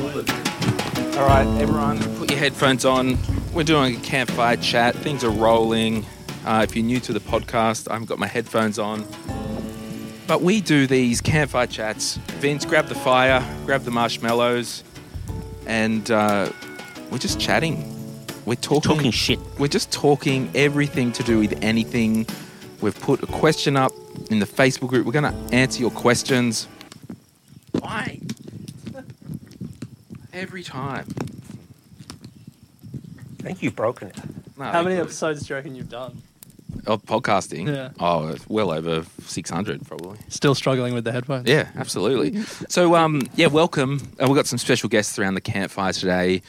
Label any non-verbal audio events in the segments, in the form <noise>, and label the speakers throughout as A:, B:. A: All right, everyone, put your headphones on. We're doing a campfire chat. Things are rolling. Uh, if you're new to the podcast, I haven't got my headphones on. But we do these campfire chats. Vince, grab the fire, grab the marshmallows, and uh, we're just chatting. We're talking.
B: Talking shit.
A: We're just talking everything to do with anything. We've put a question up in the Facebook group. We're going to answer your questions. Why? <laughs> Every time.
B: I think you've broken it.
A: No,
C: How many episodes do you reckon you've done?
A: of podcasting?
C: Yeah.
A: Oh, it's well over 600 probably.
D: Still struggling with the headphones.
A: Yeah, absolutely. So, um, yeah, welcome. Uh, we've got some special guests around the campfire today.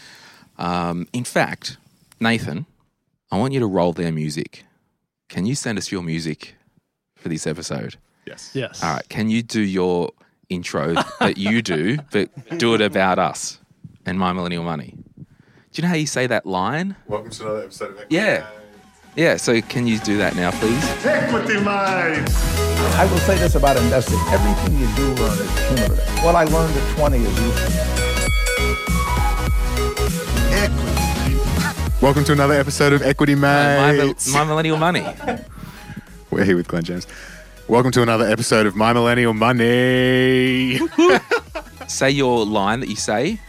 A: Um, in fact, Nathan, I want you to roll their music. Can you send us your music for this episode?
E: Yes.
D: Yes.
A: All right. Can you do your intro that you do, but do it about us and My Millennial Money? Do you know how you say that line?
E: Welcome to another episode of Equity
A: Yeah. Yeah. So, can you do that now, please? Uh,
E: Minds. Equity Minds.
F: I will say this about investing. Everything you do learn is cumulative. What I learned at 20 is useful.
E: Welcome to another episode of Equity
A: My, Mil-
E: Minds.
A: My Millennial Money.
E: We're here with Glenn James. Welcome to another episode of My Millennial
A: <laughs>
E: Money.
A: Say your line that you say.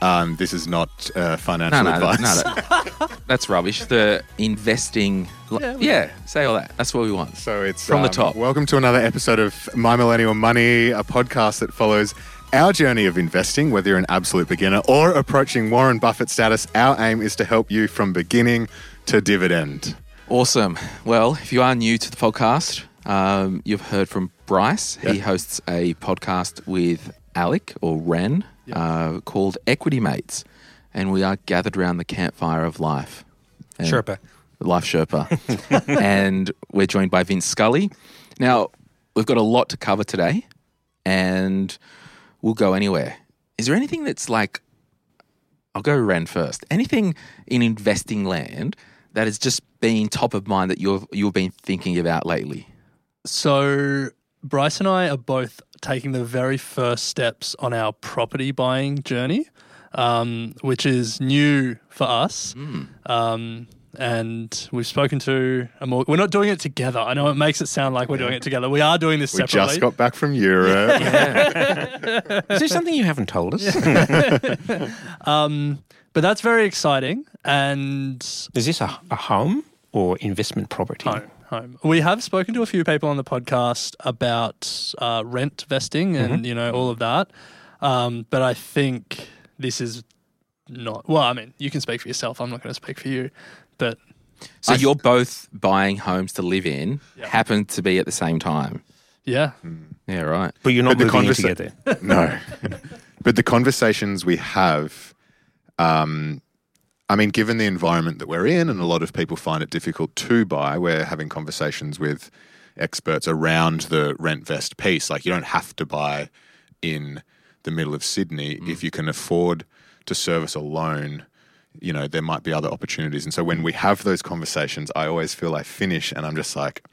E: um, this is not uh,
A: No,
E: financial
A: no,
E: advice.
A: no, no. That's rubbish. The investing. Yeah, say all that. That's what we
E: <laughs>
A: want.
E: So it's
A: From the
E: um,
A: top.
E: Welcome to another episode of My Millennial Money, a podcast that follows our journey of investing, whether you're an absolute beginner or approaching Warren Buffett status. Our aim is to help you from beginning to dividend.
A: Awesome. Well, if you are new to the podcast, um, you've heard from Bryce. He
E: Yeah.
A: hosts a podcast with Alec or Ren uh, called Equity Mates, and we are gathered around the campfire of life. And-
B: Sherpa.
A: Life Sherpa. <laughs> and we're joined by Vince Scully. Now, we've got a lot to cover today, and we'll go anywhere. Is there anything that's like, I'll go Ren first. Anything in investing land that has just been top of mind that you've you've been thinking about lately?
D: So Bryce and I are both taking the very first steps on our property buying journey, um, which is new for us.
E: Hmm.
D: Um, and we've spoken to a more. We're not doing it together. I know it makes it sound like we're doing it together. We are doing this
E: We
D: separately.
E: just got back from
B: <laughs>
E: Europe.
B: Is there something you haven't told us?
D: but that's very exciting. And
B: Is this a, a home or investment property?
D: Home, home. We have spoken to a few people on the podcast about uh, rent vesting and
A: Mm-hmm.
D: you know all of that, um, but I think this is not. Well, I mean, you can speak for yourself. I'm not going to speak for you, but
A: So you're both buying homes to live in, happen to be at the same time.
D: yeah,
A: Yeah, right.
B: But you're not
E: But the
B: moving in
E: conversa-
B: together.
E: no. but the conversations we have, um, I mean, given the environment that we're in, and a lot of people find it difficult to buy, we're having conversations with experts around the rent vest piece. Like, you don't have to buy in the middle of Sydney
D: Mm.
E: if you can afford to service a loan. You know, there might be other opportunities. And so when we have those conversations, I always feel I finish and I'm just like,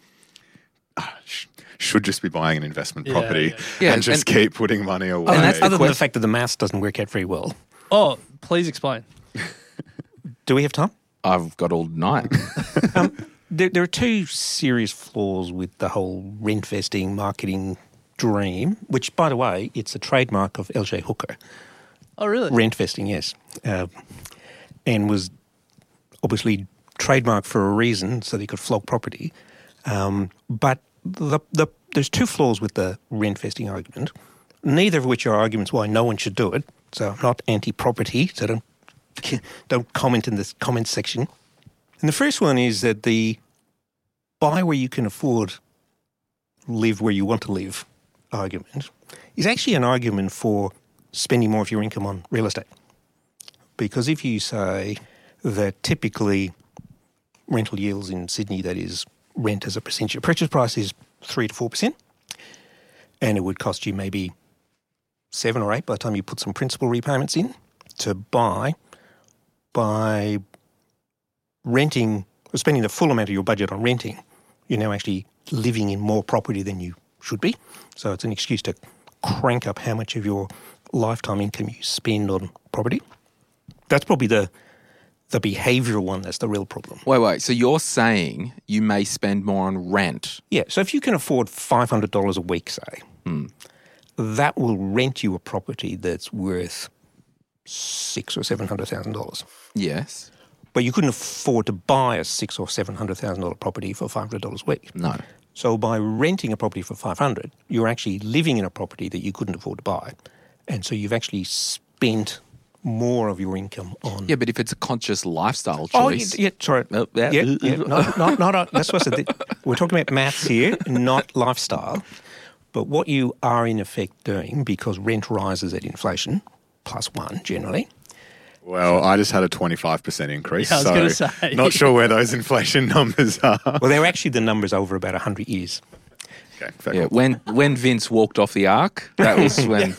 E: "Ah, sh- should just be buying an investment
D: Yeah,
E: property
D: yeah,
A: yeah. Yeah,
E: and just
A: and-
E: keep putting money away.
A: that's the
B: Other than the
A: quest-
B: fact that the maths doesn't work out very well.
D: Oh, please explain.
B: Do we have time?
A: I've got all night. <laughs>
B: There, there are two serious flaws with the whole rent vesting marketing dream, which, by the way, it's a trademark of LJ Hooker.
D: Oh, really?
B: Rent vesting, yes. Uh, and was obviously trademarked for a reason so they could flog property. Um, but the, the, there's two flaws with the rent vesting argument, neither of which are arguments why no one should do it. So I'm not anti-property. So don't <laughs> don't comment in this comment section. And the first one is that the buy where you can afford, live where you want to live argument is actually an argument for spending more of your income on real estate. Because if you say that typically rental yields in Sydney, that is, rent as a percentage of purchase price, is 3 to 4%, and it would cost you maybe 7 or 8 by the time you put some principal repayments in to buy, by renting or spending the full amount of your budget on renting, you're now actually living in more property than you should be. So it's an excuse to crank up how much of your lifetime income you spend on property. That's probably the the behavioral one that's the real problem.
A: Wait, wait. So you're saying you may spend more on rent?
B: Yeah. So if you can afford five hundred dollars a week, say, that will rent you a property that's worth six or seven hundred thousand dollars.
A: Yes.
B: But you couldn't afford to buy a six or seven hundred thousand dollar property for five hundred dollars a week.
A: No.
B: So by renting a property for 500, you're actually living in a property that you couldn't afford to buy. And so you've actually spent more of your income on
A: Yeah, but if it's a conscious lifestyle
B: Oh, yeah,
A: choice,
B: yeah, sorry.
A: Oh, yeah.
B: Yeah, yeah, not, not, not, not- that's what I <laughs> said. We're talking about maths here, not lifestyle. But what you are in effect doing, because rent rises at inflation, plus one generally,
E: Well, I just had a 25% increase.
D: Yeah, I was
E: so
D: gonna say.
E: Not sure where those inflation <laughs> numbers are.
B: well, they're actually the numbers over about 100 years.
E: Okay, fair
A: yeah,
E: call.
A: when when Vince walked off the ark, that
B: <laughs>
A: was when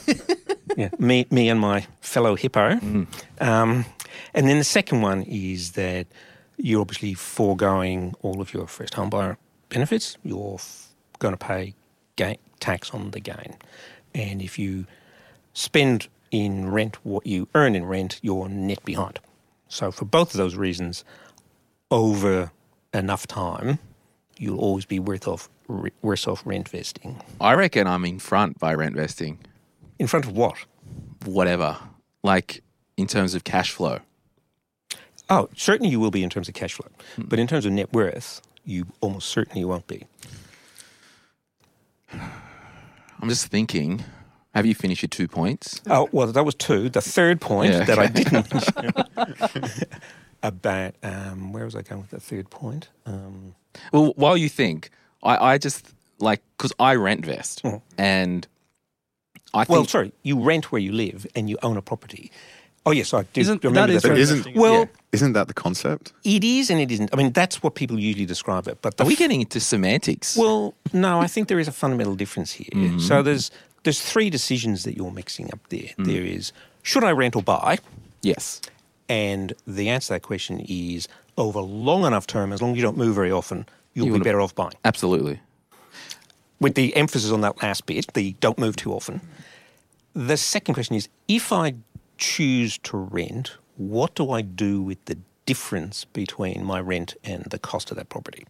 B: yeah, me, me and my fellow hippo. Um, and then the second one is that you're obviously foregoing all of your first home buyer benefits. You're f- going to pay gain, tax on the gain. And if you spend in rent what you earn in rent, you're net behind. So, for both of those reasons, over enough time, you'll always be worth off, re- worse off rent vesting.
A: I reckon I'm in front by rent vesting.
B: In front of what?
A: Whatever. Like in terms of cash flow.
B: Oh, certainly you will be in terms of cash flow,
A: Hmm.
B: but in terms of net worth, you almost certainly won't be.
A: I'm just thinking. Have you finished your two points?
B: Oh, well, that was two. The third point
A: Yeah,
B: that I didn't
A: <laughs>
B: <laughs> about um, where was I going with the third point? Um,
A: Well, while you think, I, I just like because I rent vest and I think
B: Hmm. well, sorry, you rent where you live and you own a property. Oh, yes, I do
D: Isn't-
B: remember
D: that is
B: that.
E: But
D: very
E: isn't-
D: interesting.
B: well,
E: Isn't that the concept?
B: it is and it isn't. I mean, that's what people usually describe it. But the
A: are we getting Mm-hmm. into semantics?
B: Well, no, I think there is a fundamental difference here. So there's there's three decisions that you're mixing up there.
A: Mm-hmm.
B: There is should I rent or buy,
A: yes.
B: and the answer to that question is over a long enough term, as long as you don't move very often, you'll
A: You
B: be
A: would've-
B: better off buying.
A: Absolutely.
B: With the emphasis on that last bit, the don't move too often. The second question is if I choose to rent, what do I do with the difference between my rent and the cost of that property?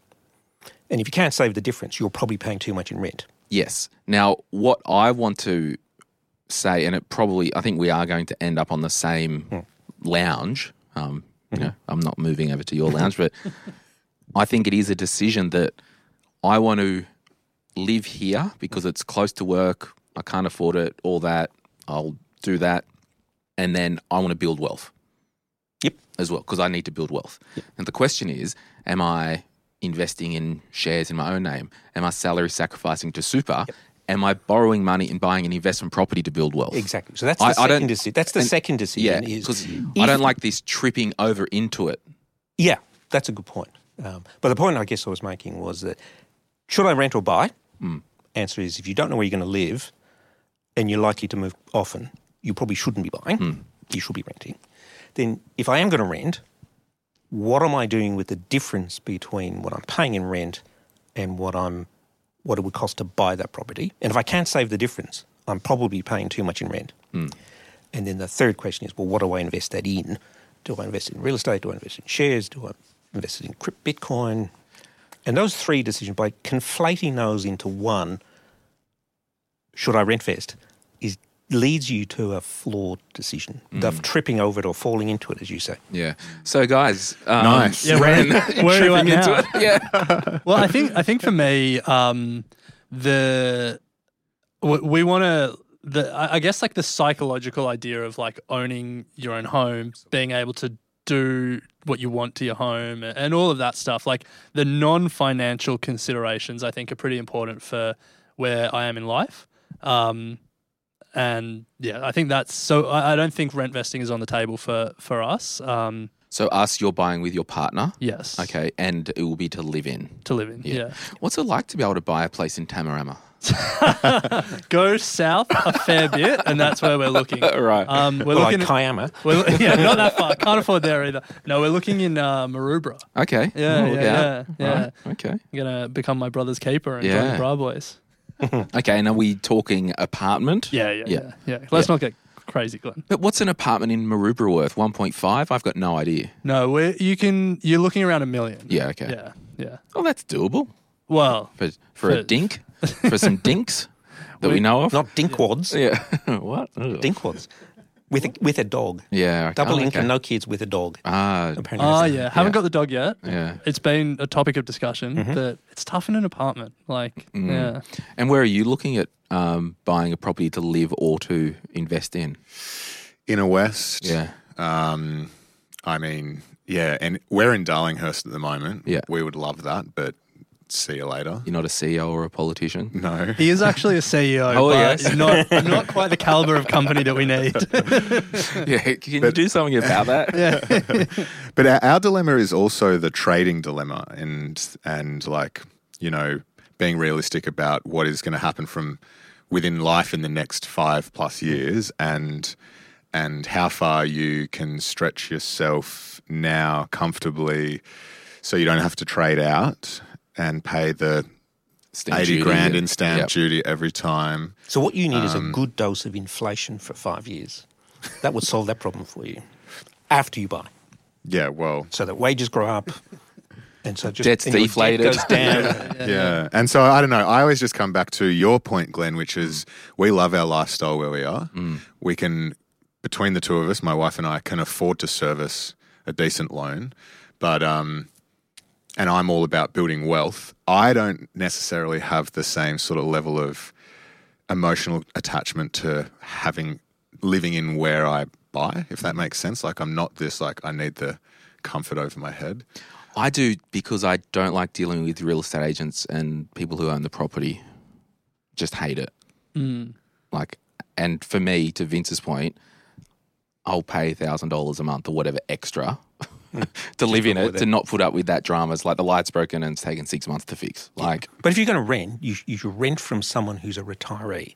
B: And if you can't save the difference, you're probably paying too much in rent.
A: Yes. Now, what I want to say, and it probably, I think we are going to end up on the same lounge. Um, you know, I'm not moving over to your lounge, but I think it is a decision that I want to live here because it's close to work. I can't afford it, all that. I'll do that. And then I want to build wealth.
B: Yep.
A: As well, because I need to build wealth. And the question is am I investing in shares in my own name? Am I salary sacrificing to super? Am I borrowing money and buying an investment property to build wealth?
B: Exactly. So that's the
A: I- I don't-
B: second decision. That's the
A: and-
B: second
A: Yeah,
B: decision. is
A: because I
B: if-
A: don't like this tripping over into it.
B: Yeah, that's a good point. Um, but the point I guess I was making was that should I rent or buy? Answer is if you don't know where you're going to live and you're likely to move often, you probably shouldn't be buying. You should be renting. Then if I am going to rent, what am I doing with the difference between what I'm paying in rent and what I'm what it would cost to buy that property? And if I can't save the difference, I'm probably paying too much in rent. And then the third question is, well, what do I invest that in? Do I invest in real estate? Do I invest in shares? Do I invest in crypt- Bitcoin? And those three decisions, by conflating those into one, should I rent vest, is leads you to a flawed decision,
A: Mm.
B: the tripping over it or falling into it, as you say.
A: Yeah. So, guys, um,
E: Nice.
D: Yeah, where- where are you at
A: tripping into
D: now?
A: it. <laughs> Yeah.
D: well, I think I think for me, um, the w- we want to the I I guess like the psychological idea of like owning your own home, being able to do what you want to your home a- and all of that stuff. Like the non-financial considerations I think are pretty important for where I am in life. Um and yeah, I think that's so I, I don't think rent vesting is on the table for for us. Um
A: So us, you're buying with your partner.
D: yes.
A: Okay, and it will be to live in.
D: To live in.
A: Yeah.
D: Yeah.
A: What's it like to be able to buy a place in Tamarama?
D: <laughs> Go south a fair bit and that's where we're looking.
A: <laughs> Right. Oh,
D: Um we're
B: Like
D: looking at-
B: Kiama.
D: <laughs> We're, yeah, not that far. Can't afford there either. No, we're looking in uh, Maroubra.
A: Okay.
D: Yeah,
A: Oh, look
D: yeah,
A: out.
D: yeah,
A: Right. Okay.
D: I'm gonna become my brother's keeper and join
A: Yeah.
D: the Bra Boys.
A: Okay. And are we talking apartment?
D: Yeah, yeah,
A: Yeah.
D: yeah, yeah. Let's not get crazy, Glenn.
A: But what's an apartment in Maroubra worth? 1.5? I've got no idea.
D: No, we're, you can. You're looking around a million.
A: Yeah, okay.
D: yeah, yeah.
A: Oh, that's doable
D: Well,
A: for, for a
D: For- <laughs>
A: dink, for some dinks that we,
D: We-
A: know of.
B: Not dinkwads.
A: yeah. <laughs> what? Ugh.
B: Dinkwads. With a, with a dog.
A: Yeah. okay.
B: Double
A: Oh,
B: income,
A: okay.
B: no kids with a dog.
A: Ah,
B: Apparently.
D: oh
B: that's-
D: yeah, haven't
A: Yeah.
D: got the dog yet.
A: yeah.
D: It's been a topic of discussion, but it's tough in an apartment. Like,
A: Mm.
D: yeah,
A: And where are you looking at um, buying a property to live or to invest in?
E: Inner West.
A: Yeah.
E: Um, I mean, yeah, and we're in Darlinghurst at the moment.
A: Yeah.
E: We would love that, but see you later.
A: You're not a CEO or a politician?
E: No.
D: he is actually a CEO,
A: Oh,
D: but
A: yeah.
D: not not quite the caliber of company that we need.
A: yeah. <laughs> Can you do something about <laughs> that?
E: But our, our dilemma is also the trading dilemma, and and like you know, being realistic about what is going to happen from within life in the next five plus
A: Mm.
E: years, and and how far you can stretch yourself now comfortably, so you don't have to trade out and pay the
A: Stamp
E: eighty
A: duty
E: grand
A: and-
E: in stamp
A: Yep.
E: duty every time.
B: So what you need is a
A: Um.
B: good dose of inflation for five years. That would solve that problem for you after you buy,
E: Yeah, well,
B: so that wages grow up, and so just
A: Debt's
B: and your
A: deflated.
B: Debt goes down.
E: yeah. And so I don't know. I always just come back to your point, Glenn, which is we love our lifestyle where we are. We can, between the two of us, my wife and I, can afford to service a decent loan, but um, and I'm all about building wealth. I don't necessarily have the same sort of level of emotional attachment to having living in where I buy, if that makes sense. Like I'm not this like I need the comfort over my head.
A: I do because I don't like dealing with real estate agents and people who own the property. Just hate it. Mm. Like, and for me, to Vince's point, I'll pay thousand dollars a month or whatever extra <laughs> to live in it, to not put Hmm. up with that drama. It's like the light's broken and it's taken six months to fix. Like,
B: But if you're going to rent, you, you should rent from someone who's a retiree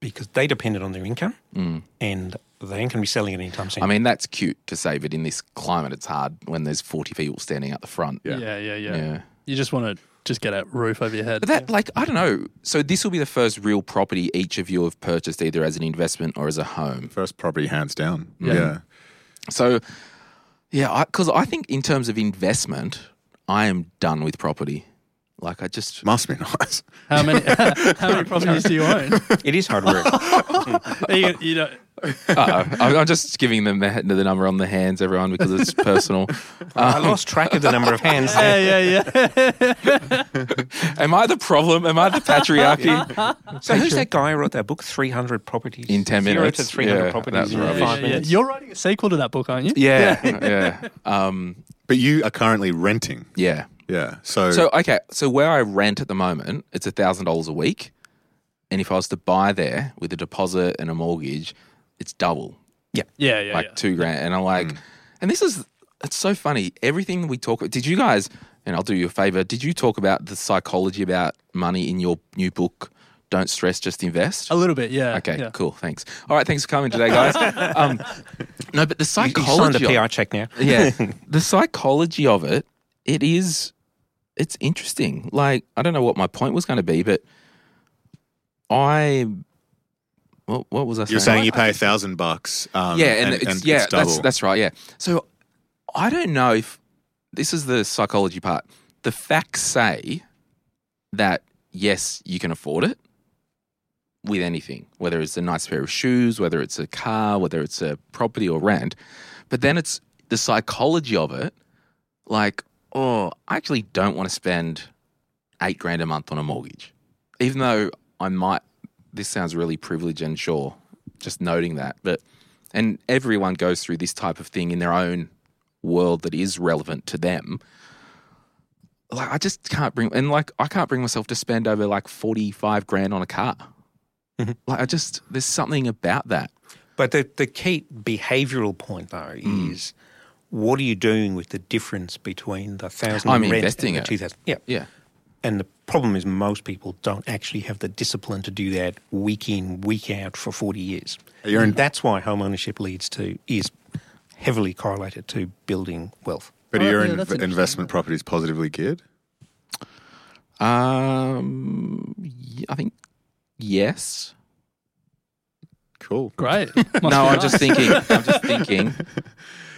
B: because they depended on their income and they ain't going to be selling it anytime soon.
A: mm. I mean, that's cute to save it in this climate. It's hard when there's forty people standing at the front.
E: Yeah.
D: yeah, yeah, yeah.
A: <laughs> Yeah.
D: You just want to just get a roof over your head.
A: But that, like, I don't know. So this will be the first real property each of you have purchased, either as an investment or as a home.
E: First property, hands down.
D: Yeah.
E: yeah.
A: So, yeah, because I, think in terms of investment, I am done with property. Like, I just
E: Must
A: <laughs>
E: be nice.
D: How many <laughs> how many properties do you own?
B: it is hard
A: <laughs>
B: work.
D: you, you know,
A: Uh-oh. uh, I'm I'm just giving them the, the number on the hands, everyone, because it's personal.
B: I lost track of the number of
A: <laughs>
B: hands.
D: yeah, yeah, yeah.
A: Am I the problem? Am I the patriarchy?
B: So who's that guy who wrote that book? Three hundred properties
A: In 10
B: Zero
A: minutes.
B: to three hundred
A: Yeah, that's
B: properties in
A: right.
B: five
D: Yeah, yeah.
B: minutes.
D: You're writing a sequel to that book, aren't you?
A: yeah, yeah, um,
E: But you are currently renting.
A: yeah.
E: Yeah. So,
A: So okay, so where I rent at the moment, it's a thousand dollars a week, and if I was to buy there with a deposit and a mortgage, it's double.
D: yeah, yeah.
A: like
D: yeah.
A: two grand. And I'm like, and this is, it's so funny. Everything we talk did you guys, and I'll do you a favor, did you talk about the psychology about money in your new book, Don't Stress, Just Invest?
D: a little bit, yeah.
A: Okay,
D: yeah.
A: cool. Thanks. All right, thanks for coming today, guys. um, no, but the
B: You, you signed
A: psychology.
B: a PR check now.
E: <laughs>
A: yeah, the psychology of it, it is, it's interesting. Like, I don't know what my point was going to be, but I, what, what was I saying?
E: you're saying you pay a thousand bucks. Um,
A: yeah, and, it's, yeah,
E: it's
A: that's
E: double.
A: that's right. Yeah. So I don't know if this is the psychology part. The facts say that yes, you can afford it with anything, whether it's a nice pair of shoes, whether it's a car, whether it's a property or rent. But then it's the psychology of it. Like, oh, I actually don't want to spend eight grand a month on a mortgage, even though I might. this sounds really privileged and sure, just noting that. But and everyone goes through this type of thing in their own world that is relevant to them. Like I just can't bring and like I can't bring myself to spend over like forty five grand on a car. Like I just there's something about that.
B: <laughs> But the, the key behavioural point, though,
A: Hmm.
B: is what are you doing with the difference between the thousand
A: I'm
B: rent
A: investing
B: and
A: it.
B: the two thousand? Yeah.
A: Yeah.
B: And the problem is most people don't actually have the discipline to do that week in, week out for forty years.
E: You're in-
B: and that's why home ownership leads to is heavily correlated to building wealth.
E: But
D: Oh,
E: are your
D: yeah,
E: inv-
D: that's interesting.
E: investment properties positively geared?
A: Um y- I think yes.
E: Cool.
D: Great. Must be
A: <laughs> no, I'm
D: Oh, nice.
A: just thinking. I'm just thinking.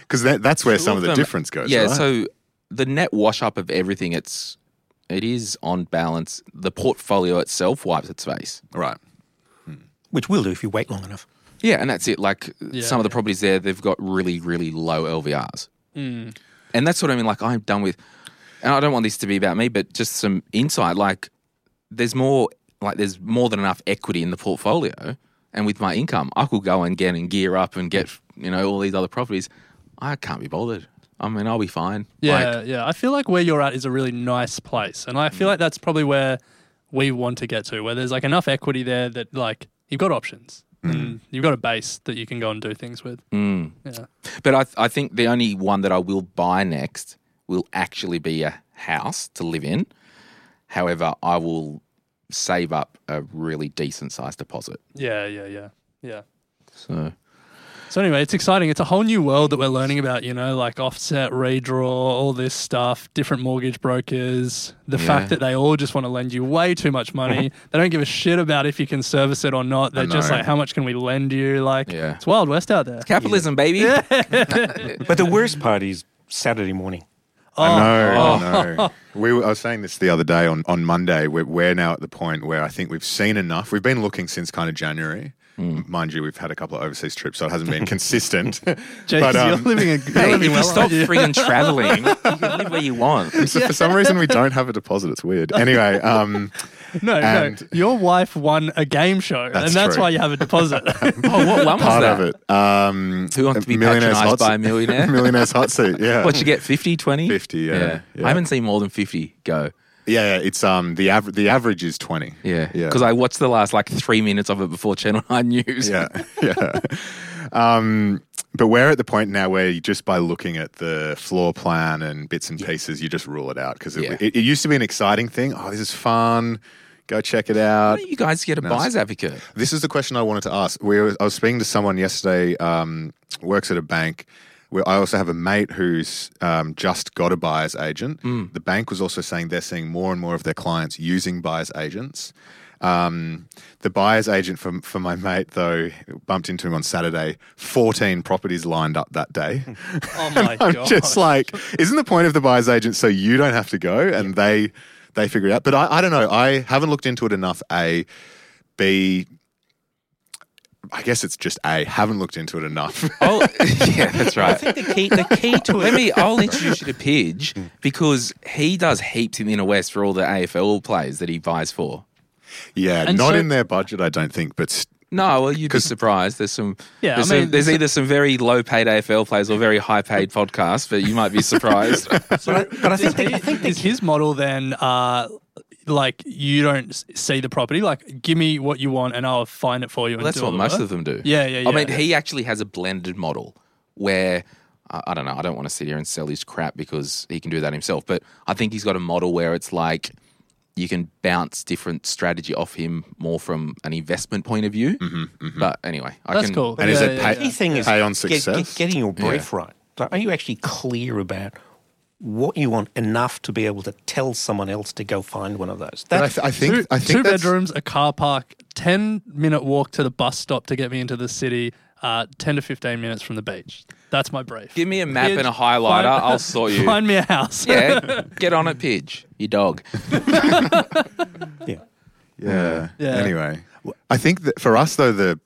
E: Because that, that's where some of the
A: them-
E: difference goes.
A: yeah,
E: right?
A: so the net wash up of everything, it's it is on balance. The portfolio itself wipes its face.
E: right.
B: Which will do if you wait long enough.
A: Yeah, and that's it. Like
D: Yeah,
A: some of the
D: yeah.
A: properties there, they've got really, really low LVRs.
D: Hmm.
A: And that's what I mean. Like I'm done with, and I don't want this to be about me, but just some insight. Like there's more, like there's more than enough equity in the portfolio, and with my income, I could go and get and gear up and get you know all these other properties. I can't be bothered. I mean, I'll be fine. Like, Mm.
D: Yeah, yeah. I feel like where you're at is a really nice place, and I feel like that's probably where we want to get to, where there's like enough equity there that like you've got options,
A: Mm.
D: and you've got a base that you can go and do things with. Yeah.
A: But I, I think the only one that I will buy next will actually be a house to live in. However, I will save up a really decent sized deposit.
D: Yeah, yeah, yeah, yeah.
A: So
D: So anyway, it's exciting. It's a whole new world that we're learning about. You know, like offset, redraw, all this stuff, different mortgage brokers. The
A: Yeah.
D: fact that they all just want to lend you way too much
E: <laughs>
D: money. they don't give a shit about if you can service it or not. They're just
E: know.
D: like, how much can we lend you? Like,
A: Yeah.
D: it's wild west out <laughs> there.
A: capitalism, baby. <laughs>
B: But the worst part is Saturday morning.
D: Oh.
E: I
A: Oh.
E: know,
A: <laughs>
E: I know. We were, I was saying this the other day on, on Monday. We're, we're now at the point where I think we've seen enough. We've been looking since kind of January.
A: Hmm.
E: M- Mind you, we've had a couple of overseas trips, so it hasn't
A: <laughs>
E: been consistent.
D: Jeez,
E: but
D: you're
E: um,
D: living
E: <laughs>
D: a you're
A: Hey, if
D: living
A: you
D: well,
A: stop
D: aren't you?
A: friggin' traveling, you can live where you want.
E: <laughs> so for some reason, we don't have a deposit. It's weird. Anyway,
A: <laughs>
E: um,
D: <laughs> No,
E: and-
D: no. Your wife won a game show,
E: That's
D: and that's
E: true.
D: why you have a
E: <laughs>
D: deposit.
A: <laughs> Oh, what one was
E: part
A: that?
E: of it. Um,
A: Who wants to be
E: Millionaire's Hot
A: patronised by
E: Seat-
A: a
E: <laughs>
A: millionaire?
E: millionaire's hot seat. Yeah.
A: What you get 50, 20?
E: 50, yeah, yeah.
A: I haven't seen more than 50 go.
E: Yeah, yeah, it's um the average. The average is twenty.
A: Yeah.
E: yeah,
A: Because I watched the last like three minutes of it before Channel 9 News.
E: yeah, <laughs> yeah. Um, but we're at the point now where you just by looking at the floor plan and bits and pieces, you just rule it out because it,
A: Yeah.
E: it, it used to be an exciting thing. Oh, this is fun. Go check it out.
A: Why don't <laughs> you guys get a buyer's advocate?
E: This is the question I wanted to ask. We were, I was speaking to someone yesterday. Um, works at a bank. Where I also have a mate who's um, just got a buyer's agent. The bank was also saying they're seeing more and more of their clients using buyer's agents. Um, the buyer's agent for, for my mate, though, bumped into him on Saturday, 14 properties lined up that day.
D: <laughs> oh my
E: <laughs> I'm
D: god!
E: just like, isn't the point of the buyer's agent so you don't have to go and they they figure it out? But I, I don't know. I haven't looked into it enough. A, B, I guess it's just A. Haven't looked into it enough. <laughs>
A: Oh, <laughs> yeah, that's right. I think
B: The key, the key to
A: Let me. I'll introduce you to Pidge because he does heaps in the inner west for all the AFL players that he buys for.
E: yeah,
D: And
E: not
D: so-
E: in their budget, I don't think. But s-
A: No, well, you'd be surprised. There's some.
D: Yeah, I
A: there's,
D: mean,
A: some, there's either some very low-paid AFL players or very high-paid podcasts, but you might be surprised.
D: but I think the, I think is his model then. Uh, like you don't s- see the property. Like, give me what you want, and I'll find it for you. and
A: Well, that's
D: do all
A: what
D: the
A: most
D: work.
A: of them do.
D: Yeah, yeah,
A: I mean,
D: yeah.
A: he actually has a blended model where I, I don't know. I don't want to sit here and sell his crap because he can do that himself. But I think he's got a model where it's like you can bounce different strategy off him more from an investment point of view. But anyway,
D: Mm-hmm,
A: I
D: That's
A: can,
D: cool.
E: and is
D: Yeah,
E: it
D: yeah,
E: pay,
D: yeah.
B: key thing is
E: pay on
B: get- get-
E: success?
B: getting your brief right. So are you actually clear about what you want enough to be able to tell someone else to go find one of those?
E: But I,
B: That's
E: th- I think
D: two,
E: I think
D: two
E: that's-
D: bedrooms, a car park, ten minute walk to the bus stop to get me into the city. Uh, ten to fifteen minutes from the beach. That's my brief.
A: Give me a map
D: Pidge,
A: and a highlighter.
D: find-
A: I'll sort you.
D: Find me a house. <laughs>
A: yeah, Uh, get on it, Pidge. Your dog.
B: yeah.
E: <laughs> Yeah.
D: Yeah.
E: Anyway, I think that for us though the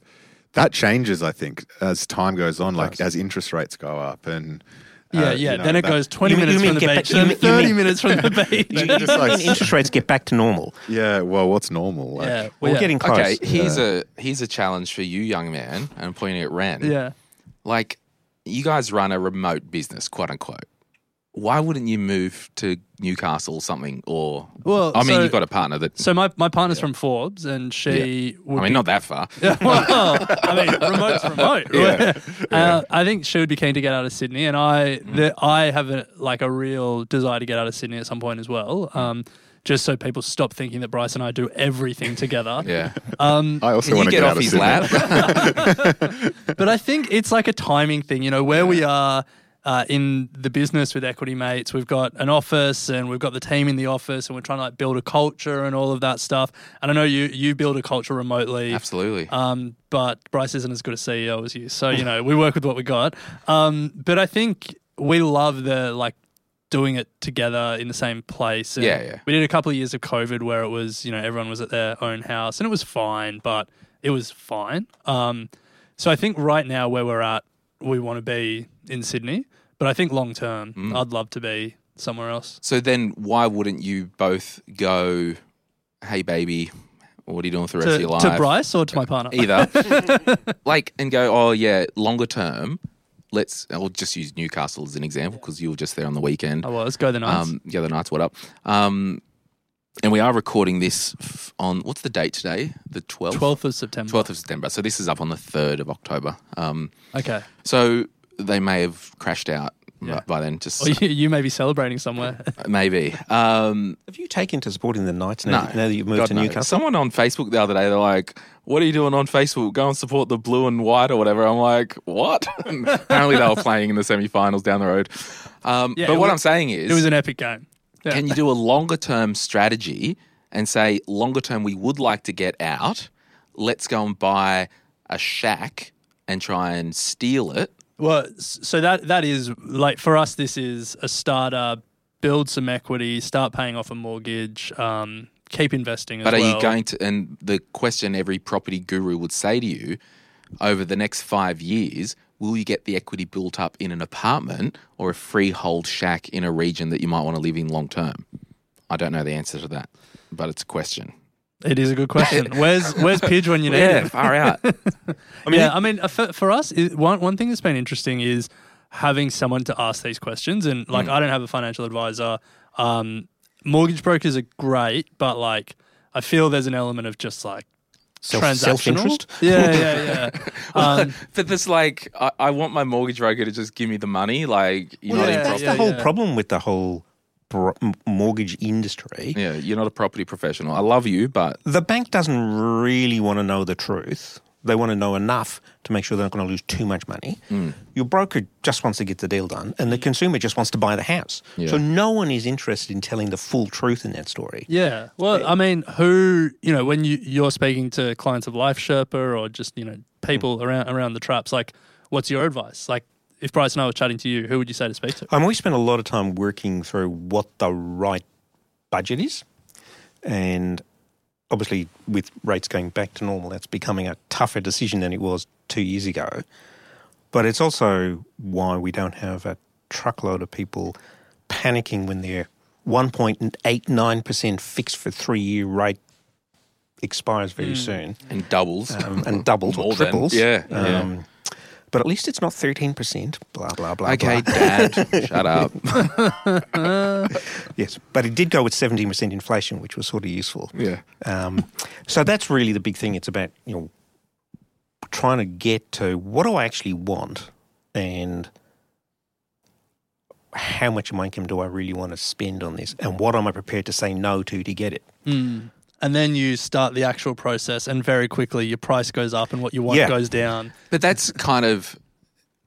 E: that changes. I think as time goes on, like as interest rates go up and
D: Yeah,
E: uh,
D: yeah.
E: you know,
D: then it
E: that-
D: goes 20
B: You mean-
D: minutes
B: you
D: from
B: mean
D: the
B: get
D: beach,
B: back- you
D: then
B: mean- you
D: 30
B: mean-
D: minutes from the beach.
E: Just
B: <laughs>
E: like-
B: When interest rates get back to normal,
E: Yeah, well, what's normal? Like,
D: yeah,
B: we're
D: well, yeah.
B: getting close.
A: Okay, here's a here's a challenge for you, young man, and I'm pointing at Ren.
D: Yeah.
A: Like, you guys run a remote business, quote unquote. Why wouldn't you move to Newcastle or something? Or
D: Well,
A: I mean,
D: so-
A: you've got a partner that.
D: So my, my partner's from Forbes, and she would
A: I mean,
D: be
A: not that far.
D: <laughs> well, I mean, remote's remote. <laughs> Uh, I think she would be keen to get out of Sydney, and I the, I have a, like a real desire to get out of Sydney at some point as well. Um, just so people stop thinking that Bryce and I do <laughs> everything together.
A: Yeah,
E: I also
A: you
E: want to
A: get
E: get,
A: off
E: out of
A: his
E: Sydney. <laughs>
A: lap.
D: But I think it's like a timing thing, you know, where we are. Uh, in the business with Equity Mates, we've got an office and we've got the team in the office, and we're trying to like build a culture and all of that stuff. And I know you you build a culture remotely,
A: Absolutely.
D: Um, but Bryce isn't as good a CEO as you, so you know we work with what we got. Um, but I think we love the like doing it together in the same place. And
A: Yeah, yeah.
D: We did a couple of years of COVID where it was you know everyone was at their own house and it was fine, but it was fine. Um, so I think right now where we're at, we want to be in Sydney, but I think long term,
A: Mm.
D: I'd love to be somewhere else.
A: So then, why wouldn't you both go? Hey, baby, what are you doing with the rest
D: To,
A: of your life?
D: to Bryce or to my partner?
A: either.
D: <laughs>
A: like, and go, oh, yeah, longer term, let's, I'll just use Newcastle as an example because you were just there on the weekend.
D: I was go the nights.
A: Um, the other night's what up. Um, and we are recording this f- on, what's the date today? The 12th?
D: 12th of September.
A: 12th of September. So this is up on the 3rd of October. Um,
D: Okay.
A: so they may have crashed out b-
D: Yeah.
A: by then,
D: <laughs>
A: just
D: Or you, you may be celebrating somewhere.
A: <laughs> maybe. Um,
B: Have you taken to supporting the Knights now, that- now that you've moved
A: God,
B: to
A: no.
B: Newcastle?
A: Someone on Facebook the other day, they're like, "What are you doing on Facebook? Go and support the blue and white or whatever." I'm like, "What?" <laughs> Apparently, they were playing in the semi-finals down the road. Um,
D: Yeah,
A: but
D: it was-
A: what I'm saying <laughs> is,
D: It was an epic game. Yeah.
A: can you do a longer term strategy and say, longer term, we would like to get out. Let's go and buy a shack and try and steal it.
D: well, s- so that that is like for us, this is a starter. Build some equity, start paying off a mortgage, um, keep investing. As
A: But are
D: well.
A: you going to? And the question every property guru would say to you over the next five years will you get the equity built up in an apartment or a freehold shack in a region that you might want to live in long term? I don't know the answer to that, but it's a question.
D: It is a good
A: <laughs>
D: question. Where's Where's Pidge when you need him?
A: far out.
D: I mean, yeah, I mean, uh, for, for us, it, one one thing that's been interesting is having someone to ask these questions. And
B: Mm.
D: like, I don't have a financial advisor. Um, mortgage brokers are great, but like, I feel there's an element of just like
B: Self-
D: transactional.
B: self-interest?
D: Yeah,
B: <laughs>
D: yeah, yeah. um,
A: but there's like, I, I want my mortgage broker to just give me the money. Like, you're
B: Well,
A: not
D: yeah,
A: in
B: that's
A: property.
D: yeah,
B: the whole
D: yeah.
B: problem with the whole bro- m- mortgage industry.
A: Yeah, you're not a property professional. I love you, but
B: The bank doesn't really want to know the truth. They want to know enough to make sure they're not going to lose too much money.
A: Mm.
B: Your broker just wants to get the deal done, and the consumer just wants to buy the house. So no one is interested in telling the full truth in that story.
D: Yeah. Well, I mean, who you know when you you're speaking to clients of Life Sherpa or just you know
B: Mm.
D: people around around the traps, like, what's your advice? Like, if Bryce and I were chatting to you, who would you say to speak to?
B: I'm always spend a lot of time working through what the right budget is, and obviously with rates going back to normal, that's becoming a tougher decision than it was two years ago. But it's also why we don't have a truckload of people panicking when their 1.89% fixed for three year rate expires very
A: <laughs>
B: soon
A: and doubles
B: um, <laughs> and doubles
A: Hmm. More
B: or
A: than-
B: triples.
A: Yeah, yeah.
B: Um, But at least it's not 13%, blah, blah, blah.
A: Okay,
B: blah. <laughs>
A: Dad, shut up.
B: Yes, but it did go with 17% inflation, which was sort of useful.
E: Yeah.
A: <laughs>
B: Um, so that's really the big thing. It's about, you know, trying to get to what do I actually want and how much of my income do I really want to spend on this and what am I prepared to say no to to get it?
D: And then you start the actual process, and very quickly your price goes up, and what you want
B: Yeah.
D: goes down.
A: But that's kind of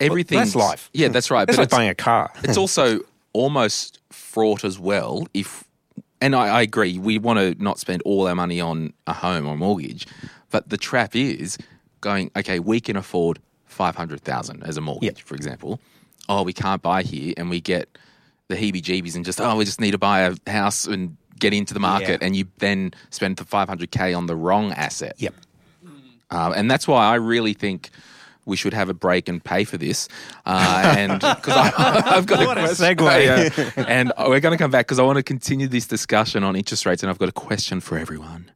A: everything.
B: that's life.
A: Yeah, that's right.
B: It's
A: but
B: like buying a car.
A: it's,
B: <laughs>
A: it's also almost fraught as well. If and I, I agree, we want to not spend all our money on a home or mortgage, but the trap is going. Okay, we can afford five hundred thousand as a mortgage, for example. Oh, we can't buy here, and we get the heebie-jeebies, and just oh, we just need to buy a house and get into the market,
B: Yeah.
A: and you then spend the five hundred k on the wrong asset.
B: Yep.
A: Um, and that's why I really think we should have a break and pay for this. Uh,
B: <laughs>
A: and because <laughs> I've got
B: What
A: a
B: a
A: question.
B: segue.
A: <laughs> Yeah. and we're going to come back because I want to continue this discussion on interest rates. And I've got a question for everyone.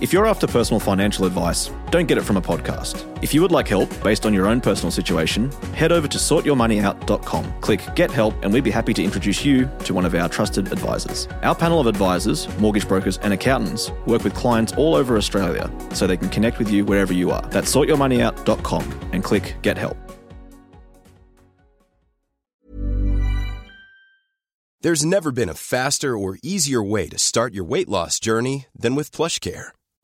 G: If you're after personal financial advice, don't get it from a podcast. If you would like help based on your own personal situation, head over to sortyourmoneyout.com. Click Get Help, and we'd be happy to introduce you to one of our trusted advisors. Our panel of advisors, mortgage brokers, and accountants work with clients all over Australia so they can connect with you wherever you are. That's sortyourmoneyout.com and click Get Help.
H: There's never been a faster or easier way to start your weight loss journey than with PlushCare.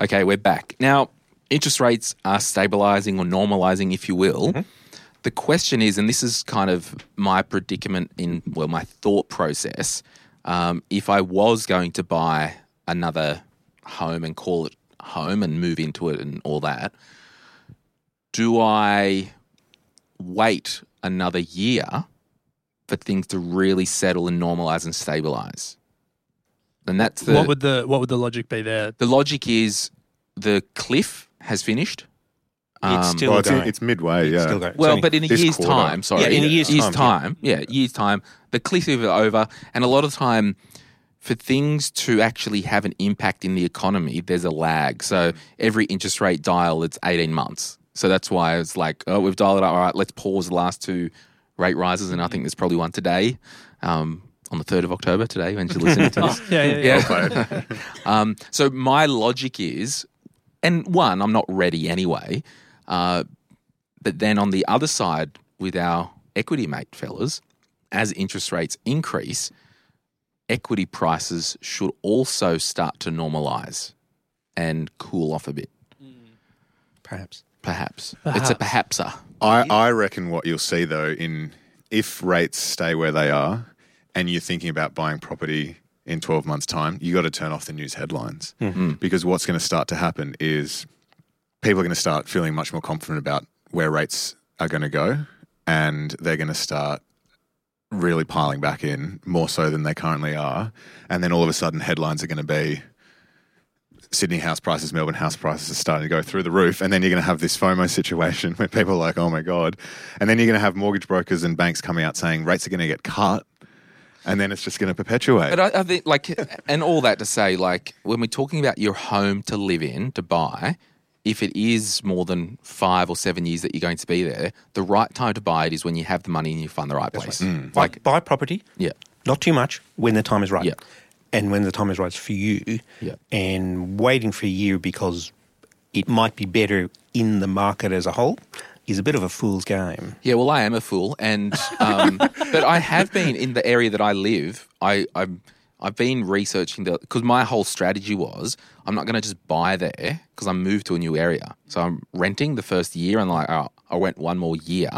A: Okay, we're back. Now, interest rates are stabilizing or normalizing, if you will. The question is, and this is kind of my predicament in, well, my thought process. Um, if I was going to buy another home and call it home and move into it and all that, do I wait another year for things to really settle and normalize and stabilize? And that's the
D: what would the what would the logic be there?
A: the logic is the cliff has finished.
B: It's
A: Um,
B: still
E: Well, it's,
B: going.
E: in- it's midway, yeah.
B: still going.
A: well,
B: It's
A: but
B: only-
A: in a
E: this
A: year's
E: quarter.
A: time, sorry,
B: Yeah, in a year's
A: year's
B: time,
A: time, yeah, year's time, the cliff is over, and a lot of time for things to actually have an impact in the economy, there's a lag. So every interest rate dial, it's eighteen months. So that's why it's like, oh, we've dialed it. All right, let's pause the last two rate rises, and I think there's probably one today, um, on the third of October today. When you're
D: <laughs>
A: listening to this,
D: Oh, Yeah, yeah, yeah.
A: yeah. <laughs> um, so my logic is, and one, I'm not ready anyway. Uh, but then on the other side, with our equity mate fellas, as interest rates increase, equity prices should also start to normalize and cool off a bit.
B: Perhaps.
A: Perhaps, it's a perhapser.
E: I, I reckon what you'll see though in if rates stay where they are and you're thinking about buying property in 12 months time you got to turn off the news headlines because what's going to start to happen is people are going to start feeling much more confident about where rates are going to go and they're going to start really piling back in more so than they currently are and then all of a sudden headlines are going to be Sydney house prices, Melbourne house prices are starting to go through the roof. And then you're going to have this FOMO situation <laughs> where people are like, oh my God. And then you're going to have mortgage brokers and banks coming out saying rates are going to get cut. And then it's just going to perpetuate.
A: But uh, I, I think, like, <laughs> and all that to say, like, when we're talking about your home to live in, to buy, if it is more than five or seven years that you're going to be there, the right time to buy it is when you have the money and you find the right place.
B: Like buy property,
A: Yeah.
B: not too much, when the time is right.
A: Yeah.
B: And when the time is right for you.
A: Yeah.
B: And waiting for a year because it might be better in the market as a whole is a bit of a fool's <laughs> game.
A: Yeah, well, I am a fool, and um, but I have been in the area that I live. I I'm, I've been researching the because my whole strategy was I'm not going to just buy there because I moved to a new area, so I'm renting the first year and like oh, I went one more year.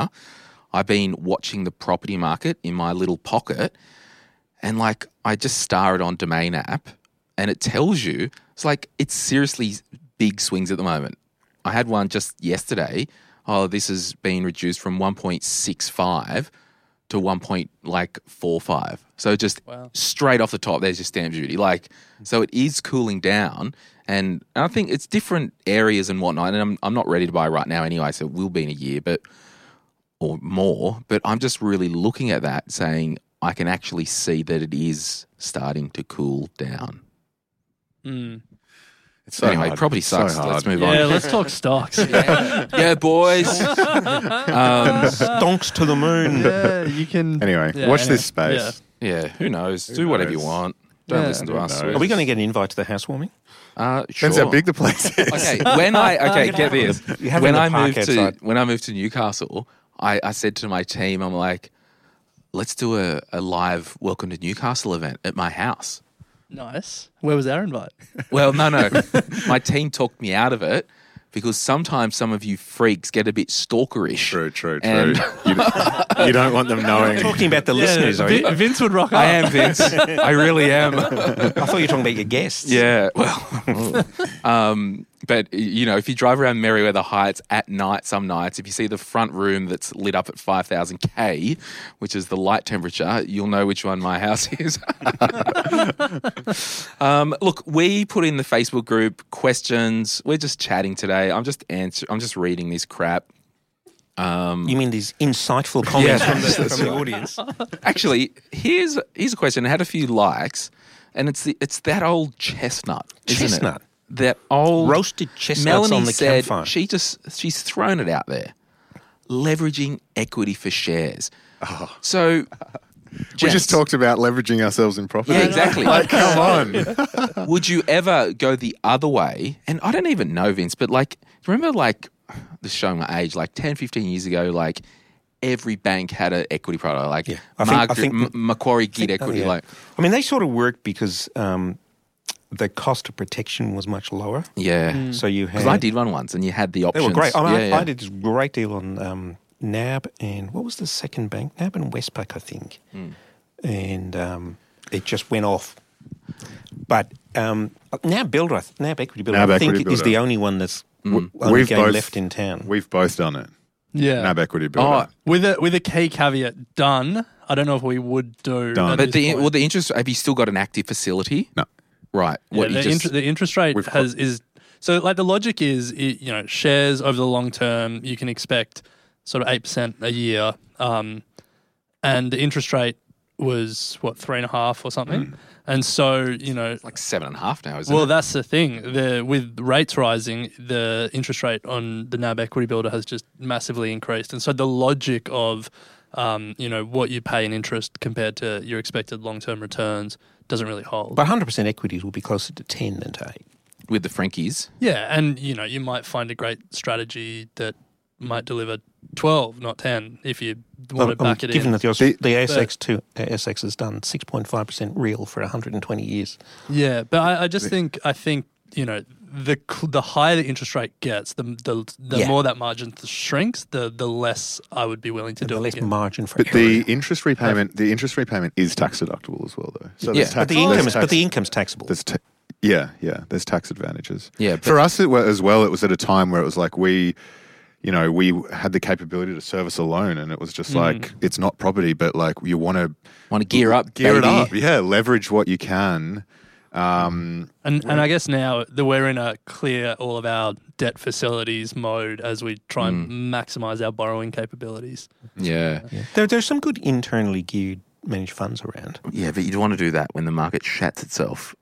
A: I've been watching the property market in my little pocket, and like I just star it on Domain app, and it tells you it's like it's seriously big swings at the moment. I had one just yesterday. Oh, this has been reduced from one point six five to one point like four five. So just straight off the top, there's your stamp duty. Like so, it is cooling down, and and I think it's different areas and whatnot. And I'm I'm not ready to buy right now anyway, so it will be in a year, but or more, but I'm just really looking at that saying I can actually see that it is starting to cool down.
E: It's so
A: anyway,
E: hard.
A: property
E: So
A: sucks.
E: hard.
A: Let's move on.
D: Hmm. Yeah, let's talk stocks.
A: <laughs> yeah, boys. <laughs> um,
B: Donks to the moon.
D: yeah, you can.
E: Anyway,
D: Yeah,
E: watch
D: anyway.
E: this space.
D: Yeah.
A: yeah, who knows? Do whatever you
E: knows?
A: want. Don't
D: Yeah.
A: listen to
E: Who
A: us.
E: knows?
B: Are we going to get an invite to the housewarming?
A: Uh,
E: Depends how
A: sure.
E: big the place is.
A: <laughs>
B: <laughs>
A: Okay, when I okay, get this.
B: you have it in
A: When
B: the
A: I
B: park
A: moved to
B: outside.
A: when I moved to Newcastle, I, I said to my team, I'm like, let's do a, a live welcome to Newcastle event at my house.
D: Nice. Where was our invite?
A: Well,
E: <laughs>
A: no, no. my team talked me out of it because sometimes some of you freaks get a bit stalkerish.
E: True, true, true. <laughs>
A: And-
E: you, don't- you don't want them knowing.
B: Talking about the listeners, are you?
D: Vin- Vince would rock up.
A: I am Vince. I really am.
B: I thought you were talking about your guests.
A: Yeah. Well,
E: <laughs>
A: <laughs> um, but you know, if you drive around Merriweather Heights at night, some nights, if you see the front room that's lit up at five thousand K, which is the light temperature, you'll know which one my house <laughs> is. um, look, we put in the Facebook group questions. We're just chatting today. I'm just answer. I'm just reading this crap.
B: You mean these insightful comments
A: Yeah.
B: from, the, from the audience?
A: Actually, here's here's a question. It had a few likes, and it's the it's that old chestnut, isn't
B: Chestnut?
A: it? That old
B: Roasted chestnuts
A: Melanie
B: on the
A: said
B: campfire.
A: she just she's thrown it out there, leveraging equity for shares.
B: Oh.
A: So
E: we just talked about leveraging ourselves in property.
A: Yeah, exactly.
E: Like, come on.
A: <laughs> Would you ever go the other way? And I don't even know, Vince, but like, remember, like, this is showing my age, like 10, 15 years ago, like, every bank had an equity product, like,
B: Yeah. I think- I
A: Margaret,
B: think-
A: M- Macquarie Gid Equity.
B: Yeah.
A: Like,
B: I mean, they sort of worked because um, the cost of protection was much lower.
A: yeah.
D: Hmm.
B: So you had.
A: Mm. Because I did one once, and you had the
B: They
A: options.
B: were great. I, mean, I-
A: Yeah, yeah.
B: I did a great deal on um, NAB and what was the second bank? NAB and Westpac, I think.
E: Hmm.
B: And um, it just went off. But um, NAB Builder, I th- NAB Equity Builder,
E: NAB
B: I think
E: Equity
B: is the
E: Builder.
B: only one that's
E: W-
B: only
E: we've
B: game
E: both-
B: left in town.
E: We've both done it.
D: Yeah.
E: NAB Equity
A: Oh,
E: Builder.
D: With a with a key caveat, done. I don't know if we would do.
E: Done.
D: at
A: But
D: this
A: the
D: point.
A: well, the interest. Have you still got an active facility?
E: No.
A: Right.
D: Yeah,
A: What
D: the,
A: you just
D: inter- the interest rate
E: We've
D: has is so like the logic is it, you know shares over the long term you can expect sort of eight percent a year, um, and the interest rate was what three and a half or something, and so you know
A: Hmm. like seven and a half now, isn't
D: well,
A: it?
D: that's the thing. The with rates rising, the interest rate on the NAB equity builder has just massively increased, and so the logic of um, you know what you pay in interest compared to your expected long term returns doesn't really hold.
B: But 100% equities will be closer to 10 than to 8.
A: With the Frankies.
D: yeah, and you know you might find a great strategy that might deliver twelve, not ten, if you want to
B: Well,
D: back it
B: given
D: in.
B: that the, Aus- the ASX, too, ASX has done 6.5% real for 120 years.
D: Yeah, but I, I just think I think you know the cl- the higher the interest rate gets, the the, the
B: Yeah.
D: more that margin th- shrinks, the the less I would be willing to
B: And
D: do
B: the
D: it
B: less
D: again.
B: margin for
E: But
B: error.
E: the interest repayment, the interest repayment is tax deductible as well, though. So
A: Yeah.
E: there's tax,
B: but, the
E: there's
B: income is,
E: tax-
B: but the income's taxable.
E: There's ta- yeah, yeah. There's tax advantages.
A: Yeah, but-
E: for us it, wa- as well, it was at a time where it was like we, you know, we had the capability to service a loan, and it was just like it's not property, but like you want to
A: Want to gear up?
E: gear
A: baby.
E: it up, yeah, leverage what you can.
D: And and I guess now that we're in a clear all of our debt facilities mode as we try and maximize our borrowing capabilities.
A: Yeah. yeah.
B: There, there's some good internally geared managed funds around.
A: but you don't want to do that when the market shats itself.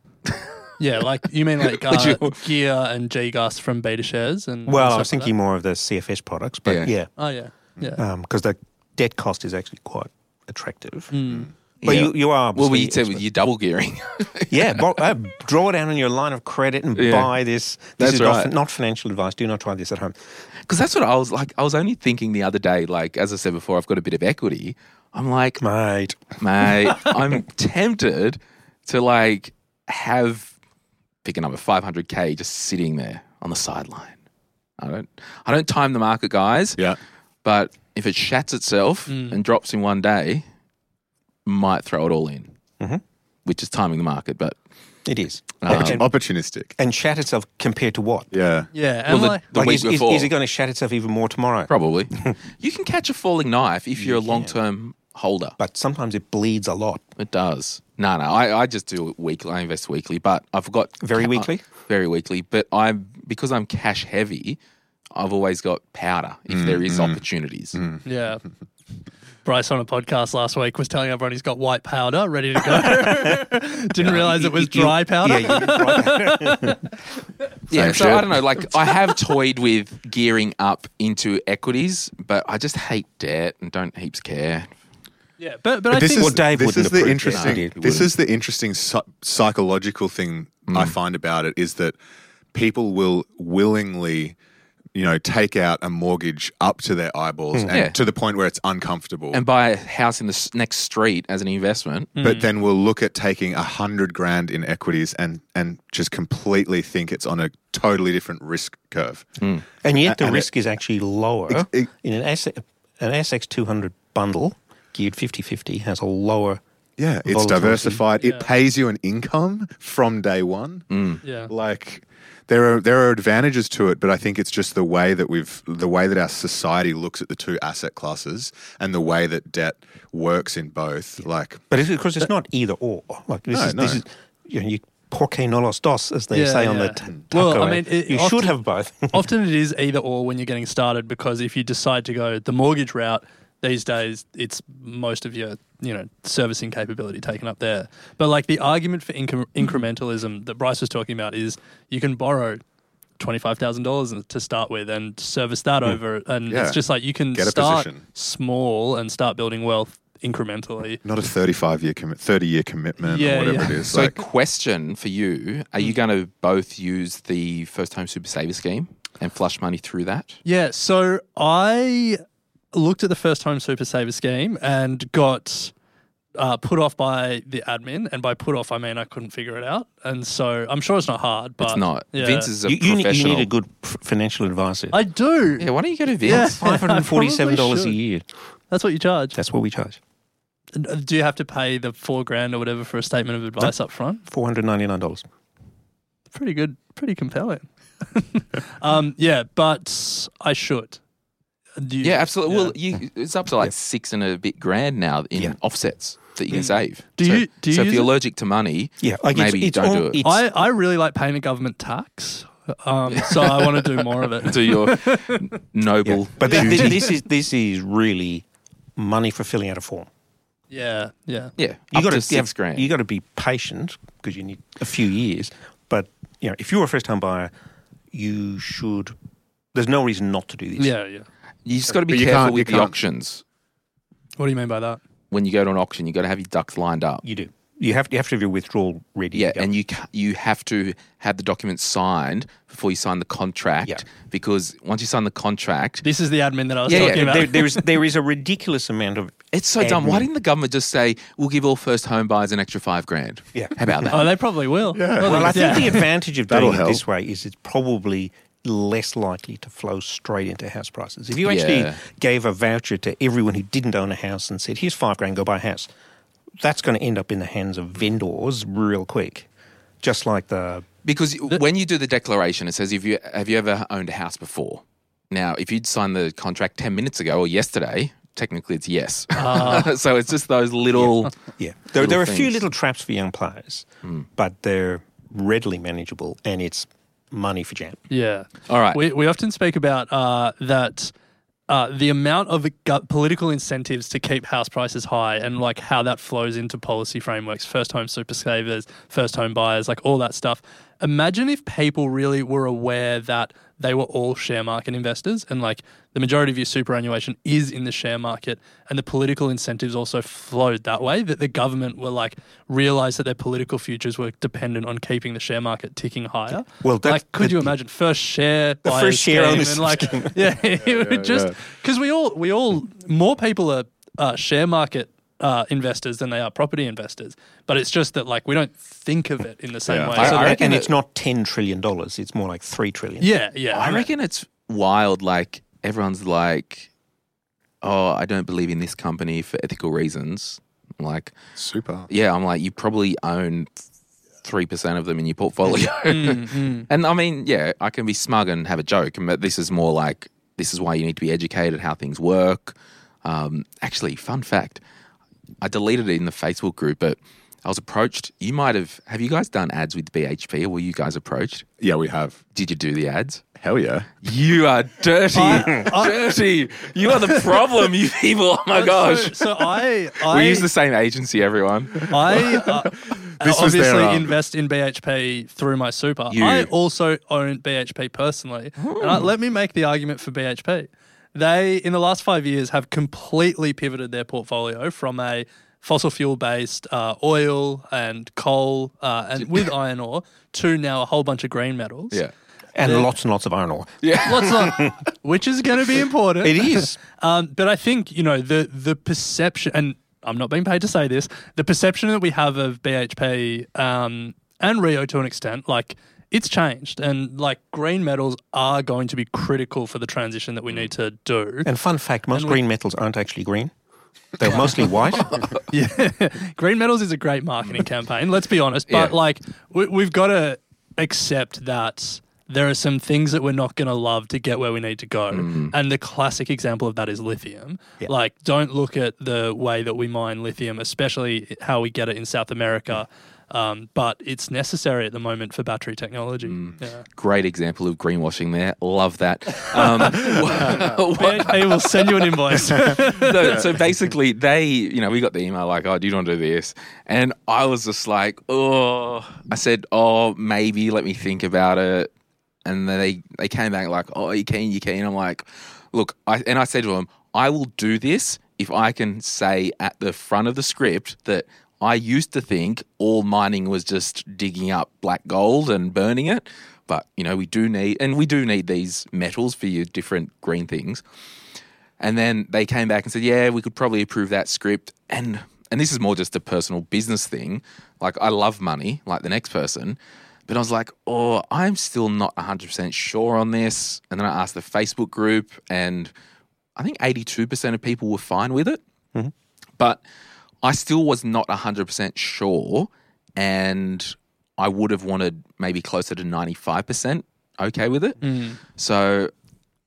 D: Yeah, like you
B: <laughs>
D: mean like uh, Gear and GGAS from Beta Shares and
B: Well, I
D: stuff
B: was
D: like
B: thinking more of the CFS products, but
A: Yeah.
B: yeah,
D: that? Oh yeah, yeah.
B: because the debt cost is actually quite attractive.
D: Hmm.
B: But
A: Mm. Yeah.
B: you, you are
A: Well, we
B: obviously
A: said you double gearing. <laughs>
B: expert- <laughs> yeah, bo- uh, draw down on your line of credit and
A: Yeah.
B: buy this. This
A: That's
B: is not,
A: right.
B: fin- not financial advice. Do not try this at home.
A: Because that's what I was like. I was only thinking the other day, like, as I said before, I've got a bit of equity. I'm like,
B: Mate,
A: mate, I'm tempted to like have pick a number 500k just sitting there on the sideline. I don't, I don't time the market, guys.
E: Yeah,
A: But if it shats itself and drops in one day, might throw it all in,
B: Mhm.
A: which is timing the market. But
B: it is.
A: Ah.
E: Opportun- opportunistic.
B: And shat itself compared to what?
E: Yeah,
D: yeah,
A: well,
D: and
A: the,
D: like,
A: the
B: Like,
A: week
B: is, is-
A: before,
B: is it going to shat itself even more tomorrow?
A: probably, you can catch a falling knife if you're a long-term holder.
B: But sometimes it bleeds a lot.
A: It does. No, no. I, I just do it weekly. I invest weekly, but I've got
B: Very weekly?
A: very weekly. But I'm because I'm cash
B: Mm,
A: heavy. I've always got powder if there is opportunities.
D: yeah. <laughs> Bryce on a podcast last week was telling everyone he's got white powder ready to go. Didn't realize it was dry powder.
B: Yeah, you-
A: Yeah,
E: Same
A: so
E: shit.
A: I don't know.
B: <laughs>
A: Like, I have toyed with gearing up into equities, but I just hate debt and don't heaps care.
D: <laughs> Yeah, but but I
E: this
D: think
E: is,
D: what
B: Dave
E: this
B: wouldn't
E: is the
B: approve it.
E: interesting.
B: No, he
E: this is the interesting psy- psychological thing
A: Mm.
E: I find about it is that people will willingly, you know, take out a mortgage up to their eyeballs and
A: Mm. Yeah.
E: to the point where it's uncomfortable.
A: And Mm. buy a house in the s- next street as an investment.
E: but then we'll look at taking a hundred grand in equities and and just completely think it's on a totally different risk curve.
B: and yet the
E: And it-
B: risk is actually lower.
E: it-
B: in an ASX, an ASX 200 bundle geared 50-50 has a lower
E: Yeah, it's
B: Volatility.
E: diversified.
D: Yeah.
E: It pays you an income from day one.
B: Mm.
D: yeah.
E: like there are there are advantages to it, but I think it's just the way that we've the way that our society looks at the two asset classes and the way that debt works in both. Like
B: But it's, of course, it's not either or. Like this
E: No,
B: is this
E: no.
B: is you know you porque no los dos as they
D: Yeah,
B: say on
D: yeah.
B: the t-
D: Well,
B: taco
D: I mean,
B: ad.
D: it-
B: you
D: often-
B: should have both.
D: <laughs> Often it is either or when you're getting started because if you decide to go the mortgage route these days, it's most of your you know servicing capability taken up there. But like the argument for incre-
E: Mm-hmm.
D: incrementalism that Bryce was talking about is you can borrow. Twenty-five thousand dollars to start with, and service that over, and
E: Hmm. Yeah.
D: it's just like you can
E: Get a
D: start
E: position.
D: small and start building wealth incrementally.
E: not a thirty five year commit thirty year commitment
D: Yeah,
E: or whatever
D: yeah.
E: it is.
A: So,
E: Like
A: question for you Are you
B: Mm.
A: going to both use the first home super saver scheme and flush money through that?
D: Yeah, so I looked at the first home super saver scheme and got uh, put off by the admin, and by put off I mean I couldn't figure it out, and so I'm sure it's not hard, but
A: It's not.
D: Yeah.
A: Vince is a
B: You, you, need, you
A: professional.
B: need a good f- financial advisor.
D: I do.
A: yeah, why don't you go to Vince?
D: Yeah.
B: Five hundred and forty-seven dollars
D: I <laughs>
B: a
D: probably
B: year.
D: That's what you charge.
B: That's what we charge.
D: And uh, Do you have to pay the four grand or whatever for a statement of advice up front?
B: Four hundred ninety-nine dollars.
D: Pretty good. Pretty compelling. <laughs> um, yeah, but I should. Do you-
A: Yeah, absolutely. Well, you, it's up to like six and a bit grand now in
B: Yeah.
A: offsets that you can save.
D: Do
A: so,
D: you- do you
A: so if
D: use
A: you're
D: it?
A: allergic to money,
B: Yeah, like
A: maybe you don't
B: all-
A: do it.
B: it's-
D: I, I really like paying the government tax, um, so I want to do more of it.
A: to your noble.
B: yeah. But thi- thi-
A: duty.
B: this is this is really money for filling out a form.
D: <laughs> Yeah, yeah.
A: yeah,
B: You
A: up
B: gotta
A: to six
B: have-
A: grand.
B: You got to be patient because you need a few years. But you know, if you're a first-time buyer, you should. There's no reason not to do this.
D: Yeah, yeah.
A: You just got to be
E: But you
A: careful
E: can't- you
A: with the
E: can't-
A: auctions.
D: What do you mean by that?
A: When you go to an auction, you got to have your ducks lined up.
B: you do. You have you have to have your withdrawal ready.
A: yeah,
B: to go.
A: and you ca- you have to have the documents signed before you sign the contract
B: Yeah.
A: because once you sign the contract,
D: This is the admin that I was
A: Yeah, yeah,
D: talking about.
B: there, there is there is a ridiculous amount of
A: it's so dumb.
B: admin.
A: Why didn't the government just say we'll give all first home buyers an extra five grand?
B: Yeah.
A: how
D: <laughs>
A: about that?
D: oh, they probably will. Yeah.
B: Well, I think the advantage of
E: That'll
B: doing it
E: help.
B: this way is it's probably less likely to flow straight into house prices. If you actually
A: Yeah.
B: gave a voucher to everyone who didn't own a house and said, "Here's five grand, go buy a house," that's going to end up in the hands of vendors real quick. Just like the
A: Because when you do the declaration, it says, "Have you have you ever owned a house before?" Now, if you'd signed the contract ten minutes ago or yesterday, technically it's yes. <laughs> so it's just those little.
B: yeah, there, there are a few
A: things.
B: little traps for young players,
A: Hmm.
B: but they're readily manageable, and it's money for jam.
D: yeah.
A: All right.
D: We, we often speak about uh, that uh, the amount of gu- political incentives to keep house prices high and like how that flows into policy frameworks, first home super savers, first home buyers, like all that stuff. Imagine if people really were aware that they were all share market investors and like the majority of your superannuation is in the share market and the political incentives also flowed that way that the government were like realized that their political futures were dependent on keeping the share market ticking higher
B: Well, that-
D: like could
B: that-
D: you imagine first share
B: The
D: buyers
B: first share
D: came
B: owners
D: and like <laughs> yeah, it would just because we all we all more people are uh, share market uh, investors than they are property investors, but it's just that like we don't think of it in the same
E: Yeah.
D: way.
A: I-
D: So
A: I
D: like-
A: reckon
B: and
A: it-
B: it's not ten trillion dollars; it's more like three trillion.
D: yeah, yeah,
A: I reckon it's wild. Like everyone's like, "Oh, I don't believe in this company for ethical reasons." I'm like,
E: super.
A: yeah, I'm like, you probably own three percent of them in
D: <laughs>
A: your portfolio.
D: Mm,
A: and I mean, yeah, I can be smug and have a joke, but this is more like this is why you need to be educated how things work. Um, actually, fun fact, I deleted it in the Facebook group, but I was approached. You might have. Have you guys done ads with BHP? Or were you guys approached?
E: Yeah, we have.
A: Did you do the ads?
E: Hell yeah.
A: You are dirty, <laughs> dirty. You are the problem, you people. Oh my gosh.
D: So, so I, I
A: we use the same
D: <laughs>
A: agency, everyone.
E: <laughs>
D: I uh,
E: This was
D: obviously
E: their, um,
D: invest in BHP through my super.
A: You.
D: I also own BHP personally. And I, let me make the argument for BHP. They, in the last five years, have completely pivoted their portfolio from a fossil fuel based uh, oil and coal uh,
E: <laughs>
D: and with iron ore to now a whole bunch of green metals.
A: Yeah.
B: And lots and lots of iron ore.
D: <laughs> Lots of, which is going to be important.
B: It is.
D: <laughs> Um, but I think you know the the perception, and I'm not being paid to say this. The perception that we have of BHP um, and Rio to an extent, like it's changed, and like green metals are going to be critical for the transition that we need to do.
B: And fun fact most green metals aren't actually green, they're mostly white.
D: yeah, <laughs> green metals is a great marketing campaign. Let's be honest, but
A: Yeah.
D: like we, we've got to accept that. There are some things that we're not going to love to get where we need to go. And the classic example of that is lithium. Like, don't look at the way that we mine lithium, especially how we get it in South America. Um, but it's necessary at the moment for battery technology. Yeah.
A: Great example of greenwashing there. Love that. Um, <laughs> what- what-
D: BHP will send you an invoice.
A: <laughs> so, so basically, they, you know, we got the email like, oh, do you want to do this? And I was just like, oh, I said, oh, maybe let me think about it. And then they, they came back like, oh, you keen, you keen. I'm like, look, I, and I said to them, I will do this if I can say at the front of the script that I used to think all mining was just digging up black gold and burning it. But, you know, we do need, and we do need these metals for your different green things. And then they came back and said, "Yeah, we could probably approve that script." And and this is more just a personal business thing. Like I love money, like the next person, but I was like, "Oh, I'm still not 100% sure on this." And then I asked the Facebook group and I think 82% of people were fine with it. But I still was not 100% sure and I would have wanted maybe closer to 95% okay with it.
D: Mm.
A: So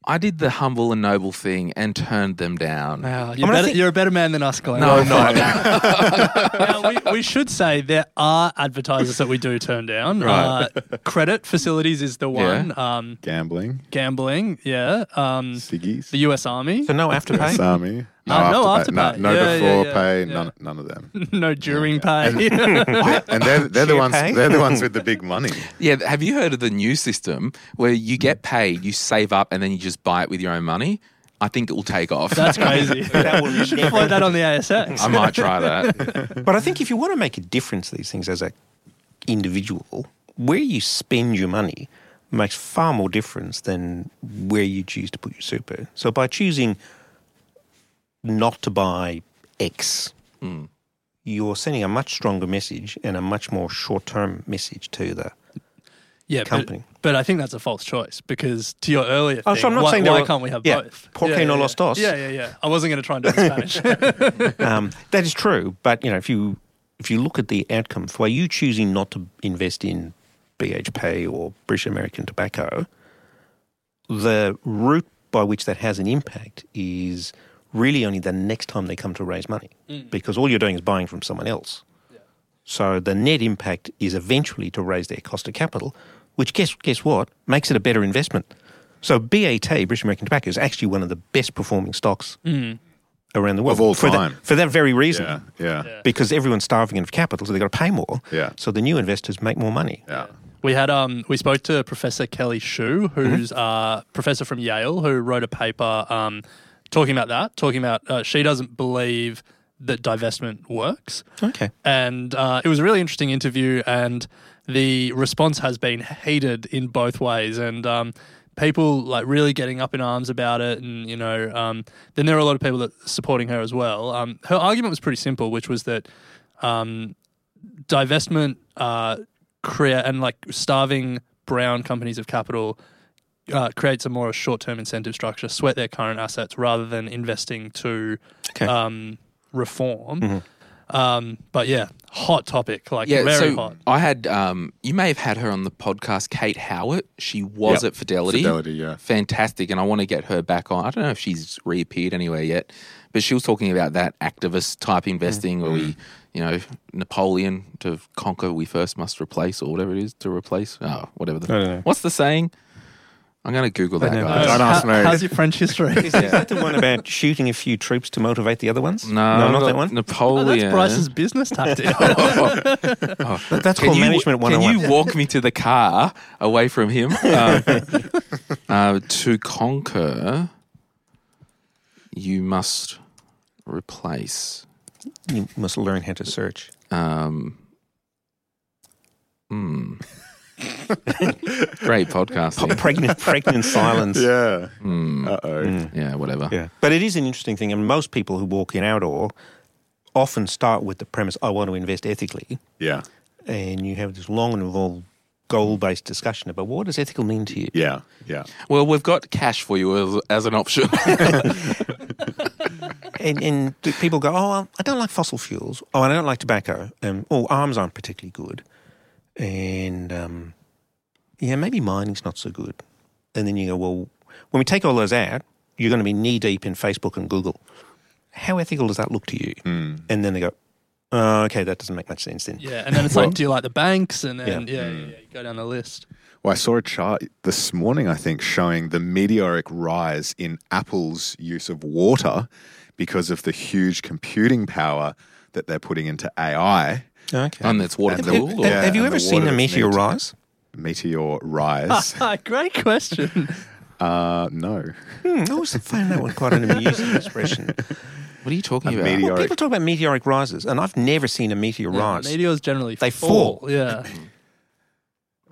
A: I did the humble and noble thing and turned them down.
D: Wow, Uh, you're, better, you're a better man than us, Glenn. No, <laughs> no. now, we, we should say there are advertisers that we do turn down. Uh, credit facilities is the one. Um,
E: Gambling,
D: gambling, yeah. Um,
E: Siggies,
D: the U.S. Army,
B: So
A: <laughs>
B: no
E: US
B: afterpay.
E: Army. No,
D: Uh, no
E: afterpay, No,
D: afterpay.
E: no
D: Yeah, yeah,
E: before
D: yeah,
E: pay.
D: yeah.
E: None, none of
D: <laughs>
E: them.
D: no during pay.
E: And they're, they're the ones.
B: pay?
E: They're the ones with the big money.
B: <laughs>
A: Yeah, have you heard of the new system where you
D: Mm.
A: get paid, you save up, and then you just buy it with your own money? I think it will take off.
D: <laughs>
A: <laughs>
D: That's
B: <laughs>
D: crazy. you should float that on the ASX.
A: I might try
D: <laughs>
A: that.
B: But I think if you want to make a difference to these things as a individual, where you spend your money makes far more difference than where you choose to put your super. So by choosing not to buy X,
A: Mm.
B: you're sending a much stronger message and a much more short-term message to the.
D: yeah, but-
B: company.
D: But, I think that's a false choice because to your earlier
B: Oh,
D: thing,
B: so I'm not
D: why,
B: saying they
D: why
B: were-
D: can't we have
B: yeah,
D: both?
B: porque
D: yeah,
B: no
D: yeah.
B: los dos.
D: Yeah, yeah, yeah. I wasn't going to try and
B: <laughs>
D: do it in Spanish.
B: Um, that is true, but you know if you if you look at the outcome, for you choosing not to invest in BHP or British American Tobacco, the route by which that has an impact is really only the next time they come to raise money because all you're doing is buying from someone else. So the net impact is eventually to raise their cost of capital, which guess guess what makes it a better investment. So BAT, British American Tobacco, is actually one of the best performing stocks around the world
E: Of all
B: for
E: time.
B: That, for that very reason,
E: Yeah, yeah,
B: because everyone's starving of capital, so they've got to pay more.
E: Yeah.
B: So the new investors make more money.
D: <laughs>
E: yeah.
D: We had um we spoke to Professor Kelly Shu, who's uh professor from Yale, who wrote a paper um talking about that, talking about uh, she doesn't believe that divestment works,
B: Okay.
D: and uh, it was a really interesting interview, and the response has been heated in both ways, and um. People like really getting up in arms about it, and you know, um, then there are a lot of people that supporting her as well. Um, her argument was pretty simple, which was that um, divestment uh, create and like starving brown companies of capital uh, creates a more short-term incentive structure, sweat their current assets rather than investing to
B: Okay. Mm-hmm.
D: um, reform. Um, but yeah, hot topic, like
A: Yeah,
D: very
A: so
D: hot.
A: I had, um, you may have had her on the podcast, Kate Howard. She was
E: Yep.
A: at Fidelity.
E: Fidelity, yeah.
A: Fantastic. And I want to get her back on. I don't know
B: Mm.
A: if she's reappeared anywhere yet, but she was talking about that activist type investing where we, you know, Napoleon to conquer, we first must replace, or whatever it is to replace. Oh, whatever. The,
B: I don't know.
A: What's the saying? I'm going to Google that,
B: don't know.
A: guys.
B: Don't ask
D: How-
B: me.
D: How's your <laughs> French history?
B: Is, is that the one about shooting a few troops to motivate the other ones?
A: No,
B: not
A: not
B: that one.
D: Oh,
A: Napoleon.
D: that's Bryce's business
B: <laughs>
D: tactic. <laughs>
B: That's
A: Can
B: called
A: you,
B: management
A: can
B: 101.
A: you walk me to the car away
B: <laughs>
A: from him Um, uh, to conquer? You must replace.
B: you must learn how to
A: <laughs>
B: search.
A: Um, hmm. Great podcasting.
B: Pregnant, pregnant silence.
E: Yeah.
A: Hmm.
E: Uh oh.
B: Mm.
A: yeah, whatever.
B: Yeah. But it is an interesting thing. And most people who walk in outdoor often start with the premise, I want to invest ethically.
E: Yeah.
B: And you have this long and involved goal based discussion about what does ethical mean to you?
E: Yeah. Yeah.
A: Well, we've got cash for you as, as
B: <laughs>
A: an option.
B: And, and the people go, oh, well, I don't like fossil fuels. Oh, and I don't like tobacco. Um, oh, arms aren't particularly good. And um, yeah, maybe mining's not so good. And then you go, well, when we take all those out, you're going to be knee deep in Facebook and Google. How ethical does that look to you?
E: Mm.
B: And then they go, oh, okay, that doesn't make much sense then.
D: yeah, and then it's like, do you like the banks? And then yeah, yeah,
B: Mm.
D: yeah, you go down the list. <laughs>
E: Well, I saw a chart this morning, I think, showing the meteoric rise in Apple's use of water because of the huge computing power that they're putting into AI.
B: Okay.
A: and it's water
E: And the-
A: cooled. or-
E: yeah.
B: have you
E: and
B: ever
E: the
B: seen
E: water
B: a
E: that's
B: meteor
E: needed.
B: rise?
E: Meteor rise.
D: Great question. Ah.
E: uh, no.
B: Hmm, I always found that one quite an
E: <laughs>
B: amusing expression.
A: What are you talking about?
E: meteor-
B: Well, people talk about meteoric rises, and I've never seen a meteor rise.
D: Meteors generally
B: They
D: fall.
B: fall.
D: Yeah.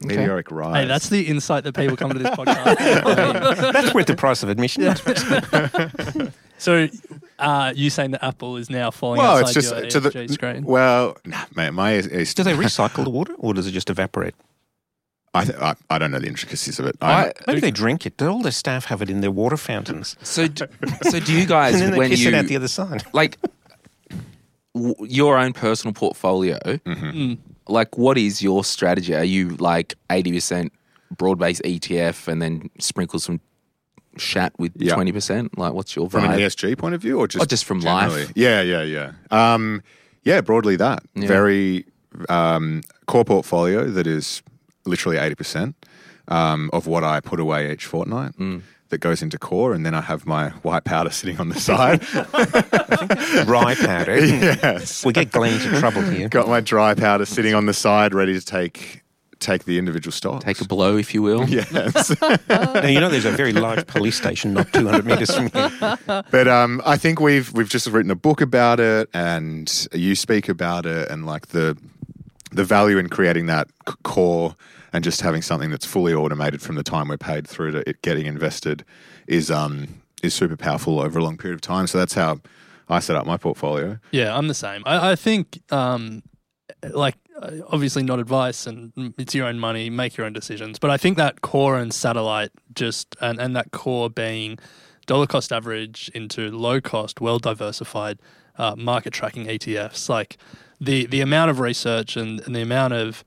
E: Meteoric rise.
D: Hey, that's the insight that people come to this <laughs> podcast.
B: <laughs> That's worth the price of admission. <laughs>
D: so, uh, you saying that Apple is now falling
E: well, it's
D: outside
E: just
D: your
E: to the
D: ESG screen?
E: well, nah, mate, my is- is- <laughs>
B: Do they recycle the water, or does it just evaporate?
E: I, th- I I don't know the intricacies of it. I'm-
A: I,
B: Maybe they drink it. Do all their staff have it in their water fountains?
A: so, d- so do you
B: <laughs>
A: guys
B: And then they
A: when
B: piss
A: you
B: it out the other <laughs> side.
A: like w- your own personal portfolio?
D: Mm.
A: Like, what is your strategy? Are you like eighty percent broad based ETF and then sprinkle some shat with
E: Yeah.
A: twenty percent? Like, what's your
E: from an
A: vibe?
E: ESG point of view, or just
A: Or Oh, just from life?
E: Yeah, yeah, yeah. Um, yeah, broadly that
A: Yeah.
E: very um, core portfolio that is literally eighty percent um, of what I put away each fortnight.
A: Mm.
E: That goes into core, and then I have my white powder sitting on the side. <laughs>
B: Rye powder. <laughs>
E: yes,
B: We get Glenn into trouble here.
E: got my dry powder sitting on the side, ready to take take the individual stocks.
A: Take a blow, if
E: <laughs>
A: you will.
E: yes.
B: <laughs> Now, you know there's a very large police station not 200 metres from here.
E: But um, I think we've we've just written a book about it, and you speak about it, and like the the value in creating that c- core and just having something that's fully automated from the time we're paid through to it getting invested is um is super powerful over a long period of time. So that's how I set up my portfolio.
D: Yeah, I'm the same. I, I think, um, like, uh, obviously not advice, and mm, it's your own money, make your own decisions. But I think that core and satellite, just and, and that core being dollar cost average into low cost, well diversified uh, market tracking ETFs. Like the the amount of research and, and the amount of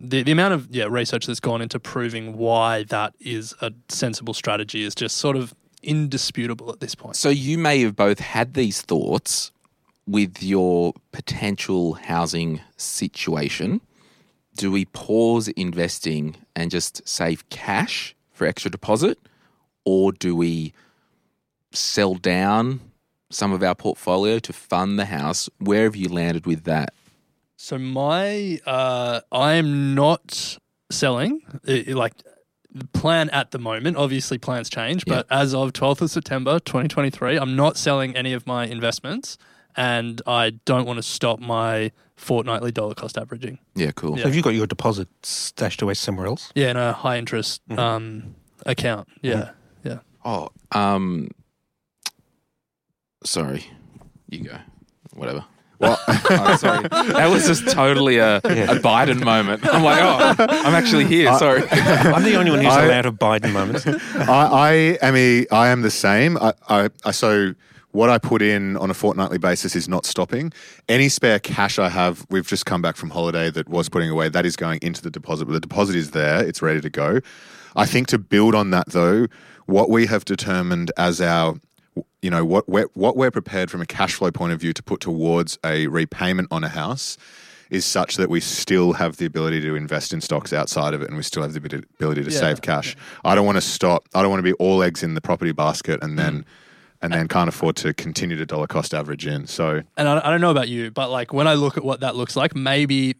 D: the, the amount of yeah research that's gone into proving why that is a sensible strategy is just sort of indisputable at this point.
A: So you may have both had these thoughts with your potential housing situation. Do we pause investing and just save cash for extra deposit? Or do we sell down some of our portfolio to fund the house? Where have you landed with that?
D: So my, uh, I'm not selling. I- I- like the plan at the moment, obviously plans change, but as of 12th of September 2023, I'm not selling any of my investments, and I don't want to stop my fortnightly dollar cost averaging.
A: Yeah, cool.
D: Yeah.
B: Have you got your deposit stashed away somewhere else?
D: Yeah, in a high interest um, account. Yeah, yeah.
A: Oh, um, sorry. You go. Whatever. Well, oh, sorry. That was just totally a, a Biden moment. I'm like, oh, I'm actually here. Sorry.
B: <laughs> I'm the only one who's
E: I-
B: allowed a Biden <laughs> moment.
E: I, <laughs> I am a, I am the same. I, I, I so what I put in on a fortnightly basis is not stopping. Any spare cash I have, we've just come back from holiday that was putting away. That is going into the deposit, but the deposit is there. It's ready to go. I think to build on that though, what we have determined as our you know what we're, what we're prepared from a cash flow point of view to put towards a repayment on a house is such that we still have the ability to invest in stocks outside of it and we still have the abi- ability to
D: Yeah,
E: save cash. I don't want to stop. I don't want to be all eggs in the property basket and then and then can't afford to continue to dollar cost average in. So
D: and I, I don't know about you, but like when I look at what that looks like, maybe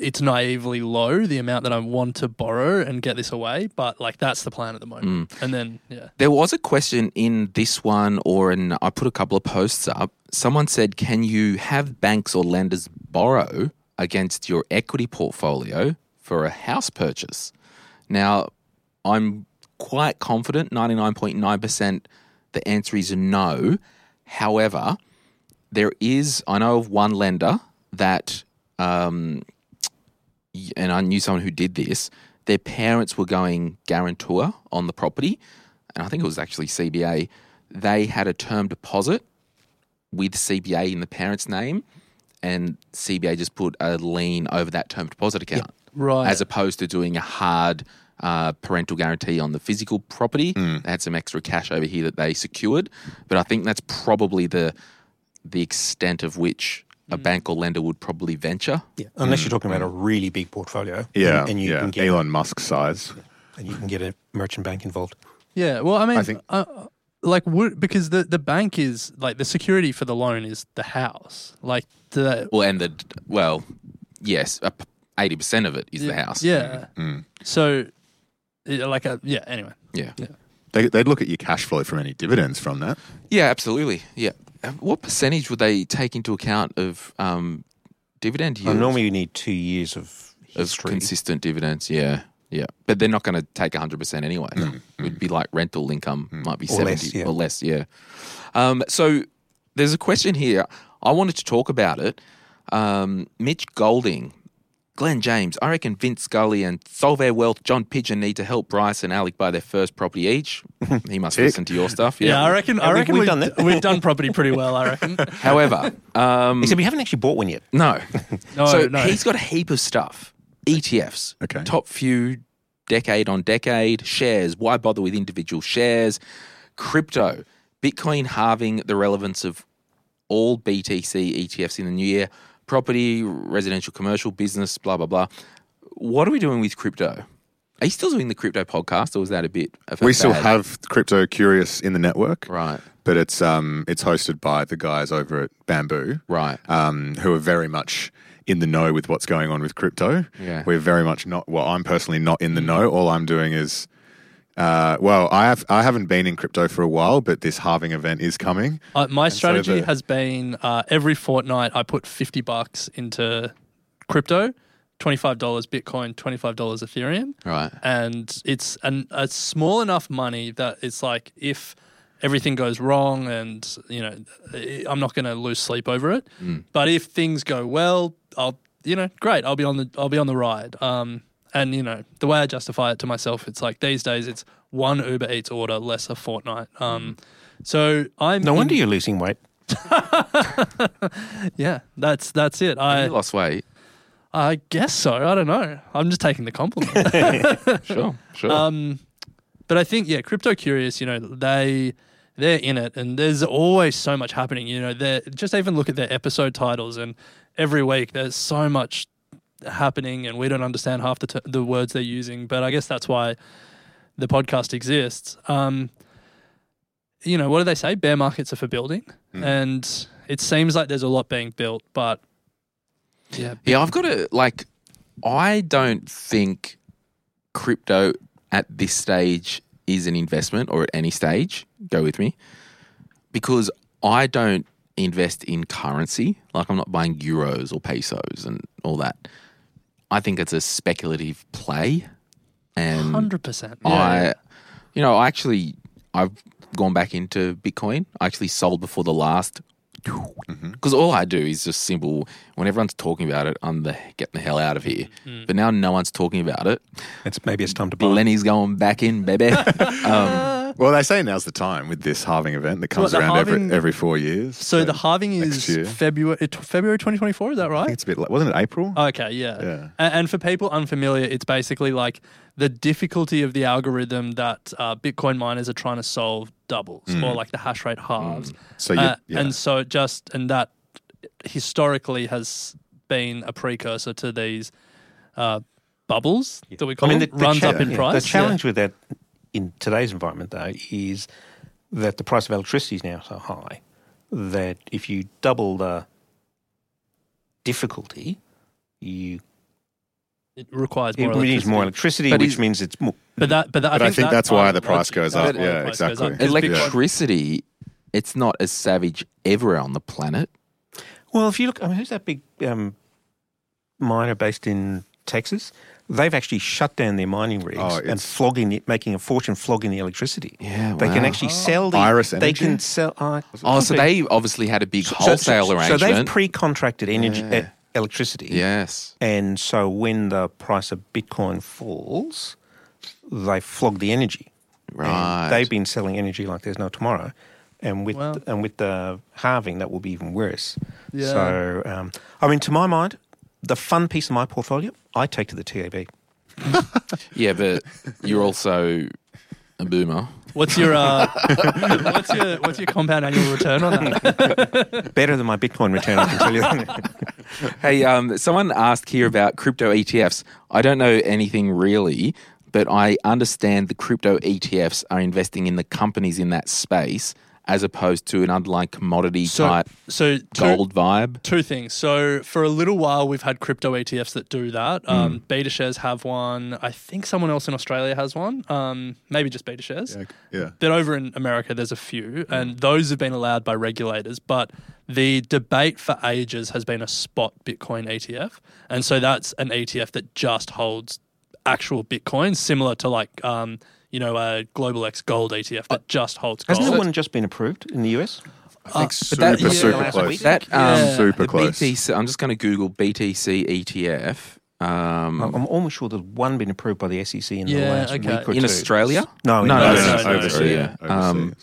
D: it's naively low the amount that I want to borrow and get this away, but like that's the plan at the moment. And then yeah,
A: <laughs> There was a question in this one, or in I put a couple of posts up. Someone said, "Can you have banks or lenders borrow against your equity portfolio for a house purchase?" Now, I'm quite confident, ninety nine point nine percent, the answer is no. However, there is I know of one lender that um, y- and I knew someone who did this. Their parents were going guarantor on the property, and I think it was actually CBA. They had a term deposit with CBA in the parents' name, and CBA just put a lien over that term deposit account,
D: Right.
A: As opposed to doing a hard uh, parental guarantee on the physical property.
D: Hmm.
A: They had some extra cash over here that they secured, but I think that's probably the the extent of which
D: Hmm.
A: a bank or lender would probably venture.
B: Yeah. Unless you're talking about a really big portfolio. and-
E: yeah,
B: And you
E: yeah.
B: can get
E: Elon Musk size.
B: and you can get a merchant bank involved.
D: yeah. Well, I mean,
E: I think-
D: uh, like would because the the bank is like the security for the loan is the house, like the
A: Well, and the well, yes, eighty percent of it is the house.
D: yeah.
E: Mm.
D: So, yeah, like a yeah. Anyway,
A: yeah,
E: They, they'd look at your cash flow from any dividends from that.
A: yeah, absolutely. Yeah, Uh, what percentage would they take into account of um, dividend
B: Well,
A: yield?
B: normally you need two years of
A: of
B: history.
A: consistent dividends. Yeah, yeah, but they're not going to take hundred percent anyway. It'd be like rental income might be
B: Mm, Or less,
A: seventy
B: yeah.
A: or less. Yeah. Um, so there's a question here. I wanted to talk about it. Um, Mitch Golding, Glenn James. I reckon Vince Scully and Solvay Wealth, John Pigeon need to help Bryce and Alec buy their first property
B: <laughs>
A: each. He must listen to your stuff.
D: yeah.
A: Yeah.
D: I reckon. I
B: we-
D: reckon
B: we've
D: we've
B: done
D: done
B: that.
D: we've done property pretty well. I <laughs> reckon.
A: However, um,
B: Except we haven't actually bought one yet.
D: <laughs>
A: no.
D: No,
A: so
D: no.
A: he's got a heap of stuff. ETFs,
E: Okay.
A: top few decade on decade, shares. Why bother with individual shares? Crypto, Bitcoin halving the relevance of all BTC ETFs E in the new year, property, residential, commercial, business, blah, blah, blah. What are we doing with crypto? Are you still doing the crypto podcast or was that a bit of a
E: We still
A: fad?
E: have Crypto Curious in the network,
A: Right,
E: but it's um it's hosted by the guys over at Bamboo,
A: right.
E: um, who are very much in the know with what's going on with crypto.
A: Yeah. Mm.
E: We're very much not. Well, I'm personally not in the know. All I'm doing is, uh, well, I have I haven't been in crypto for a while, but this halving event is coming.
D: Uh, my
E: so
D: strategy
E: the-
D: has been uh, every fortnight I put 50 bucks into crypto, $25 Bitcoin, $25 Ethereum.
A: Right.
D: And it's an, a small enough money that it's like if everything goes wrong and, you know, I- I'm not going to lose sleep over it.
E: Hmm.
D: But if things go well, I'll, you know, great. I'll be on the, I'll be on the ride. Um, and you know the way I justify it to myself, it's like these days it's one Uber Eats order less a fortnight. Um,
E: Hmm.
D: so I'm
B: No
D: in-
B: wonder you're losing weight.
D: yeah, that's that's it.
A: Have
D: I
A: you lost weight.
D: I guess so. I don't know. I'm just taking the compliment. <laughs>
A: <laughs> Sure, sure.
D: um, but I think yeah, crypto curious. You know, they they're in it, and there's always so much happening. You know, they are just even look at their episode titles, and every week there's so much happening, and we don't understand half the t- the words they're using. But I guess that's why the podcast exists. Um, you know, what do they say? Bear markets are for building,
A: Hmm.
D: and it seems like there's a lot being built, but yeah,
A: Yeah, I've got to like. I don't think crypto at this stage is an investment, or at any stage. Go with me, because I don't invest in currency. Like I'm not buying euros or pesos and all that. I think it's a speculative play, and
D: hundred percent.
A: I, you know, I actually I've gone back into Bitcoin. I actually sold before the last
B: Mm-hmm.
A: because all I do is just simple. When everyone's talking about it, I'm the getting the hell out of here. But now no one's talking about it.
B: Mm-hmm. It's maybe it's time to buy. <laughs>
A: Lenny's going back in, baby. <laughs> um,
E: <laughs>
D: Yeah.
E: Well, they say now's the time with this halving event
D: What,
E: that comes
D: the
E: around
D: halving-
E: every, every four years.
D: So the halving
E: next
D: is
E: year.
D: February it- February 2024. Is that
E: I
D: right?
E: think it's a bit late. Wasn't it April?
D: Okay, yeah.
E: Yeah.
D: A- And, for people unfamiliar, it's basically like the difficulty of the algorithm that uh, Bitcoin miners are trying to solve doubles, or like the hash rate halves.
E: So Mm. you-
D: Uh,
E: yeah.
D: and so it just and that historically has been a precursor to these uh, bubbles that we call them, runs
B: cha-
D: up in
B: yeah,
D: price.
B: The
D: yeah.
B: challenge with that in today's environment, though, is that the price of electricity is now so high that if you double the difficulty, you
D: it requires
B: it
D: more.
B: needs more
D: electricity.
B: electricity,
A: But
B: which
A: is-
B: means it's more.
D: But that, but that,
E: But I think
D: that
E: that's why
D: part
E: the
D: of
E: price
D: logic-
E: goes
D: that's
E: up.
D: why the
E: Yeah,
D: price goes
E: exactly.
D: up, 'cause Bitcoin-
A: Electricity, it's not as savage everywhere on the planet.
B: Well, if you look, I mean, who's that big um, miner based in Texas? They've actually shut down their mining rigs
E: Oh,
B: and
E: it's-
B: flogging, it, making a fortune flogging the electricity.
A: Yeah,
B: they can
A: wow.
B: actually sell the.
E: Iris
B: they
E: Energy?
B: can sell. Uh,
A: Oh, so they obviously had a big wholesale
B: so,
A: arrangement.
B: So they've pre-contracted energy
A: Yeah.
B: uh, electricity.
A: yes.
B: And so when the price of Bitcoin falls, they flog the energy. And
A: Right.
B: they've been selling energy like there's no tomorrow. And with
D: Wow.
B: and with the halving, that will be even worse.
D: Yeah.
B: So, um, I mean, to my mind, the fun piece of my portfolio, I take to the TAB.
A: Yeah, but you're also a boomer.
D: What's your uh, what's your what's your compound annual return on that?
B: Better than my Bitcoin return, I can
A: <laughs>
B: tell you. that.
A: Hey, um, someone asked here about crypto ETFs. I don't know anything really, but I understand the crypto ETFs are investing in the companies in that space as opposed to an underlying commodity type
D: so two,
A: gold vibe.
D: Two things. So for a little while, we've had crypto ETFs that do that. Um, BetaShares have one. I think someone else in Australia has one. Um, maybe just BetaShares.
E: Yeah, yeah.
D: But over in America, there's a few, and those have been allowed by regulators. But the debate for ages has been a spot Bitcoin ETF, and so that's an ETF that just holds actual Bitcoin, similar to like um, you know a Global X Gold ETF that just holds gold.
B: Hasn't that one just been approved in the US?
E: I think super,
A: that- yeah,
E: super
B: last
E: close.
B: week.
A: That um,
D: Yeah.
E: Super
A: the
E: close.
A: BTC, I'm just going to Google BTC ETF. E Um,
B: I'm I'm almost sure there's one been approved by the SEC in the
D: Yeah,
B: last
D: okay.
B: week or
A: in
B: two.
A: Australia?
B: No, in
A: no,
B: Australia.
E: no, no,
D: no, no,
E: overseas,
A: sorry, yeah.
E: overseas.
A: Um,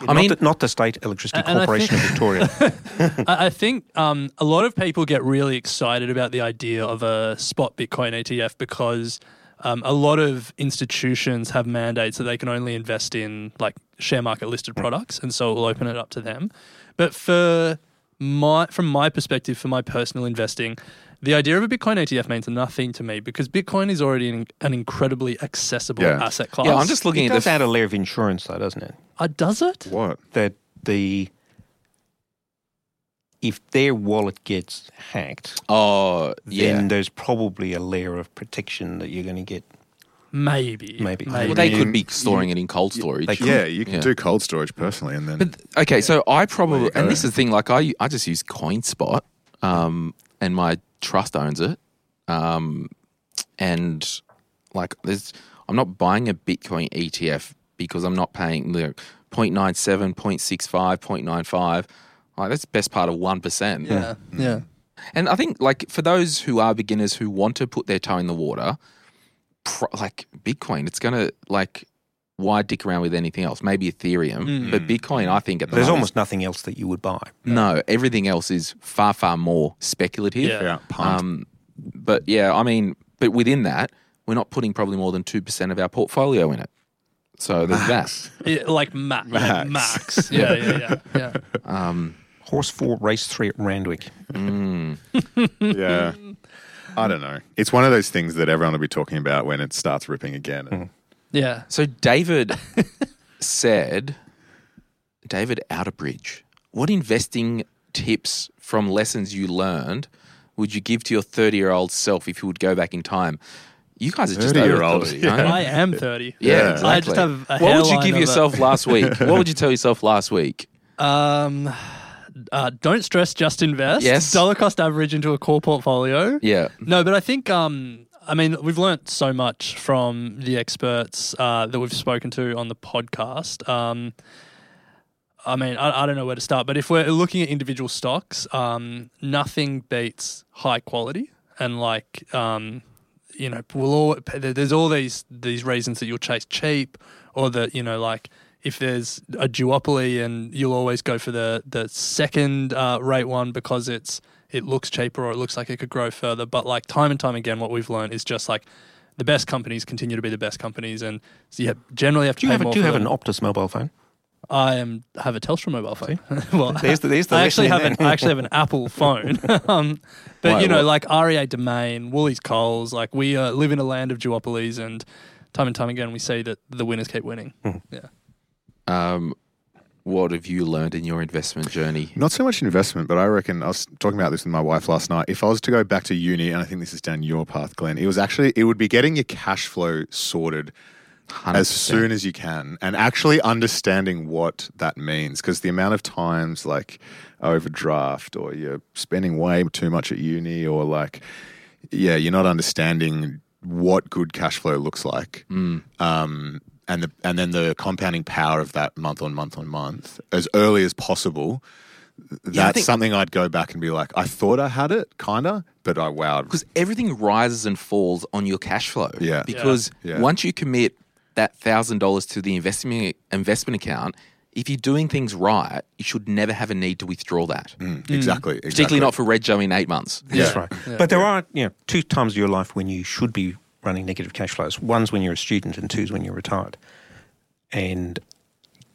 A: I
B: Not
A: mean,
B: the, not the State Electricity
D: And- and I <laughs>
B: Corporation of Victoria.
D: I, I think um, a lot of people get really excited about the idea of a spot Bitcoin ETF because um, a lot of institutions have mandates that they can only invest in like share market listed products, and so it will open it up to them. But for my from my perspective, for my personal investing, the idea of a Bitcoin ETF means nothing to me because Bitcoin is already an, an incredibly accessible
E: Yeah.
D: asset class.
A: yeah, I'm just looking
B: it
A: at the.
B: does add a layer of insurance, though, doesn't it?
D: Uh, does it?
E: what?
B: That the if their wallet gets hacked,
A: oh, yeah.
B: then there's probably a layer of protection that you're going to get.
D: Maybe.
B: Maybe.
A: Well,
D: Maybe.
A: they
E: you-
A: could be storing it in cold storage.
B: They could.
E: Yeah, you can
A: Yeah.
E: do cold storage personally, and then
A: <laughs> But th- okay, so I probably
E: you
A: and
E: go.
A: this is the thing. Like I, I just use CoinSpot, um, and my trust owns it, um, and like there's, I'm not buying a Bitcoin ETF because I'm not paying the 0.97, 0.65, 0.95. Like that's the best part of one percent.
D: yeah. Yeah.
A: And I think like for those who are beginners who want to put their toe in the water, pro- like Bitcoin, it's gonna like why dick around with anything else? Maybe Ethereum,
D: Mm.
A: but Bitcoin, I think at the
B: There's
A: moment is-
B: almost nothing else that you would buy.
A: no. Everything else is far far more speculative.
D: Yeah. Yeah,
A: Um, but yeah, I mean, but within that, we're not putting probably more than two percent of our portfolio in it. So there's <laughs> that.
D: Yeah, like ma- like
E: Max.
D: max. Yeah, yeah, yeah. yeah.
B: Horse four, race three at Randwick.
E: yeah, I don't know. It's one of those things that everyone will be talking about when it starts ripping again. And
D: Yeah.
A: So David said, David Outerbridge, what investing tips from lessons you learned would you give to your 30 year old self if you would go back in time? You guys are just
E: 30-year-old,
A: over 30, yeah.
D: I am 30.
A: <laughs> Yeah,
E: Yeah.
A: exactly.
D: I just have a
A: what would you
D: hairline
A: give
D: of a-
A: yourself last <laughs> week? What would you tell yourself last week?
D: Um, uh, don't stress, just invest.
A: Yes.
D: Dollar cost average into a core portfolio.
A: Yeah.
D: No, but I think, um, I mean, we've learnt so much from the experts uh, that we've spoken to on the podcast. Um, I mean, I, I don't know where to start, but if we're looking at individual stocks, um, nothing beats high quality and like, um, you know, we'll all, there- there's all these these reasons that you'll chase cheap or that you know like if there's a duopoly and you'll always go for the the second uh, rate one because it's it looks cheaper or it looks like it could grow further. But like time and time again, what we've learned is just like the best companies continue to be the best companies, and so you have, generally have to
B: Do you
D: pay
B: have, a,
D: more
B: do you
D: for
B: have
D: them.
B: an Optus mobile phone?
D: I am have a Telstra mobile phone. <laughs> well,
B: There's the- there's the
D: I actually have
B: lesson in
D: an I actually have an <laughs> Apple phone. um, but
G: Why,
D: you know,
G: what-
D: like REA Domain, Woolies, Coles, like we uh, live in a land of duopolies, and time and time again we see that the winners keep winning. yeah.
A: Um, what have you learned in your investment journey?
E: Not so much investment, but I reckon I was talking about this with my wife last night. If I was to go back to uni, and I think this is down your path, Glenn, it was actually it would be getting your cash flow sorted as
A: 100%.
E: soon as you can, and actually understanding what that means. Because the amount of times like overdraft, or you're spending way too much at uni, or like yeah, you're not understanding what good cash flow looks like.
A: Mm.
E: Um, and the and then the compounding power of that month on month on month as early as possible that's
A: Yeah, I think-
E: something I'd go back and be like, I thought I had it, kinda, but I wowed.
A: because everything rises and falls on your cash flow.
E: Yeah.
A: Because
E: Yeah. Yeah.
A: once you commit that thousand dollars to the investment investment account, if you're doing things right, you should never have a need to withdraw that.
E: Exactly,
A: mm, Particularly
E: Mm. exactly.
A: not for Red Joe in eight months.
B: That's right. But there are you know two times of your life when you should be running negative cash flows. One's when you're a student, and two's when you're retired. And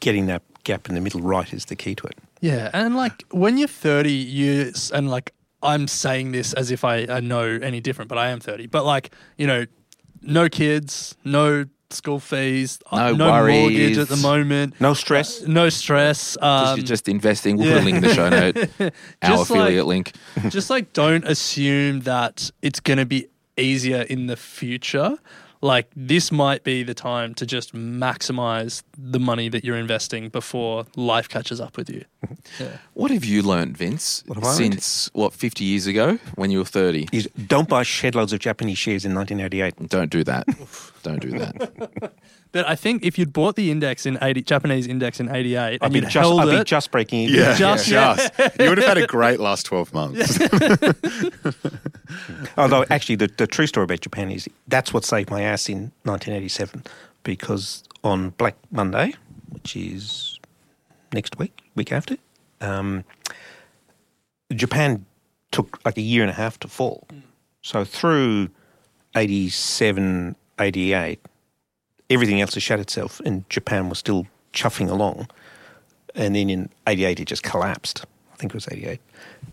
B: getting that gap in the middle right is the key to it.
D: Yeah, and like when you're 30, you s- and like I'm saying this as if I, I know any different, but I am 30. But like you know, no kids, no school fees, uh,
A: No
D: no mortgage at
A: worries.
D: the moment,
B: No stress.
D: no stress. Um,
A: you're just investing. We'll put a link in the show
D: <laughs>
A: note. Our
D: Just like-
A: affiliate link.
D: just like don't assume that it's going to be easier in the future. Like this might be the time to just maximize the money that you're investing before life catches up with you.
A: What have you learned, Vince,
B: have I learned?
A: since what, 50 years ago when you were 30?
B: Is don't buy shed loads of Japanese shares in 1988.
A: Don't
D: <laughs>
A: do that. Don't do that.
D: But I think if you'd bought the index in 80, Japanese index in 88
B: I'd
D: and
B: be
D: you'd
B: just,
D: held
B: I'd be
D: it,
B: just breaking. even.
E: Yeah,
D: Just-
E: yeah, just. you would have had a great last twelve
A: <laughs>
E: months.
B: Although actually, the, the true story about Japan is that's what saved my ass in 1987, because on Black Monday, which is next week, week after, um, Japan took like a year and a half to fall. So through 87, 88, everything else has shut itself, and Japan was still chuffing along. And then in 88, it just collapsed. I think it was 88.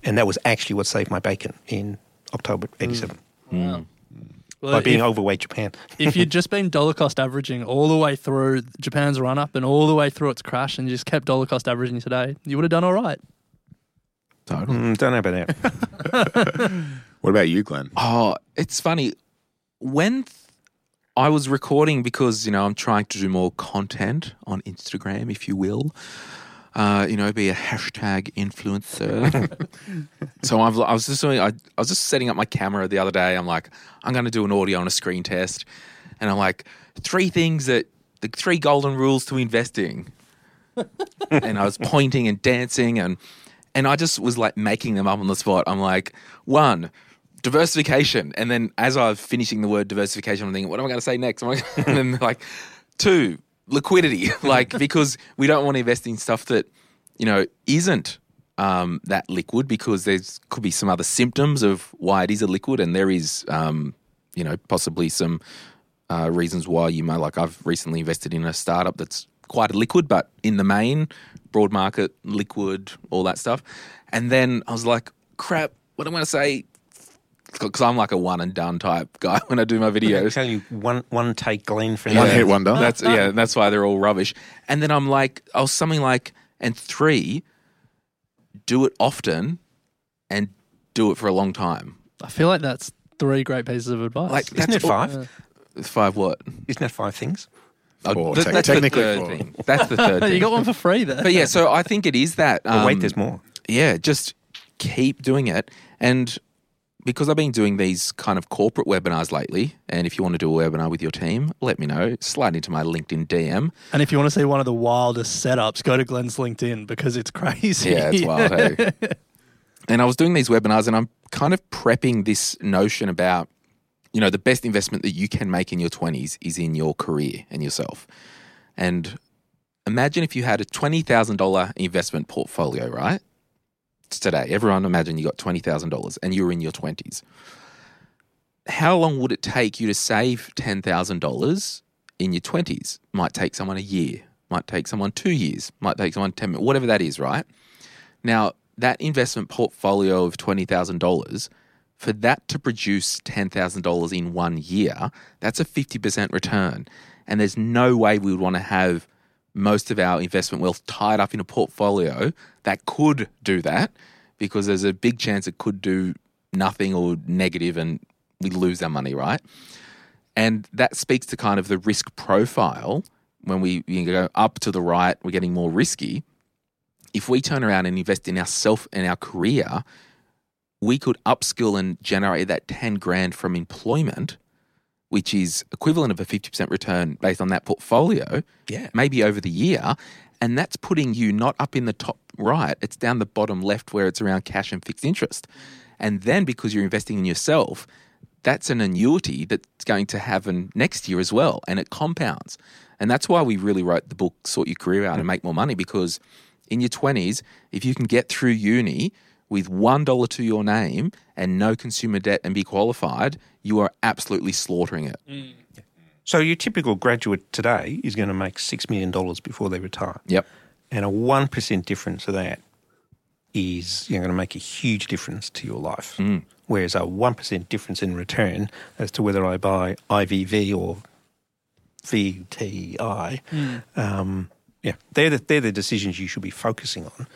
B: And that was actually what saved my bacon in October 87
D: well,
B: by being
D: if,
B: overweight <laughs> Japan.
D: if you'd just been dollar cost averaging all the way through Japan's run up and all the way through its crash and you just kept dollar cost averaging today, you would have done all right.
A: Totally.
B: Mm, don't know about that.
E: what about you, Glenn?
A: Oh, it's funny. When th- I was recording, because you know I'm trying to do more content on Instagram, if you will, uh, you know, be a hashtag influencer. <laughs> so I've, I was just doing. I, I was just setting up my camera the other day. I'm like, I'm going to do an audio and a screen test, and I'm like, three things that the three golden rules to investing and I was pointing and dancing and and I just was like making them up on the spot. I'm like, one, diversification. And then as I was finishing the word diversification, I'm thinking, what am I going to say next? Am I gonna- <laughs> and then like, two, liquidity. <laughs> like because we don't want to invest in stuff that you know isn't um, that liquid because there's could be some other symptoms of why it is a liquid, and there is um, you know possibly some uh, reasons why you may like. I've recently invested in a startup that's quite a liquid, but in the main broad market, liquid, all that stuff. And then I was like, crap, what am I going to say? Because I'm like a one and done type guy <laughs> when I do my
B: <laughs> I
E: <laughs>
A: videos.
B: tell you, one one take Glenn for
E: One
B: now.
E: hit wonder.
A: That's yeah, that's why they're all rubbish. And then I'm like, I was something like, and three, do it often, and do it for a long time.
D: I feel like that's three great pieces of advice.
A: Like
B: Isn't it
A: all-
B: five?
A: Five what?
B: Isn't that five things?
A: Oh,
E: Four,
A: th-
E: tec-
A: that's the
E: technically
A: third
E: four.
A: thing. That's
E: <laughs>
A: the
D: <laughs>
A: third
D: you
A: thing.
D: got one for free there.
A: But yeah, so I think it is that.
B: Oh,
A: Um,
B: wait, there's more.
A: yeah, just keep doing it. And because I've been doing these kind of corporate webinars lately, and if you want to do a webinar with your team, let me know. Slide into my LinkedIn DM.
D: And if you want to see one of the wildest setups, go to Glenn's LinkedIn because it's crazy.
A: <laughs> Yeah,
D: <laughs>
A: it's wild. eh? Hey. <laughs> and I was doing these webinars, and I'm kind of prepping this notion about, you know, the best investment that you can make in your 20s is in your career and yourself. And imagine if you had a $20,000 investment portfolio, right? It's today. Everyone imagine you got $20,000 and you were in your 20s. How long would it take you to save $10,000 in your 20s? Might take someone a year, might take someone two years, might take someone 10 minutes, whatever that is, right? Now, that investment portfolio of $20,000, for that to produce $10,000 in one year, that's a 50% return. And there's no way we would want to have most of our investment wealth tied up in a portfolio that could do that because there's a big chance it could do nothing or negative and we lose our money, right? And that speaks to kind of the risk profile. When we you go up to the right, we're getting more risky if we turn around and invest in ourself and our career, we could upskill and generate that 10 grand from employment, which is equivalent of a 50% return based on that portfolio,
B: Yeah.
A: maybe over the year. And that's putting you not up in the top right, it's down the bottom left where it's around cash and fixed interest. And then because you're investing in yourself, that's an annuity that's going to happen next year as well. And it compounds. And that's why we really wrote the book, Sort Your Career Out and Make More Money, because in your 20s, if you can get through uni with $1 to your name and no consumer debt and be qualified, you are absolutely slaughtering it.
B: So your typical graduate today is going to make $6 million before they retire.
A: Yep.
B: And a 1% difference of that is you're going to make a huge difference to your life.
E: Hmm.
B: Whereas a 1% difference in return as to whether I buy IVV or VTI, um, yeah, they're the, they're the decisions you should be focusing on.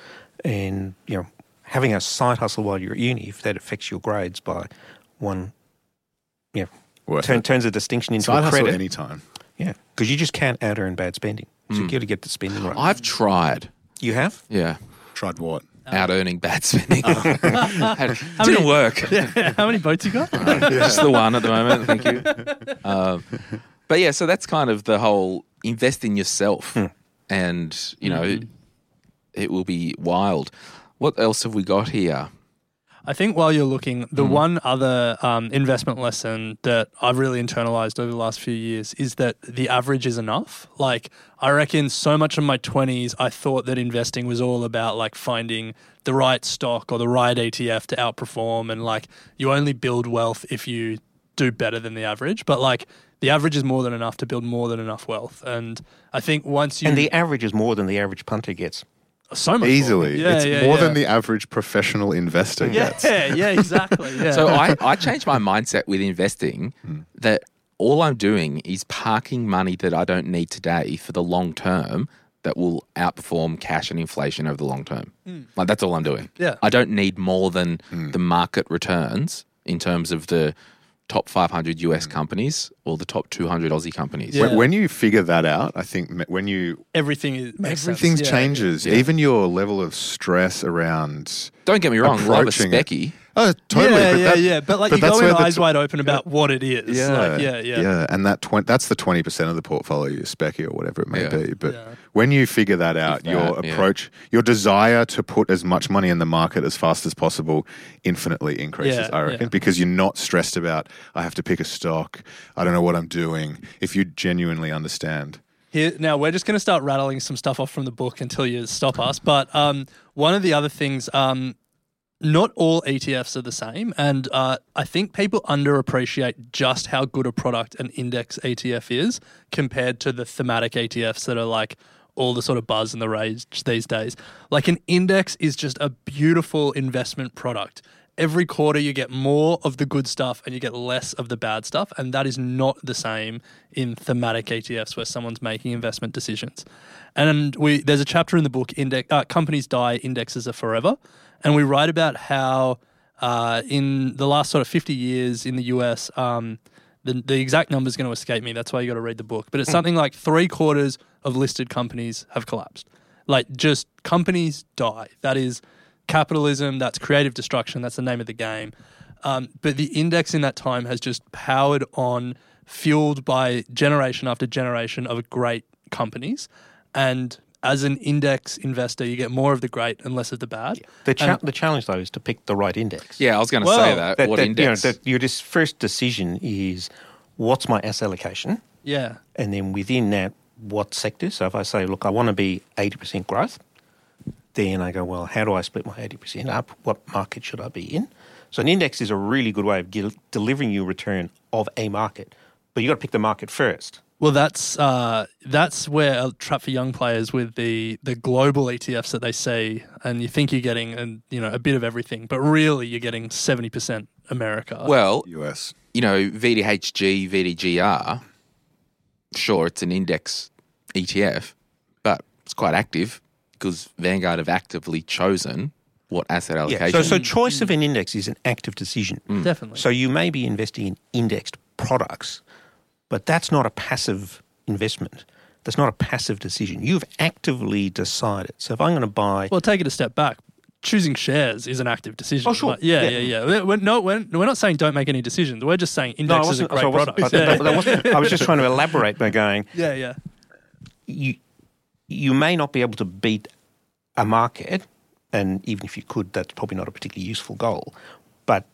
B: And, you know, having a side hustle while you're at uni, if that affects your grades by one, yeah,
E: Worth
B: turn,
E: it.
B: turns a distinction into
E: Side
B: a
E: hustle
B: credit.
E: anytime.
B: Yeah, because you just can't out earn bad spending. So
E: Hmm.
B: you got to get the spending right.
A: I've tried.
B: you have?
A: Yeah.
E: Tried what?
A: Out earning bad spending. <laughs> Didn't work.
D: How many boats you got?
A: Just the one at the moment. Thank you. Um, but yeah, so that's kind of the whole invest in yourself, and you know, it will be wild. What else have we got here?
D: I think while you're looking,
A: Hmm.
D: the one other um, investment lesson that I've really internalized over the last few years is that the average is enough. Like, I reckon so much of my 20s, I thought that investing was all about like finding the right stock or the right ETF to outperform. And like, you only build wealth if you do better than the average. But like, the average is more than enough to build more than enough wealth. And I think once you.
B: And the average is more than the average punter gets.
D: so much.
E: Easily.
D: More. Yeah,
E: it's
D: yeah,
E: more
D: yeah.
E: than the average professional investor gets.
D: Yeah, yeah,
E: <laughs>
D: exactly. Yeah.
A: So
D: <laughs>
A: I, I changed my mindset with investing
D: Hmm.
A: that all I'm doing is parking money that I don't need today for the long term that will outperform cash and inflation over the long term. Like that's all I'm doing.
D: Hmm. Yeah. Hmm.
A: I don't need more than the market returns in terms of the top 500 US companies or the top 200 Aussie companies.
D: Hmm. Yeah.
E: When, when you figure that out, I think me- when you
D: everything is makes sense.
E: everything
D: Yeah.
E: changes, even your level of stress around.
A: Don't get me wrong, love a
E: Approaching it.
A: specky.
E: Oh, totally.
D: Yeah,
E: but
D: yeah,
E: that-
D: yeah. But like you
E: that's
D: go in
E: where the
D: eyes
E: t-
D: wide open about what it is. Yeah, like, yeah, yeah.
E: And that twen- that's the twenty percent of the portfolio, your specy or whatever it may
A: Yeah.
E: be. But
D: Yeah.
E: when you figure that out,
A: that,
E: your
A: yeah.
E: approach, your desire to put as much money in the market as fast as possible, infinitely increases.
D: Yeah,
E: I reckon
D: yeah.
E: because you're not stressed about I have to pick a stock. I don't know what I'm doing. If you genuinely understand,
D: Here, now we're just going to start rattling some stuff off from the book until you stop us. But um, one of the other things, um, not all ETFs are the same, and uh, I think people underappreciate just how good a product an index ETF is compared to the thematic ETFs that are like all the sort of buzz and the rage these days. Like an index is just a beautiful investment product. Every quarter, you get more of the good stuff and you get less of the bad stuff. And that is not the same in thematic ETFs where someone's making investment decisions. And we, there's a chapter in the book, index, uh, Companies Die, Indexes Are Forever. And we write about how uh, in the last sort of 50 years in the US, um, the, the exact number is going to escape me. That's why you got to read the book. But it's something like three quarters of listed companies have collapsed. Like just companies die. That is capitalism. That's creative destruction. That's the name of the game. Um, but the index in that time has just powered on, fueled by generation after generation of great companies. And as an index investor, you get more of the great and less of the bad.
B: The, cha- the challenge, though, is to pick the right index.
A: Yeah, I was going to say
D: Well,
A: that.
B: That,
A: what
B: that,
A: index?
B: You know, that your dis- first decision is what's my asset allocation?
D: Yeah.
B: And then within that, what sector. So if I say, look, I want to be 80% growth, then I go, well, how do I split my 80% up? What market should I be in? So an index is a really good way of gel- delivering you return of a market, but you got to pick the market first.
D: Well, that's uh, that's where a trap for young players with the the global ETFs that they see, and you think you're getting and you know a bit of everything, but really you're getting seventy percent America.
A: Uh, Well,
E: US.
A: you know, VDHG, VDGR, sure, it's an index ETF, but it's quite active because Vanguard have actively chosen what asset
B: Yeah.
A: allocation.
B: So, so choice of an index is an active decision.
D: definitely.
B: So you may be investing in indexed products, but that's not a passive investment. That's not a passive decision. You've actively decided. So if I'm going to buy,
D: Well, take it a step back. Choosing shares is an active decision.
B: Oh, sure.
D: Like, yeah, yeah,
B: Yeah.
D: yeah. We're- We're, no, we're, we're not saying don't make any decisions. We're just saying
B: I
D: indexes are
B: wasn't-
D: great
B: so I wasn't- <laughs>
D: products.
B: I-
D: Yeah.
B: that- that wasn't- I was just trying to elaborate by going,
D: <laughs> yeah, yeah.
B: you you may not be able to beat a market, and even if you could, that's probably not a particularly useful goal. But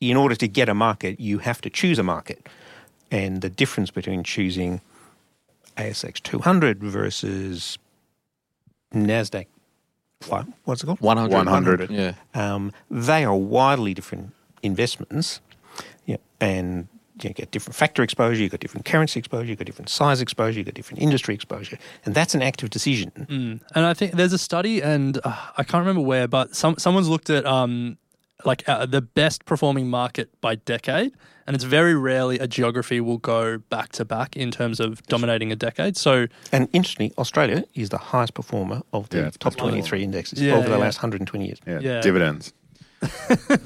B: in order to get a market, you have to choose a market, and the difference between choosing ASX 200 versus Nasdaq, what, what's it called?
A: 100.
E: 100.
A: Yeah.
B: Um, they are wildly different investments, yeah, and you get different factor exposure, you've got different currency exposure, you've got different size exposure, you've got different industry exposure, and that's an active decision.
D: Mm. And I think there's a study, and uh, I can't remember where, but some someone's looked at um, like uh, the best performing market by decade, and it's very rarely a geography will go back to back in terms of dominating a decade. So
B: And interestingly, Australia is the highest performer of the
E: Yeah, it's
B: top
E: been phenomenal.
B: 23 indexes
D: Yeah,
B: over the
D: yeah.
B: last 120 years.
E: Yeah.
D: Yeah. <laughs>
E: Dividends.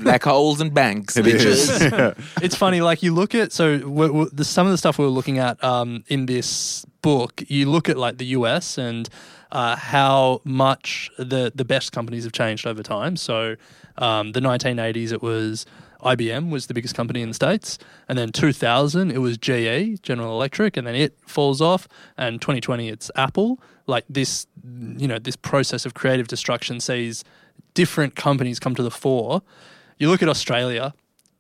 A: Black holes and banks.
E: It
A: bitches.
E: is. <laughs>
D: <laughs>
E: Yeah.
D: it's funny, like you look at so we we the, some of the stuff we were looking at um, in this book. You look at like the US and uh, how much the the best companies have changed over time. So um, the 1980s, it was IBM was the biggest company in the states, and then 2000 it was GE General Electric, and then it falls off, and 2020 it's Apple. Like this, you know, this process of creative destruction sees different companies come to the fore. You look at Australia,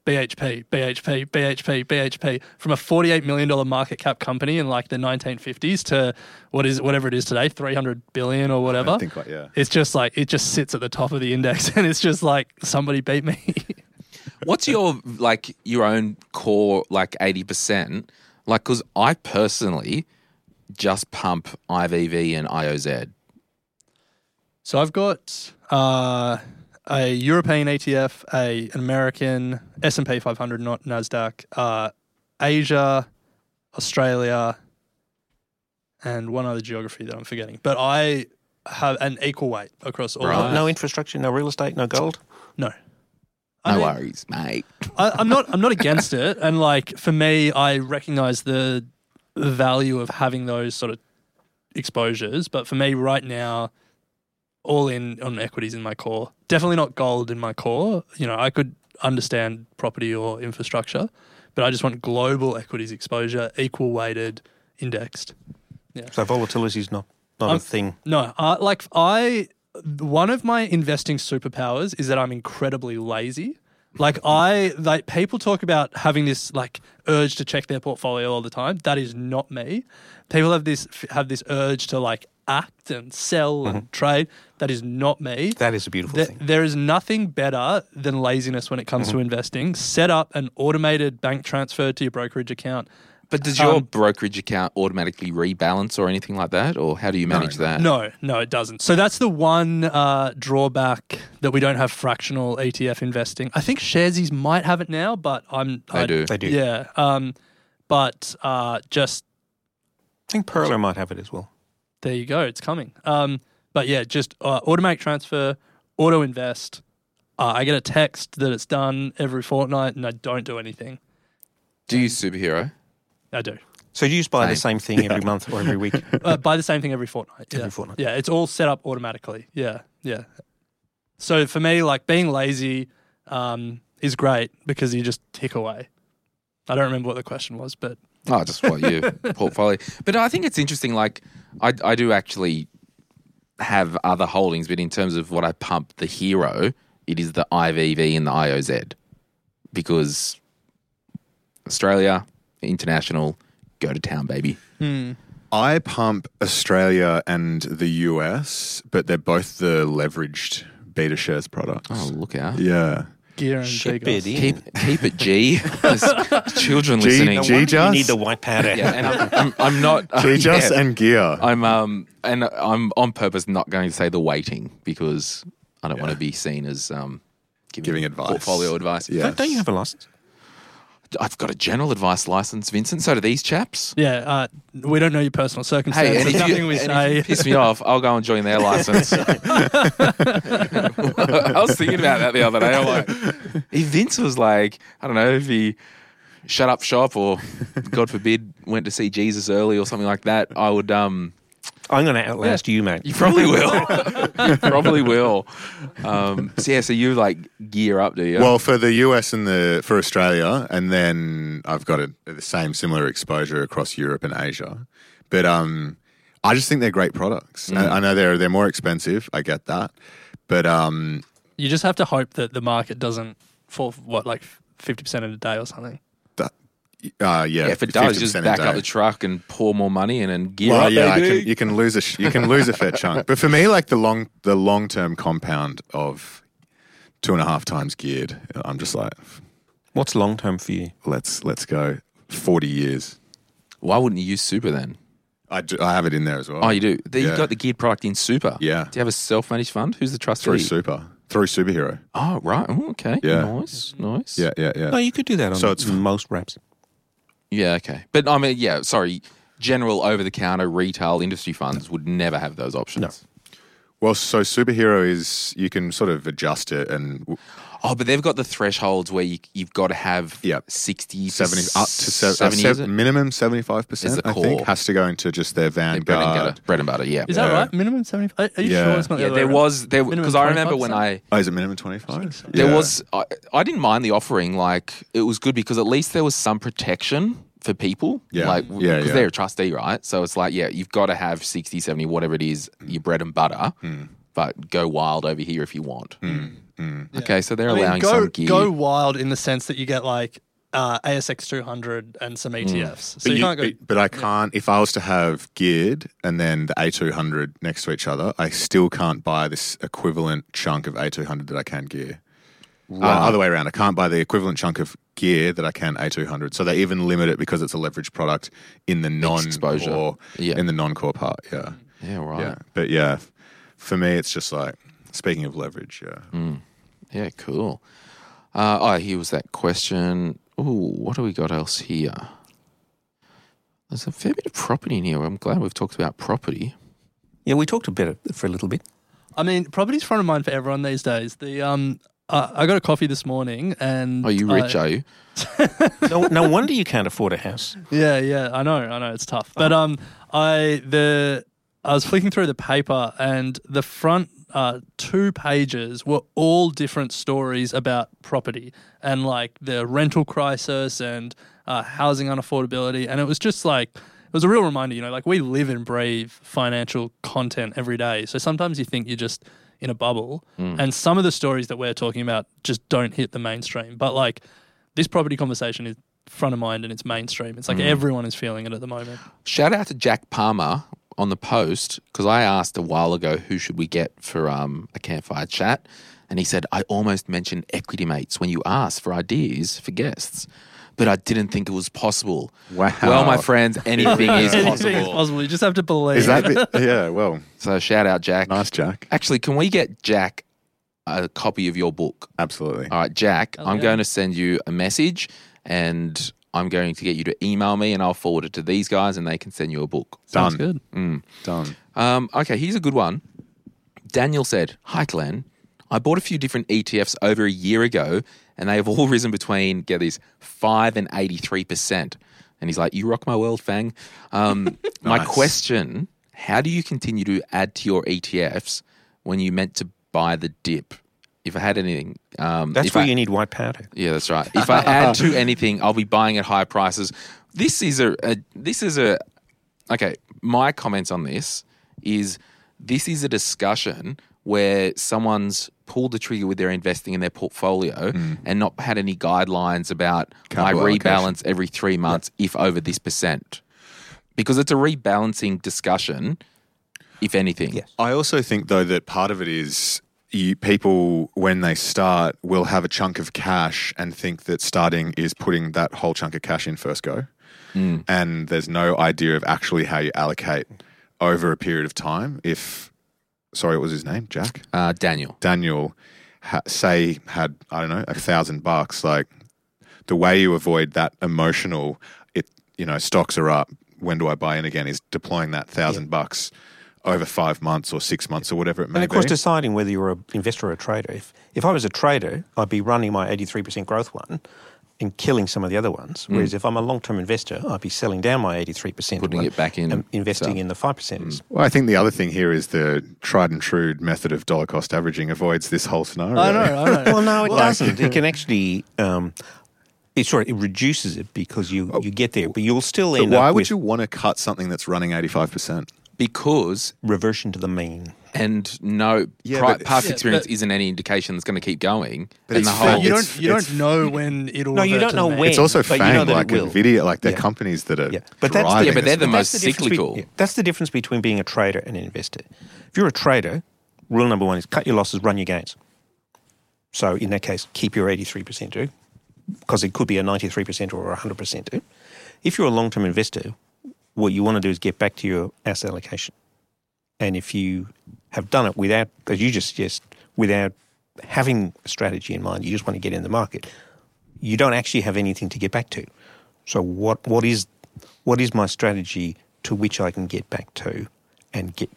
D: BHP, BHP, BHP, BHP, from a $48 million market cap company in like the 1950s to what is whatever it is today, 300 billion or whatever.
E: I think like, yeah.
D: it's just like it just sits at the top of the index, <laughs> and it's just like somebody beat me. <laughs>
A: What's your like your own core like eighty percent? Like, because I personally just pump IVV and IOZ.
D: so I've got uh, a European ETF, a an American S and P 500, not Nasdaq, uh, Asia, Australia, and one other geography that I'm forgetting. But I have an equal weight across all.
B: No-
D: those.
B: No infrastructure, no real estate, no gold.
D: No.
A: No
D: I mean,
A: worries, mate.
D: I, I'm not. I'm not against it. And like for me, I recognise the value of having those sort of exposures. But for me, right now, all in on equities in my core. Definitely not gold in my core. You know, I could understand property or infrastructure, but I just want global equities exposure, equal weighted, indexed.
B: So volatility is not, not
D: I'm-
B: a thing.
D: No, uh, like I, one of my investing superpowers is that I'm incredibly lazy. Like I, like people talk about having this like urge to check their portfolio all the time. That is not me. People have this have this urge to like act and sell and trade. That is not me.
B: That is Mm-hmm. a beautiful
D: There-
B: thing. Mm-hmm.
D: there is nothing better than laziness when it comes to investing. Set up an automated bank transfer to your brokerage account.
A: But does your
D: Um,
A: brokerage account automatically rebalance or anything like that, or how do you manage that?
D: No, no, it doesn't. So that's the one uh, drawback that we don't have fractional ETF investing. I think Sharesies might have it now, but I'm.
A: I do.
B: They do.
D: Yeah. Um, but uh, just
B: I think Perler might have it as well.
D: there you go. It's coming. Um, but yeah, just uh, automatic transfer, auto invest. Uh, I get a text that it's done every fortnight, and I don't do anything.
A: Do you superhero?
D: I do.
B: So you just buy the same thing every month or every week.
D: uh, buy the same thing every fortnight. Yeah.
B: Every fortnight.
D: Yeah, it's all set up automatically. Yeah, yeah. So for me, like being lazy um, is great because you just tick away. I don't remember what the question was, but
A: Oh, just
D: <laughs>
A: what your portfolio. But I think it's interesting. Like, I, I do actually have other holdings, but in terms of what I pump, the hero, it is the IVV and the IOZ because
D: Hmm.
A: Australia, international, go to town, baby.
E: I pump Australia and the US, but they're both the leveraged beta shares products.
A: Oh, look out.
E: Yeah.
D: Gear and
B: Shit,
D: Gigas.
B: Biddy.
A: Keep, keep
E: <laughs>
A: it G. There's children
E: G-
A: listening.
E: G-
B: You
E: G-Just?
B: need the white powder.
A: <laughs> yeah, and I'm, I'm, I'm not. uh,
E: G-Just
A: yeah.
E: and Gear.
A: I'm um and I'm on purpose not going to say the waiting because I don't want to be seen as um giving,
E: Giving advice.
A: portfolio advice.
E: Yes.
B: Don't you have a license?
A: I've got a general advice license, Vincent. So do these chaps.
D: Yeah, uh, we don't know your personal circumstances.
A: Hey, and if,
D: nothing
A: you,
D: we
A: and if
D: say.
A: you piss me off, I'll go and join
D: <laughs>
A: their license. <laughs> I was thinking about that the other day. I'm like, if Vince was like, I don't know, if he shut up shop or, God forbid, went to see Jesus early or something like that, I would. um
B: I'm going to outlast you, mate.
A: You probably will. you <laughs> probably will. Um, so yeah, so you like gear up, do you?
E: Well, for the US and the for Australia, and then I've got a, the same similar exposure across Europe and Asia. But um, I just think they're great
A: Mm.
E: products. I, I know they're they're more expensive. I get that, but um,
D: you just have to hope that the market doesn't fall, what, like 50% in a day or something.
E: that, uh, yeah,
A: yeah, if it does,
E: 50%
A: just
E: a
A: back up
E: day.
A: the truck and pour more money in and gear
E: Well,
A: up.
E: yeah, I
A: baby.
E: can, you can lose a sh- you can lose a
A: <laughs>
E: fair chunk. But for me, like the long the long term compound of two and a half times geared, I'm just like,
B: What's long term for you?
E: let's let's go forty years.
A: Why wouldn't you use Super then?
E: I, do, I have it in there as well.
A: Oh, you do. You've
E: Yeah.
A: got the geared product in Super.
E: Yeah.
A: Do you have a self-managed fund? Who's the trustee?
E: through super through superhero.
A: Oh, right. Oh, okay.
E: Yeah.
A: Nice. Nice.
E: Yeah, yeah, yeah.
B: No, you could do that on
E: So it's-
B: most wraps.
A: Yeah. Okay. But I mean, yeah. Sorry. General over-the-counter retail industry funds would never have those options.
E: Well, so superhero is you can sort of adjust it and
A: Oh, but they've got the thresholds where you, you've got to have
E: Yep.
A: sixty,
E: seventy up to se- uh,
A: seventy.
E: se-
A: is it?
E: minimum seventy five
A: Is
E: percent.
A: the
E: I think
A: core.
E: has to go into just their
A: Their bread and butter.
E: vanguard.
A: Bread and butter. Yeah.
D: Is that
E: Yeah.
D: right? Minimum 75? Are, are you
E: Yeah.
D: sure it's not the
A: Yeah,
D: other
A: there
D: way
A: was there
D: Minimum
A: because I remember when
D: 25%?
A: I
E: Oh, is it minimum twenty five?
A: there was I, I didn't mind the offering like it was good because at least there was some protection for people
E: Yeah.
A: like because
E: Yeah, yeah.
A: they're a trustee right so it's like yeah you've got to have 60 70 whatever it is your bread and butter but go wild over here if you want okay so they're
D: I mean,
A: allowing
D: go,
A: some gear
D: go wild in the sense that you get like uh, ASX 200 and some
A: Mm.
D: ETFs. So
E: But,
D: you,
E: you-
D: can't go.
E: but- but I can't. If I was to have geared and then the A two hundred next to each other, I still can't buy this equivalent chunk of A two hundred that I can gear. Uh, other way around, I can't buy the equivalent chunk of gear that I can A two hundred. So they even limit it because it's a leveraged product in the non
A: exposure.
E: core
A: Yeah.
E: in the non core part. Yeah,
A: yeah right
E: yeah. But yeah, f- for me, it's just like speaking of leverage. Yeah,
A: Mm. Yeah, cool. Uh, oh, here was that question. Oh, what do we got else here? There's a fair bit of property in here. I'm glad we've talked about property.
B: Yeah, we talked about it for a little bit.
D: I mean, property's front of mind for everyone these days. The um, I I got a coffee this morning and.
A: Oh, you
D: I-
A: rich, are you?
B: <laughs> No, no wonder you can't afford a house.
D: Yeah, yeah, I know, I know, it's tough. But um, I the I was flicking through the paper and the front uh, two pages were all different stories about property and like the rental crisis and uh, housing unaffordability, and it was just like. It was a real reminder, you know, like we live and breathe financial content every day. So sometimes you think you're just in a bubble, and some of the stories that we're talking about just don't hit the mainstream. But like this property conversation is front of mind and it's mainstream. It's like everyone is feeling it at the moment.
A: Shout out to Jack Palmer on the post because I asked a while ago who should we get for um, a campfire chat, and he said I almost mentioned Equity Mates when you asked for ideas for guests, but I didn't think it was possible.
E: Wow.
A: Well, my friends,
D: <laughs>
A: anything is
D: Anything is
A: possible.
D: possible. You just have to believe.
E: is that? The,
D: <laughs>
E: yeah. Well,
A: So shout out Jack.
E: nice, Jack.
A: Actually, can we get Jack a copy of your book?
E: Absolutely.
A: All right, Jack, I'm
D: yeah.
A: going to send you a message and I'm going to get you to email me and I'll forward it to these guys and they can send you a book.
D: Sounds
E: Done. Mm.
D: good.
E: Done.
A: Um, okay, here's a good one. Daniel said, Hi, Glenn. I bought a few different ETFs over a year ago and they have all <laughs> risen between, get this, 5 and 83%. And he's like, You rock my world, Fang. Um, My
E: Nice.
A: question How do you continue to add to your ETFs when you meant to buy the dip? If I had anything, um,
B: That's
A: if
B: where
A: I-
B: you need white powder.
A: yeah, that's right. If I
E: <laughs>
A: add to anything, I'll be buying at high prices. This is a, a this is a okay. My comments on this is this is a discussion where someone's pulled the trigger with their investing in their portfolio and not had any guidelines about
E: Hmm. Capital
A: I
E: allocation.
A: rebalance every three months if over this percent. because it's a rebalancing discussion, if anything.
G: Yes.
E: I also think though that part of it is you people when they start will have a chunk of cash and think that starting is putting that whole chunk of cash in first go. And there's no idea of actually how you allocate over a period of time if sorry, what was his name? Jack?
A: Uh, Daniel.
E: Daniel ha- say had I don't know a thousand bucks, like the way you avoid that emotional, it you know stocks are up. When do I buy in again? Is deploying that thousand bucks over five months or six months or whatever it may
B: And of course,
E: be.
B: deciding whether you're an investor or a trader. If, if I was a trader, I'd be running my 83% growth one and killing some of the other ones. Whereas if I'm a long term investor, I'd be selling down my 83%
A: Putting
B: one
A: it back in
B: and investing
A: itself.
B: in Mm. the 5%.
E: well, I think the other thing here is the tried and true method of dollar cost averaging avoids this whole scenario.
D: I know, I know.
B: Well, no, it doesn't. It can actually. Um, it, sorry, it reduces it because you, you get there, but you'll still
E: But
B: end
E: why
B: up
E: would
B: with
E: you want to cut something that's running eighty five percent?
A: Because
B: reversion to the mean.
A: and no
E: Yeah,
A: pri-
E: but-
A: past
D: Yeah,
A: experience
D: but-
A: isn't any indication that's going to keep going.
E: But
A: and the
E: it's
A: whole
E: fair.
D: you
E: it's-
D: don't you
E: it's-
D: don't know when it'll.
B: No, you
D: revert
B: don't
D: to
B: know
D: the mean.
B: when.
E: It's also
B: but you
E: FANG,
B: know that it
E: like
B: will.
E: Nvidia, like they're
B: Yeah.
E: companies that are
B: Yeah,
E: but
B: but that's the-
E: driving.
B: yeah, but
E: this
A: they're the
E: market.
A: most
B: that's the difference
A: cyclical.
B: between- yeah, that's the difference between being a trader and an investor. If you're a trader, rule number one is cut your losses, run your gains. So in that case, keep your 83% do, because it could be a 93% or a 100% do. If you're a long-term investor, what you want to do is get back to your asset allocation. And if you have done it without, as you just suggest, without having a strategy in mind, you just want to get in the market, you don't actually have anything to get back to. So what what is what is my strategy to which I can get back to and get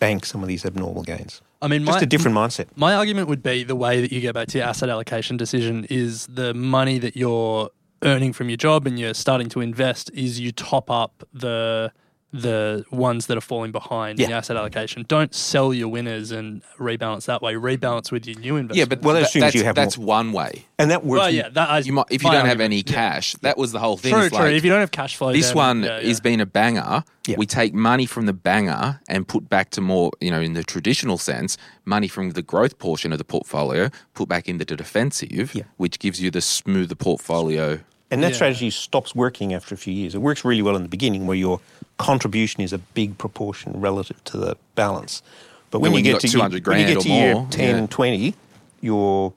B: bank some of these abnormal gains?
D: I mean,
B: Just
D: my,
B: a different mindset.
D: My argument would be the way that you get back to your asset allocation decision is the money that you're earning from your job and you're starting to invest is you top up the the ones that are falling behind in
B: Yeah.
D: your asset allocation. Don't sell your winners and rebalance that way. Rebalance with your new investment.
A: yeah, but
B: Well, that
A: tha-
B: assumes
A: that's,
B: you have
A: that's
B: more-
A: one way.
B: And that works.
D: well, yeah, that is
A: You might, if you
D: my
A: don't have
D: argument.
A: any cash, that was the whole thing.
D: True,
A: It's
D: true.
A: like,
D: if you don't have cash flow,
A: this
D: then-
A: one
D: yeah, yeah.
A: has been a banger.
B: Yeah.
A: We take money from the banger and put back to more, you know, in the traditional sense, money from the growth portion of the portfolio, put back into the defensive,
B: Yeah.
A: which gives you the smoother portfolio.
B: And that
D: Yeah.
B: strategy stops working after a few years. It works really well in the beginning where your contribution is a big proportion relative to the balance. But when,
A: Then when
B: you get
A: you got
B: to
A: 200
B: when you
A: grand
B: get
A: or
B: to year
A: more,
B: 10,
A: yeah.
B: 20, your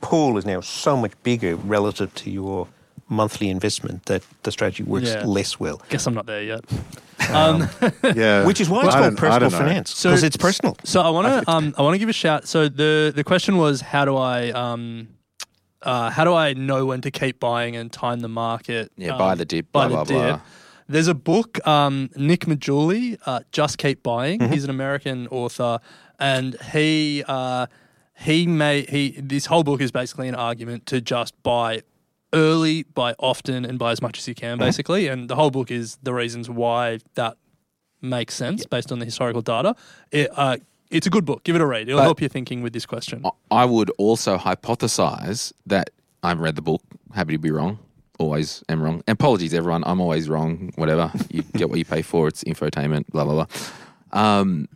B: pool is now so much bigger relative to your monthly investment that the strategy works
D: Yeah.
B: less well.
D: Guess I'm not there yet.
E: yeah,
B: Which is why it's called
E: I don't- I
B: personal
E: don't know.
B: finance because it's personal.
D: So I want to um, I want to give a shout. So the the question was how do I um, uh, how do I know when to keep buying and time the market?
A: Yeah,
D: um,
A: buy the dip,
D: buy
A: blah,
D: the
A: blah,
D: dip.
A: blah.
D: There's a book um, Nick Majuli, uh, Just Keep Buying.
A: Mm-hmm.
D: He's an American author, and he uh, he made he this whole book is basically an argument to just buy early, buy often, and buy as much as you can,
A: Mm-hmm.
D: basically. And the whole book is the reasons why that makes sense based on the historical data. It, uh, it's a good book. Give it a read. It'll help your thinking with this question.
A: I- I would also hypothesize that I've read the book. Happy to be wrong. Always am wrong. And apologies, everyone. I'm always wrong. Whatever.
B: <laughs>
A: You get what you pay for. It's infotainment, blah, blah, blah. Um,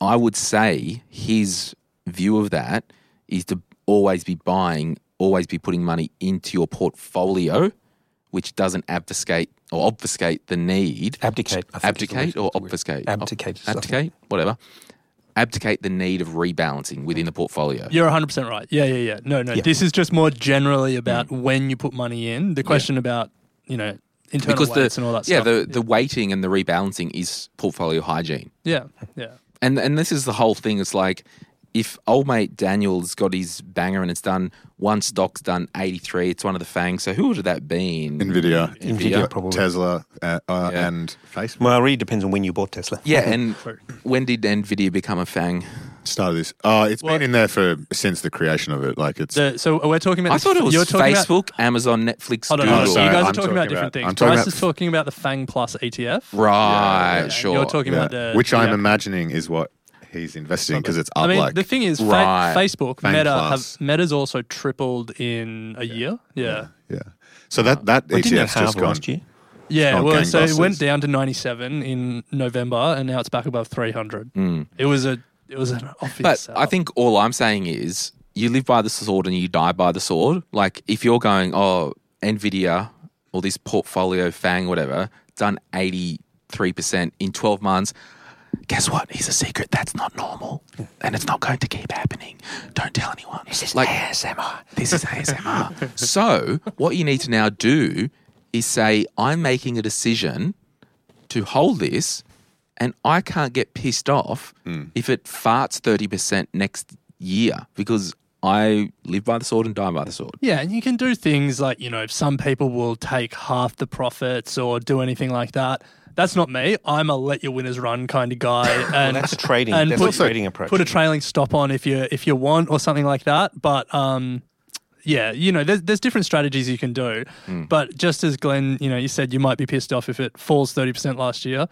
A: I would say his view of that is to always be buying, always be putting money into your portfolio, which doesn't obfuscate or obfuscate the need
B: Abdicate. I think is the
A: abdicate
B: word-
A: or
B: the word.
A: obfuscate? Ob-
B: Abdicate. is- I think,
A: Abdicate, whatever. Abdicate the need of rebalancing within the portfolio.
D: You're 100% right. Yeah, yeah, yeah. No, no.
B: Yeah.
D: This is just more
A: Mm.
D: generally about when you put money in. The question about, you know, internal
A: Because
D: weights
A: the
D: and all that
A: yeah,
D: stuff.
A: the the weighting and the rebalancing is portfolio hygiene.
D: yeah, yeah.
A: And and this is the whole thing. It's like if old mate Daniel's got his banger and it's done one stock's done eighty three, it's one of the fangs. So who would have that been?
E: Nvidia,
B: Nvidia, probably.
E: Tesla, uh, uh,
A: Yeah.
E: and Facebook.
B: Well, it really depends on when you bought Tesla.
A: Yeah, and when did Nvidia become a fang?
E: Start of this. Oh, it's
D: Well-
E: been in there for since the creation of it. Like it's
D: The, so we're talking about.
A: I thought it was
D: you're talking about-
A: Facebook, Amazon, Netflix,
D: Hold on,
A: Google.
D: hold on. So you
E: Sorry,
D: guys are
E: I'm
D: talking, about
E: talking
D: different
E: about-
D: things.
E: I'm talking
D: Bryce
E: about-
D: is talking about the Fang Plus E ETF.
A: Right,
D: And
A: sure.
D: You're talking
E: yeah.
D: about the
E: which
D: yeah.
E: I'm imagining is what he's investing because it's up
D: I mean,
E: like
D: the thing is, fa-
A: Right.
D: Facebook,
E: Fang
D: Meta,
E: Plus.
D: have, Meta's also tripled in a year. Yeah,
E: yeah. So
D: uh,
E: that that
B: Well, didn't it
E: ETF's just
B: halve
E: gone.
B: last year?
D: yeah.
E: Oh,
D: well, so it
E: gangbusters.
D: went down to ninety seven in November, and now it's back above three hundred. It was a, it was an obvious.
A: But
D: sell.
A: I think all I'm saying is you live by the sword and you die by the sword. Like if you're going, oh, Nvidia or this portfolio fang, whatever, done 83 3% in 12 months. Guess what? He's a secret. That's not normal. And it's not going to keep happening. Don't tell anyone. This is like, ASMR. This is <laughs> ASMR. so, what you need to now do is say, I'm making a decision to hold this, and I can't get pissed off if it farts 30% next year because I live by the sword and die by the sword.
D: Yeah, and you can do things like, you know, if some people will take half the profits or do anything like that. That's not me. I'm a let your winners run kind of guy. And
B: that's trading.
D: And
B: That's
D: put,
B: a trading approach.
D: Put a trailing stop on if you if you want or something like that. But um, yeah, you know, there's there's different strategies you can do. But just as Glenn, you know, you said you might be pissed off if it falls thirty percent last year.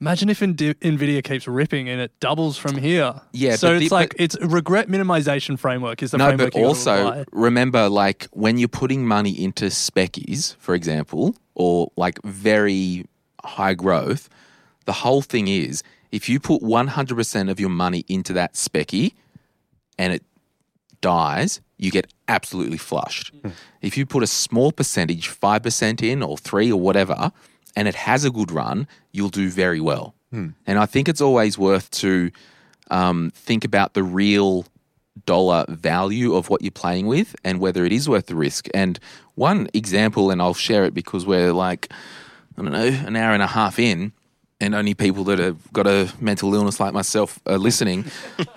D: Imagine if Indi- Nvidia keeps ripping and it doubles from here.
A: Yeah,
D: so
A: but
D: it's
A: the-
D: like
A: but-
D: it's regret minimization framework is the
A: No,
D: framework.
A: but
D: you gotta
A: also
D: apply.
A: remember, like when you're putting money into species, for example, or like very high growth, the whole thing is if you put 100% of your money into that specy and it dies, you get absolutely flushed.
D: Hmm.
A: If you put a small percentage, 5% in or 3 or whatever, and it has a good run, you'll do very well.
D: Hmm.
A: And I think it's always worth to um, think about the real dollar value of what you're playing with and whether it is worth the risk. And one example, and I'll share it because we're like, I don't know, an hour and a half in, and only people that have got a mental illness like myself
B: <laughs>
A: are listening.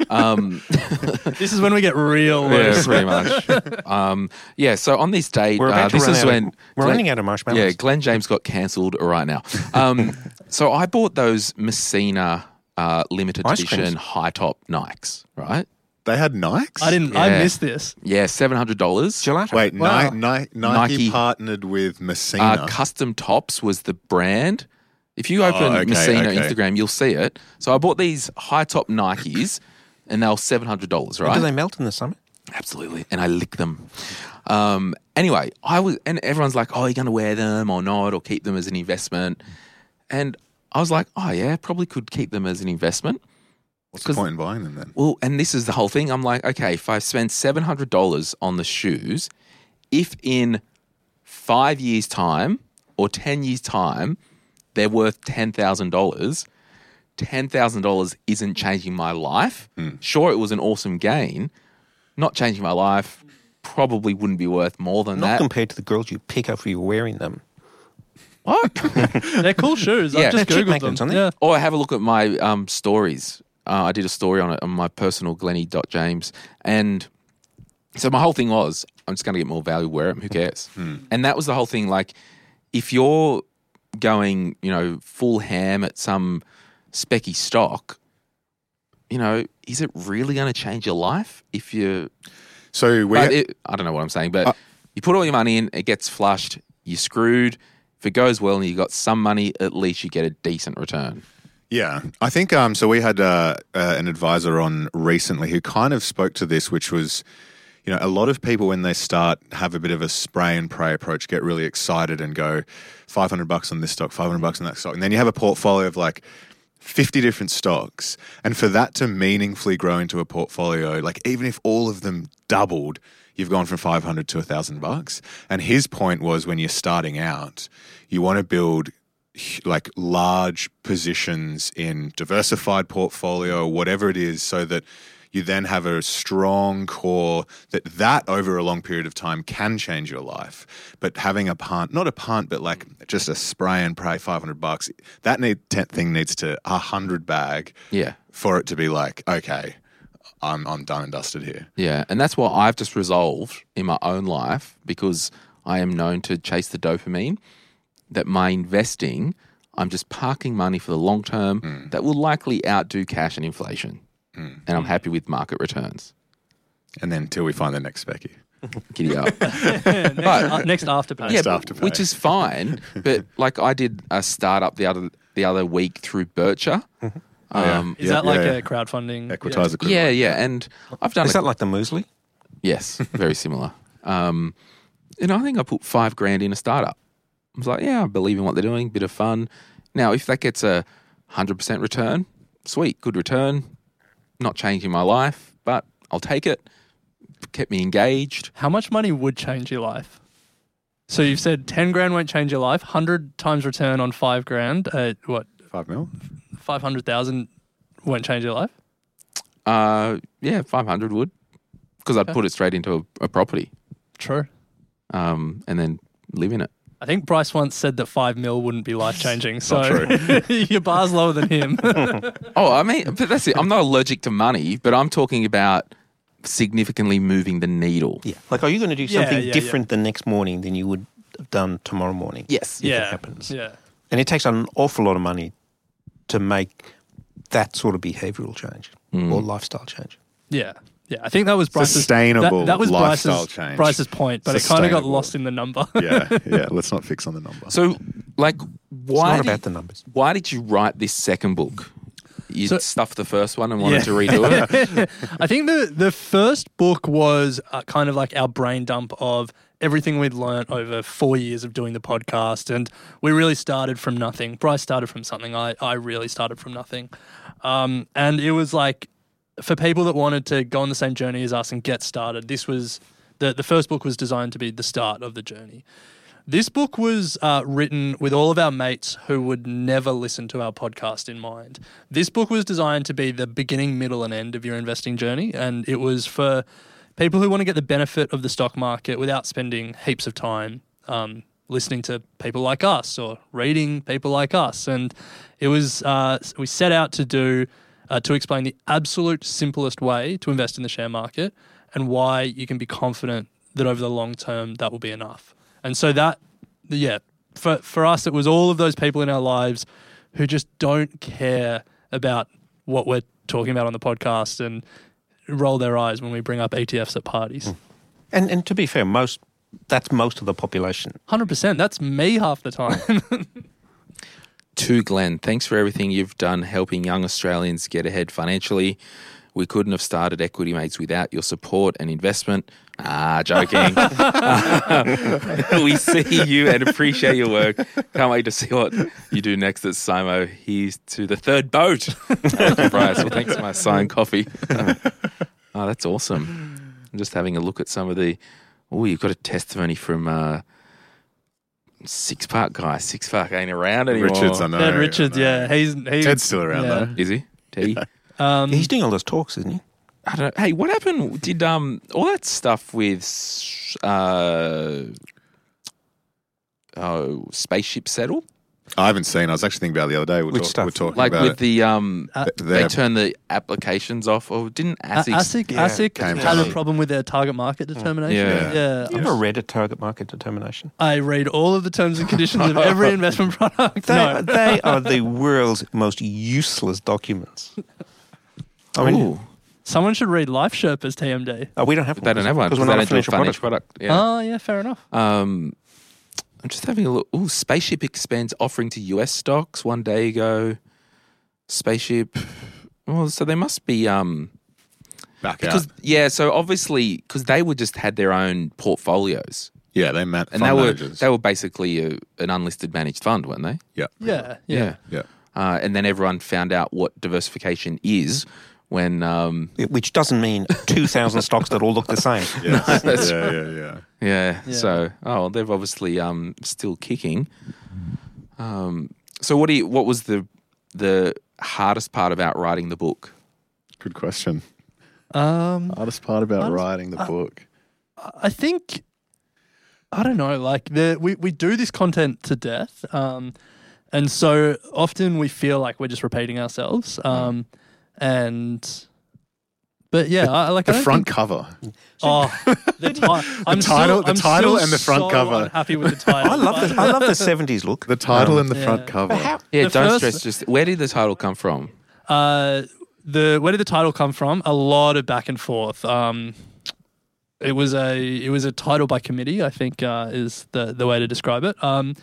A: um,
D: this is when we get real.
A: yeah, pretty much. Um, yeah, so on this date,
B: We're about
A: uh,
B: to
A: this
B: run
A: is
B: out of-
A: when
B: we're running out of marshmallows.
A: Yeah, Glenn James got cancelled right now.
B: <laughs>
A: Um, so I bought those Messina uh, limited
B: Ice
A: edition
B: creams.
A: high top Nikes, right?
E: They had Nikes?
D: I didn't. I
A: Yeah.
D: missed this.
A: Yeah, seven hundred dollars.
B: Gelato.
E: Wait,
D: Wow.
E: Ni- Ni- Nike,
A: Nike.
E: partnered with Messina.
A: Uh, Custom Tops was the brand. If you open
E: okay,
A: Messina
E: okay.
A: Instagram, you'll see it. So I bought these high top Nikes, and they were seven hundred dollars, right?
B: Do they melt in the summer?
A: Absolutely. And I lick them. Um, anyway, I was, and everyone's like, oh, you're going to wear them or not, or keep them as an investment. And I was like, oh, yeah, probably could keep them as an investment.
E: What's the point in buying them then?
A: Well, and this is the whole thing. I'm like, okay, if I spend $700 on the shoes, if in five years' time or 10 years' time, they're worth $10,000, $10,000 isn't changing my life. Sure, it was an awesome gain, not changing my life. Probably wouldn't be worth more than
B: Not
A: that.
B: compared to the girls you pick up for you wearing them.
A: Oh,
D: They're cool shoes.
A: Yeah.
D: I've just
B: They're
D: googled
B: chick
D: them.
B: magnets, aren't they?
D: Yeah.
A: Or Oh, have a look at my um, stories. Uh, I did a story on it on my personal Glenny.James. And so my whole thing was, I'm just going to get more value, wear it, who cares? And that was the whole thing. Like, if you're going, you know, full ham at some specky stock, you know, is it really going to change your life if you
E: So we,
A: but it, I don't know what I'm saying, but you put all your money in, it gets flushed, you're screwed. If it goes well and you got some money, at least you get a decent return.
E: Yeah, I think um, so. We had uh, uh, an advisor on recently who kind of spoke to this, which was, you know, a lot of people when they start have a bit of a spray and pray approach, get really excited and go, five hundred bucks on this stock, five hundred bucks on that stock, and then you have a portfolio of like. 50 different stocks and for that to meaningfully grow into a portfolio like even if all of them doubled you've gone from 500 to 1000 bucks and his point was when you're starting out you want to build h- like large positions in diversified portfolio, whatever it is, so that you then have a strong core that that over a long period of time can change your life. But having a punt, not a punt, but like just a spray and pray 500 bucks, that need, te- thing needs to a hundred bag
A: Yeah.
E: for it to be like, okay, I'm, I'm done and dusted here.
A: Yeah. And that's what I've just resolved in my own life because I am known to chase the dopamine that my investing, I'm just parking money for the long term
E: Hmm.
A: that will likely outdo cash and inflation. And I'm happy with market returns.
E: And then until we find the next Becky.
A: Giddy up.
E: <laughs>
D: Yeah, next, uh, next afterpay.
A: yeah,
E: stuff
A: but-
E: to
A: which
E: pay.
A: is fine. but
E: <laughs>
A: like I did a startup the other the other week through Bircher. Um,
D: Is
E: Mm-hmm. Oh, Yeah,
D: that like
E: yeah.
D: a crowdfunding?
E: Equitize
A: yeah. yeah, and I've done
B: Is
A: a-
B: that like the muesli?
A: yes, very similar. Um, and I think I put five grand in a startup. I was like, yeah, I believe in what they're doing, bit of fun. Now, if that gets a hundred percent return, sweet, good return. Not changing my life, but I'll take it. Kept me engaged.
D: How much money would change your life? So you've said ten grand won't change your life. Hundred times return on five grand. Uh, what?
E: Five
A: <laughs>
E: mil.
D: Five hundred thousand won't change your life.
A: Uh, yeah, five hundred would, because I'd put it straight into a, a property,
D: True.
A: um, and then live in it.
D: I think Bryce once said that five mil wouldn't be life changing. So <laughs> your bar's lower than
E: <laughs>
D: him.
A: Oh, I mean, but that's it. I'm not allergic to money, but I'm talking about significantly moving the needle.
B: Yeah. Like, are you going to do
D: Yeah,
B: something
D: yeah, yeah.
B: different the next morning than you would have done tomorrow morning?
A: Yes.
B: If
D: yeah.
B: It happens.
D: Yeah.
B: And it takes an awful lot of money to make that sort of behavioral change
A: Hmm.
B: or lifestyle change.
D: Yeah. Yeah. I think that was Bryce's
E: Sustainable
D: That, that was
E: lifestyle
D: Bryce's,
E: change.
D: Bryce's point, but it kind of got
E: Sustainable.
D: lost in the number.
E: Yeah, yeah. Let's not fix on the number.
A: So, like,
B: it's not
A: why did,
B: about the numbers.
A: why did you write this second book? You
D: So-
A: stuffed the first one and wanted
D: Yeah.
A: to
B: <laughs>
A: redo it.
D: <laughs> I think the the first book was uh, kind of like our brain dump of everything we'd learnt over four years of doing the podcast, and we really started from nothing. Bryce started from something. I I really started from nothing, um, and it was like for people that wanted to go on the same journey as us and get started. This was the the first book was designed to be the start of the journey. This book was uh, written with all of our mates who would never listen to our podcast in mind. This book was designed to be the beginning, middle, and end of your investing journey, and it was for people who want to get the benefit of the stock market without spending heaps of time um, listening to people like us or reading people like us. And it was uh, we set out to do uh, to explain the absolute simplest way to invest in the share market and why you can be confident that over the long term that will be enough. And so that, yeah, for, for us, it was all of those people in our lives who just don't care about what we're talking about on the podcast and roll their eyes when we bring up ETFs at parties.
B: And, and to be fair, most that's most of the population.
D: 100%. That's me half the time.
A: to Glenn, thanks for everything you've done helping young Australians get ahead financially. We couldn't have started Equity Mates without your support and investment. Ah, joking. <laughs> we see you and appreciate your work. Can't wait to see what you do next at Simo. He's to the third
B: <laughs>
A: boat. Thank you, Bryce. Well, thanks for my signed coffee. oh, that's awesome. I'm just having a look at some of the. Oh, you've got a testimony from uh, Six Park guy. Six Park ain't <laughs> around anymore.
E: Richards, I know.
D: Ted Richards,
E: I know.
D: yeah. He's, he's
E: Ted's still around though.
A: Is he? Teddy? Mm.
D: Um,
B: He's doing all those talks, isn't he?
A: I don't. Hey, what happened? Did um all that stuff with uh oh spaceship settle
E: I haven't seen. I was actually thinking about it the other day. We're,
B: Which
E: talk-
B: stuff?
E: we're talking
A: like
E: about
A: with
E: it.
A: the um
D: Uh,
E: Th-
A: they
E: their-
A: turned the applications off or didn't
D: A-
A: ASICs?
D: ASIC,
B: Yeah,
D: ASIC
E: came
D: had
E: down.
D: a problem with their target market determination.
A: Yeah.
D: yeah.
B: I've never read a target market determination.
D: I read all of the terms and conditions of every investment product.
B: They,
D: no.
B: they are the world's most useless documents. I mean,
A: Ooh,
D: Someone should read Life Sherpas TMD.
B: oh, we don't have
A: they don't have one
B: because we're
A: they
B: not a
A: don't do
B: financial product.
A: product. Yeah.
D: Oh, yeah, fair enough.
A: Um, I'm just having a look. Ooh, spaceship expands offering to U.S. stocks one day ago. Spaceship. Well, so they must be um.
E: back out.
A: Because yeah, so obviously because they were just had their own portfolios,
E: Yeah, they met
A: and they were they were basically a, an unlisted managed fund, weren't they?
E: yeah,
D: Yeah, yeah.
A: <laughs>
E: yeah.
A: Uh, and then everyone found out what diversification is when um,
B: Which doesn't mean 2,000 stocks that all look the same.
E: Yes. yeah, yeah, yeah.
A: yeah, So oh, well, they're obviously um, still kicking. Um, so what do you, what was the the hardest part about writing the book?
E: Good question. Uh,
D: Um,
I: Hardest part about writing the book.
D: I think I don't know. Like the we we do this content to death, um, and so often we feel like we're just repeating ourselves. Um, and but yeah, I, like
I: The
D: I don't
I: front
D: think-
I: cover.
D: oh,
I: <laughs>
D: the, ti- I'm
I: title-
D: still,
I: the
D: I'm
I: title
D: still
I: and the front
D: so
I: cover.
D: Happy with
I: <laughs>
D: the title.
B: I love the, I love the 70s look. Um,
I: The title and the front
D: yeah.
I: cover.
A: Yeah,
D: The
A: don't
D: first-
A: stress. Just where did the title come from?
D: Uh, the where did the title come from? A lot of back and forth. Um, it was a it was a title by committee. I think uh, is the the way to describe it. Um,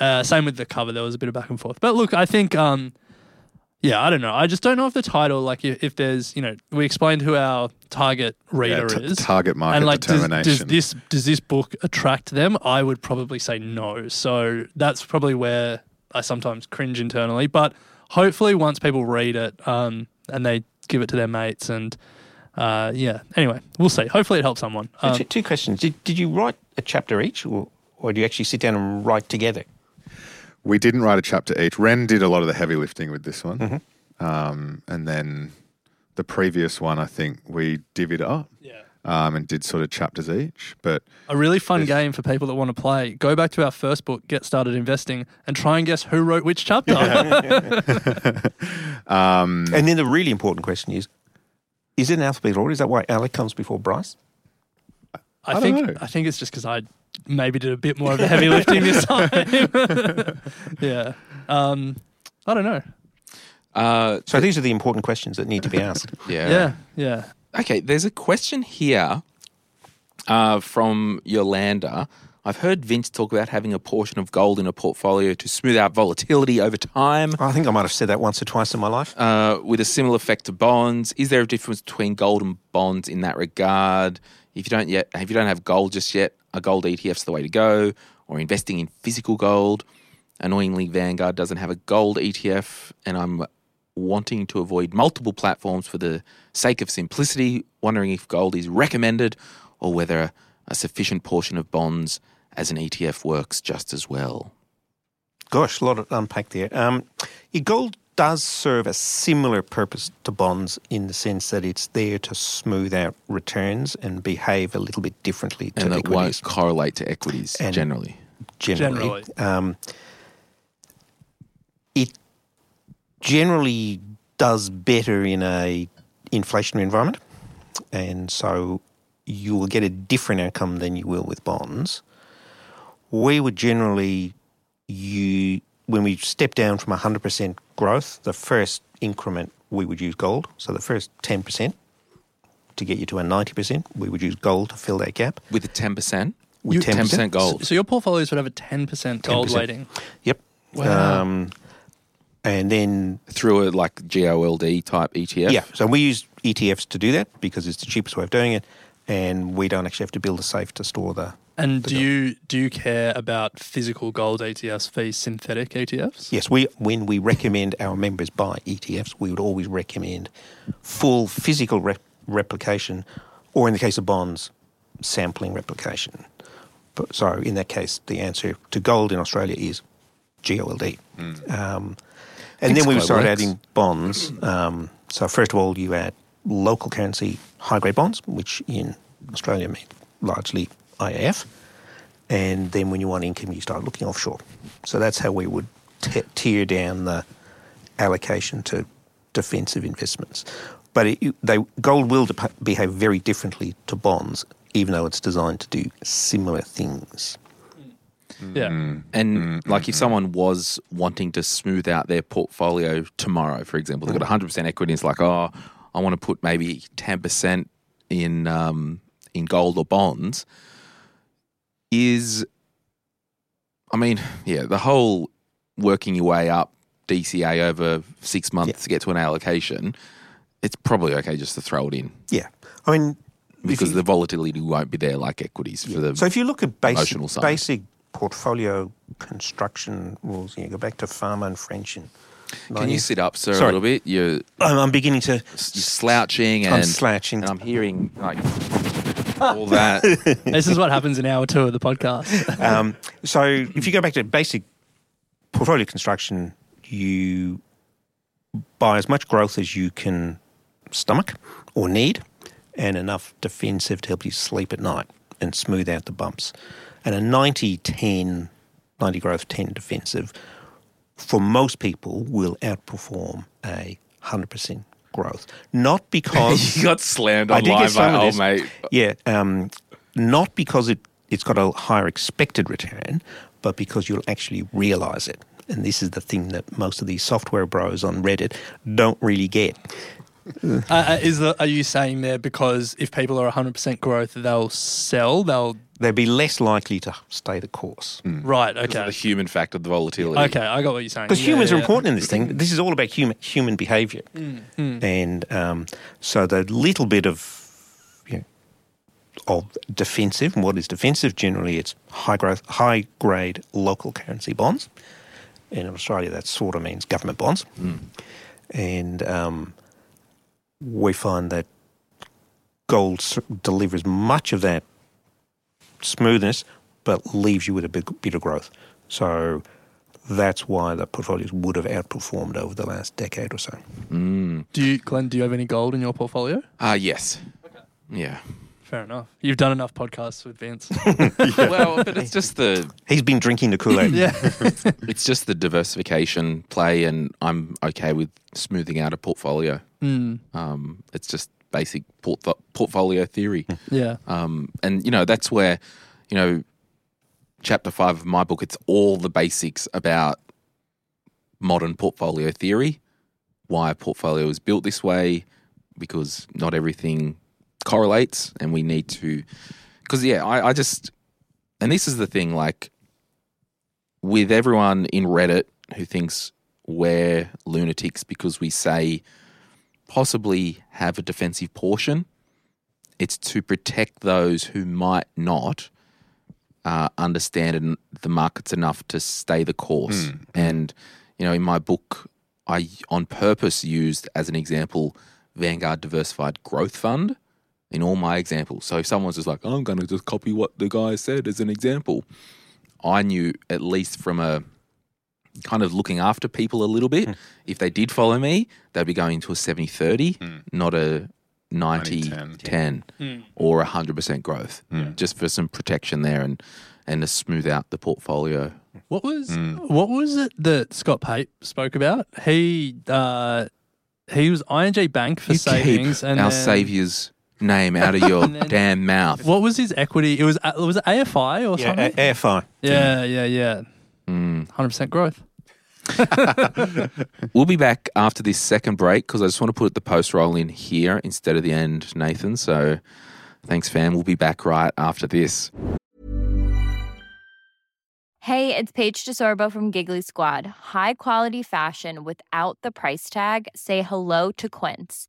D: uh, same with the cover. There was a bit of back and forth. But look, I think um, yeah, I don't know. I just don't know if the title like if, if there's you know we explained who our target reader
E: t-
D: is.
E: target market
D: and like does, does
E: determination.
D: this does this book attract them? I would probably say no. So that's probably where I sometimes cringe internally. But hopefully, once people read it um, and they give it to their mates, and uh, yeah. Anyway, we'll see. Hopefully, it helps someone. Um,
B: two, two questions. Did, did you write a chapter each, or, or do you actually sit down and write together?
E: We didn't write a chapter each. Ren did a lot of the heavy lifting with this one.
I: Mm-hmm.
E: Um, and then the previous one, I think we divvied up
D: Yeah.
E: um, and did sort of chapters each. But
D: A really fun game for people that want to play. Go back to our first book, Get Started Investing, and try and guess who wrote which chapter.
E: um,
I: Mm.
B: And then the really important question is is it an alphabet order? Is that why Alec comes before Bryce?
D: <laughs> I,
E: I don't
D: think
E: know.
D: I think it's just because I maybe did a bit more of the heavy lifting
E: <laughs>
D: this time. <laughs> yeah. Um, I don't know.
A: Uh,
B: So these are the important questions that need to be
I: <laughs>
B: asked.
A: yeah.
D: Yeah. Yeah.
A: Okay, there's a question here uh, from Yolanda. I've heard Vince talk about having a portion of gold in a portfolio to smooth out volatility over time,
B: I think I might have said that once or twice in my life.
A: uh, with a similar effect to bonds. Is there a difference between gold and bonds in that regard? If you don't yet, if you don't have gold just yet, a gold ETF's the way to go, or investing in physical gold. Annoyingly, Vanguard doesn't have a gold ETF, and I'm wanting to avoid multiple platforms for the sake of simplicity, wondering if gold is recommended or whether a sufficient portion of bonds as an ETF works just as well.
B: Gosh, a lot of unpack there. Um, your gold does serve a similar purpose to bonds in the sense that it's there to smooth out returns and that behave a little bit differently to
A: And that
B: equities
A: won't correlate to equities
B: And-
A: generally.
B: generally. Um, it generally does better in a inflationary environment, and so you will get a different outcome than you will with bonds. We would generally you when we step down from 100% growth, the first increment we would use gold. So the first 10% to get you to a 90%, we would use gold to fill that gap.
A: with a 10%.
B: With 10%?
A: 10% gold.
D: So your portfolios would have a 10% gold
B: 10%.
D: weighting.
B: Yep.
D: Wow.
B: Um, and then
A: through a like GOLD type E ETF.
B: Yeah, so we use ETFs to do that because it's the cheapest way of doing it, and we don't actually have to build a safe to store the.
D: And do you do you care about physical gold ETFs versus synthetic E ETFs?
B: Yes, we when we recommend our members buy ETFs, we would always recommend full physical rep- replication, or in the case of bonds, sampling replication. But, so in that case, the answer to gold in Australia is GOLD. Um, and
A: Thanks,
B: then we would start
A: Globex.
B: adding bonds. Um, so first of all, you add local currency high grade bonds, which in Australia means largely IAF. And then when you want income, you start looking offshore. So that's how we would t- tear down the allocation to defensive investments. But it, you- they, gold will dep behave very differently to bonds, even though it's designed to do similar things.
D: Yeah.
E: Mm.
A: And
E: Mm-hmm.
A: like if someone was wanting to smooth out their portfolio tomorrow, for example, they've got 100% equity and it's like, oh, I want to put maybe 10% in, um, in gold or bonds. Is, I mean, yeah, the whole working your way up DCA over six months to get to an allocation, it's probably okay just to throw it in
B: Yeah. I mean, if
A: because
B: you-
A: the volatility won't be there like equities for the
B: So if you look at basic,
A: emotional side.
B: basic portfolio construction rules, you know, go back to Farmer and French and.
A: Can you sit up, sir,
B: Sorry.
A: a little bit? You're,
B: I'm, I'm beginning to.
A: you're slouching and
B: I'm slouching.
A: and I'm hearing like
B: <laughs>
A: all that.
D: This is what happens in hour two of the podcast. <laughs> Uh,
B: Um, so if you go back to basic portfolio construction, you buy as much growth as you can stomach or need, and enough defensive to help you sleep at night and smooth out the bumps. And a 90 10, 90 growth, 10 defensive, for most people, will outperform a 100% growth. Not because.
A: <laughs> you got slammed
B: I
A: on
B: did get
A: live
B: some
A: by
B: of
A: old
B: this.
A: mate.
B: Yeah, um, not because it, it's got a higher expected return, but because you'll actually realize it. And this is the thing that most of these software bros on Reddit don't really get.
D: uh, uh, is the, are you saying there because if people are 100% growth, they'll sell? They'll.
B: They'd be less likely to stay the course.
D: Right.
A: The
D: Okay.
A: human factor, the volatility.
D: Okay. I got what you're saying.
B: Because
D: Yeah,
B: humans
D: yeah,
B: are
D: yeah.
B: important in this thing. This is all about human human behaviour, and um, so the little bit of you know, of defensive. And what is defensive? Generally, it's high growth, high grade local currency bonds. And in Australia, that sort of means government bonds. And um, we find that gold s- delivers much of that smoothness, but leaves you with a big bit of growth. So that's why the portfolios would have outperformed over the last decade or <laughs> so.
A: Mm.
D: Do you, Glenn? Do you have any gold in your portfolio?
A: Uh, yes. Yeah.
D: Fair enough. You've done enough podcasts with Vince.
B: <laughs>
A: well, but it's just the
B: He's been drinking the Kool
D: <laughs>
B: Aid.
D: yeah.
A: it's just the diversification play, and I'm okay with smoothing out a portfolio.
D: Mm,
A: Um, it's just basic portfo- portfolio theory.
D: yeah.
A: Um, and you know that's where, you know, chapter five of my book. It's all the basics about modern portfolio theory, why a portfolio is built this way, because not everything correlates, and we need to. Because yeah, I, I just, and this is the thing, like with everyone in Reddit who thinks we're lunatics because we say possibly have a defensive portion it's to protect those who might not uh, understand in- the markets enough to stay the course. And you know, in my book, I on purpose used as an example Vanguard Diversified Growth Fund in all my examples. So if someone's just like, "Oh, "I'm going to just copy what the guy said" as an example, I knew at least from a kind of looking after people a little bit. If they did follow me, they'd be going to a 70 30, not a 90 10,
E: 90-10.
A: or 100% growth, just for some protection there and, and to smooth out the portfolio.
D: What was
A: Hmm.
D: what was it that Scott Pape spoke about? He uh, he was ING Bank for
A: You
D: savings
A: keep
D: and
A: our
D: then-
A: saviour's
D: <laughs>
A: name out of your
D: then-
A: damn mouth.
D: What was his equity? It was uh, was it AFI or
B: Yeah, uh,
D: something?
B: a- AFI.
D: yeah, yeah, yeah.
A: Hmm.
D: Hundred percent growth.
A: We'll be back after this second break because I just want to put the post roll in here instead of the end, Nathan. So thanks, fam. We'll be back right after this.
J: Hey, it's Paige DeSorbo from Giggly Squad. High quality fashion without the price tag. Say hello to Quince.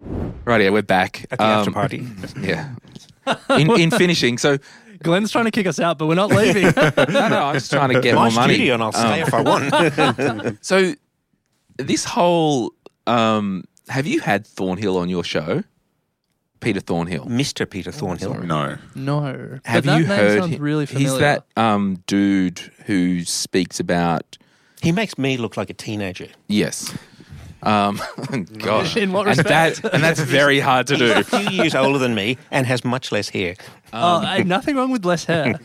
A: Right, yeah, we're back. Um,
B: At the after <laughs> party.
A: Yeah. In, in
B: <laughs>
A: finishing, so
D: Glenn's trying to kick us out, but we're not leaving.
A: no, no, I'm just trying to get
B: My
A: more money.
B: studio, and I'll stay
A: Um,
B: if I <laughs> want.
A: So, this whole um, have you had Thornhill on your show, Peter Thornhill?
B: Mr. Peter Thornhill.
E: No.
D: <laughs> no, but that
A: Have you
D: name
A: heard?
D: Sounds
A: him?
D: really familiar.
A: He's that um, dude who speaks about
B: He makes me look like a teenager.
A: yes. Um, <laughs> God,
D: <laughs> In what
A: and
D: respect?
A: that and that's very hard to do.
B: A <laughs> few years older than me and has much less hair.
D: oh,
A: um,
D: hey, nothing wrong with less
A: <laughs>
D: hair.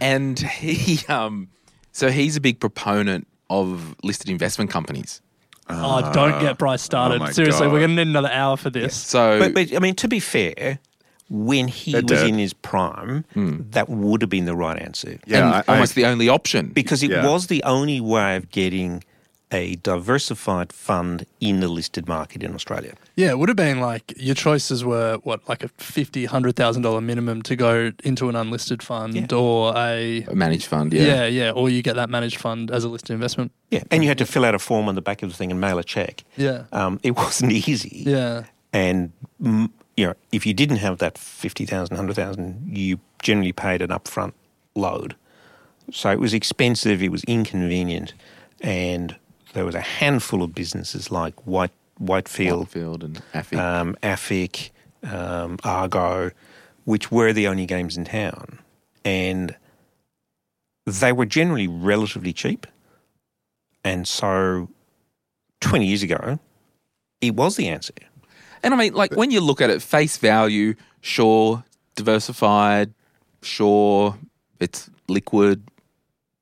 A: and he um so he's a big proponent of listed investment companies.
D: oh, don't get Bryce started.
E: oh my
D: Seriously,
E: God.
D: we're gonna need another hour for this.
A: So
B: But, but I mean, to be fair, when he
E: They're
B: was
E: dead.
B: in his prime, that would have been the right answer.
E: Hmm. Yeah,
A: and
E: I- I-
A: almost the only option.
B: Because it
E: Yeah.
B: was the only way of getting a diversified fund in the listed market in Australia.
D: Yeah, it would have been like your choices were what, like a fifty, hundred thousand dollar minimum to go into an unlisted fund or a
A: A managed fund, yeah.
D: yeah. yeah, or you get that managed fund as a listed investment.
B: Yeah. And you had to fill out a form on the back of the thing and mail a check.
D: Yeah,
B: Um, it wasn't <laughs> easy.
D: yeah,
B: And, mm, you know, if you didn't have that 50,000, 100,000, you generally paid an upfront load. So it was expensive, it was inconvenient, and there was a handful of businesses like White Whitefield,
A: Field and Affic.
B: um, AFIC, um, Argo, which were the only games in town. And they were generally relatively cheap. And so 20 years ago, it was the answer.
A: And I mean, like when you look at it, face value, sure, diversified, sure, it's liquid,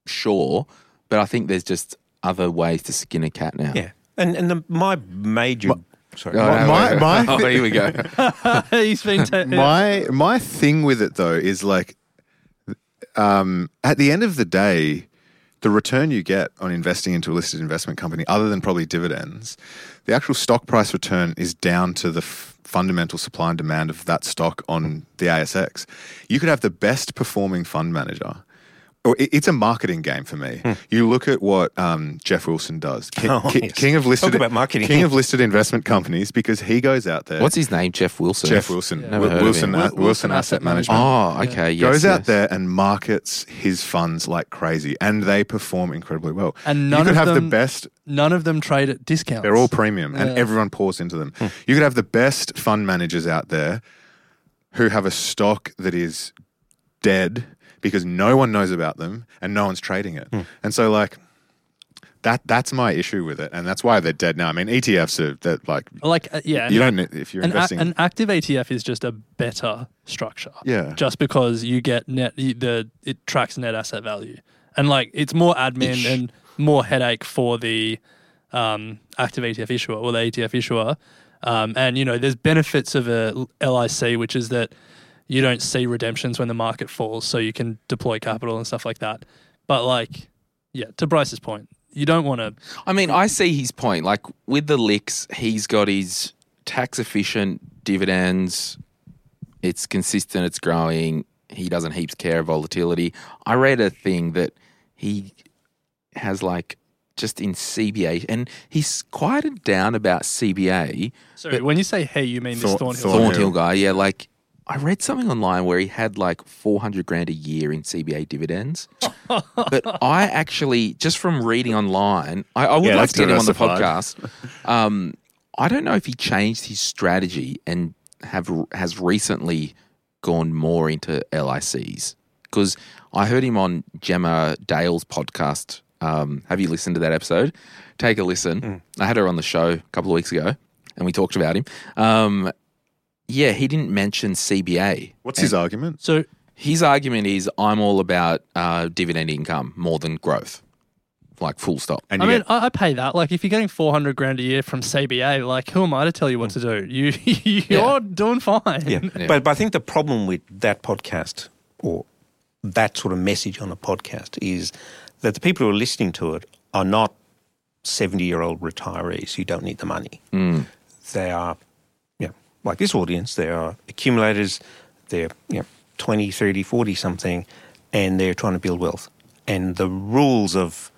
A: sure. But I think there's just other ways to skin a cat now.
B: Yeah. And, and the, my major. sorry.
A: Oh,
E: My-
A: no,
E: my-
A: wait,
E: my
A: wait. <laughs> oh,
E: thi-
A: here we go.
D: he's been ta-
E: my my thing with it though is like um, at the end of the day the return you get on investing into a listed investment company other than probably dividends the actual stock price return is down to the f- fundamental supply and demand of that stock on the ASX you could have the best performing fund manager or it- it's a marketing game for me. You look at what um, Jeff Wilson does, Ki-
B: Hmm. <laughs> Oh,
E: ki-
B: yes.
E: king of listed
B: Talk about marketing.
E: king of listed investment companies, because he goes out there.
A: What's his name? Jeff Wilson.
E: Jeff Wilson,
A: Never
E: Wil-
A: heard of
E: Wilson,
A: him.
E: uh, Wilson, Asset, Management.
A: Oh, okay. Yes,
E: goes out
A: yes.
E: there and markets his funds like crazy, and they perform incredibly well.
D: And none
E: you could
D: of
E: have
D: them,
E: the best
D: None of them trade at discounts.
E: they're all premium
D: Yeah.
E: and everyone pours into them.
A: Hmm.
E: You could have the best fund managers out there who have a stock that is dead because no one knows about them and no one's trading it.
A: Hmm.
E: And so like that that's my issue with it and that's why they're dead now. I mean ETFs are that like
D: like uh, yeah.
E: you don't need- if you're
D: an, a-
E: investing
D: an active ETF is just a better structure.
E: Yeah.
D: Just because you get net you- the it tracks net asset value and like it's more admin
A: Ish.
D: and more headache for the um, active ETF issuer or the ETF issuer. Um, and you know, there's benefits of a L- LIC, which is that you don't see redemptions when the market falls, so you can deploy capital and stuff like that. But like, yeah, to Bryce's point, you don't want to.
A: I mean, I see his point. Like with the licks, he's got his tax efficient dividends. It's consistent. It's growing. He doesn't heaps care of volatility. I read a thing that he has like just in CBA, and he's quieted down about CBA.
D: Sorry, when you say hey, you mean this
E: Thor-
D: Thornhill?
E: Thornhill.
A: Thornhill guy, yeah, like. I read something online where he had like 400 grand a year in CBA dividends.
E: <laughs>
A: but I actually, just from reading online, I, I would
E: Yeah,
A: like
E: that's
A: to get him on the
E: diversified.
A: podcast. Um, I don't know if he changed his strategy and have has recently gone more into LICs because I heard him on Gemma Dale's podcast. Um, have you listened to that episode? Take a listen.
E: Hmm.
A: I had her on the show a couple of weeks ago, and we talked about him. Um, yeah, he didn't mention CBA.
E: What's his argument?
D: So
A: His argument is I'm all about uh, dividend income more than growth, like full stop.
E: And
D: I
E: you
D: mean,
E: get-
D: I, I pay that. Like, if you're getting 400 grand a year from CBA, like, who am I to tell you what to do? You, <laughs> you're doing fine.
B: Yeah. But, but I think the problem with that podcast or that sort of message on a podcast is that the people who are listening to it are not 70 year old retirees who don't need the money. They are, yeah, like this audience, they are accumulators, they're you know, 20, 30, 40 something, and they're trying to build wealth. And the rules of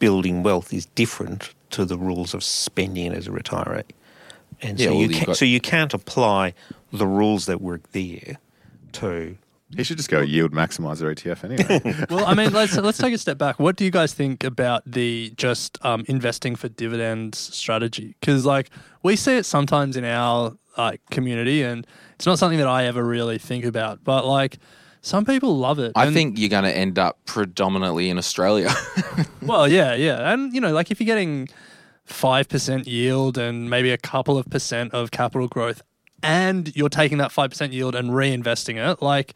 B: building wealth is different to the rules of spending it as a retiree. And
A: Yeah,
B: so
A: well,
B: you
A: you've
B: can,
A: got-
B: so you can't apply the rules that work there to
E: he should just go yield maximizer ETF <laughs> anyway.
D: <laughs> Well, I mean, let's let's take a step back. What do you guys think about the just um, investing for dividends strategy? Because like we see it sometimes in our like community, and it's not something that I ever really think about. But like, some people love it.
A: I
D: and-
A: think you're going to end up predominantly in Australia. <laughs>
D: Well, yeah, yeah. And, you know, like if you're getting 5% yield and maybe a couple of percent of capital growth and you're taking that 5% yield and reinvesting it, like,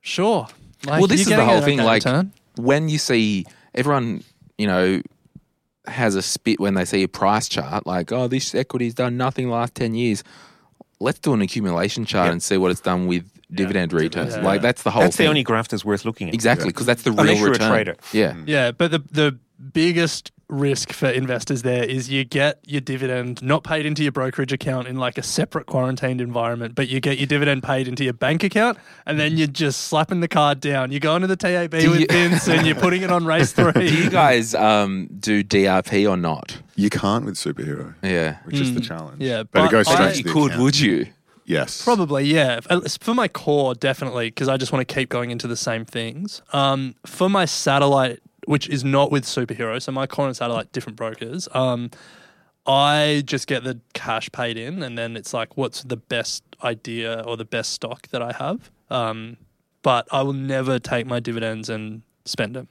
D: sure. Like,
A: well, this
D: you're
A: is the
D: getting
A: whole
D: an
A: thing.
D: okay
A: Like
D: return.
A: when you see everyone, you know, has a spit when they see a price chart, like, oh, this equity's done nothing last ten years. Let's do an accumulation chart and see what it's done with dividend returns.
D: Yeah.
A: Like that's the whole.
B: that's
A: thing.
B: the only graph that's worth looking at.
A: exactly because that's the real
B: Unless you're a
A: return.
B: trader. Mm.
A: Yeah,
D: yeah, but the, the biggest risk for investors there is you get your dividend not paid into your brokerage account in like a separate quarantined environment, but you get your dividend paid into your bank account and then you're just slapping the card down. You go into the TAB with
A: you-
D: Vince and you're putting it
A: <laughs>
D: on race three.
A: do you guys um, do DRP or not?
E: you can't with superhero,
A: Yeah,
E: which is the challenge.
D: Yeah,
E: but,
D: but
E: it goes
D: I-
E: straight to
D: You
E: the
A: could
E: account.
A: would you?
E: Yes,
D: Probably, yeah. F- at least For my core, definitely, because I just want to keep going into the same things. Um, for my satellite, which is not with superhero, so my core and satellite, different brokers. Um, I just get the cash paid in, and then it's like, what's the best idea or the best stock that I have? Um, but I will never take my dividends and spend them.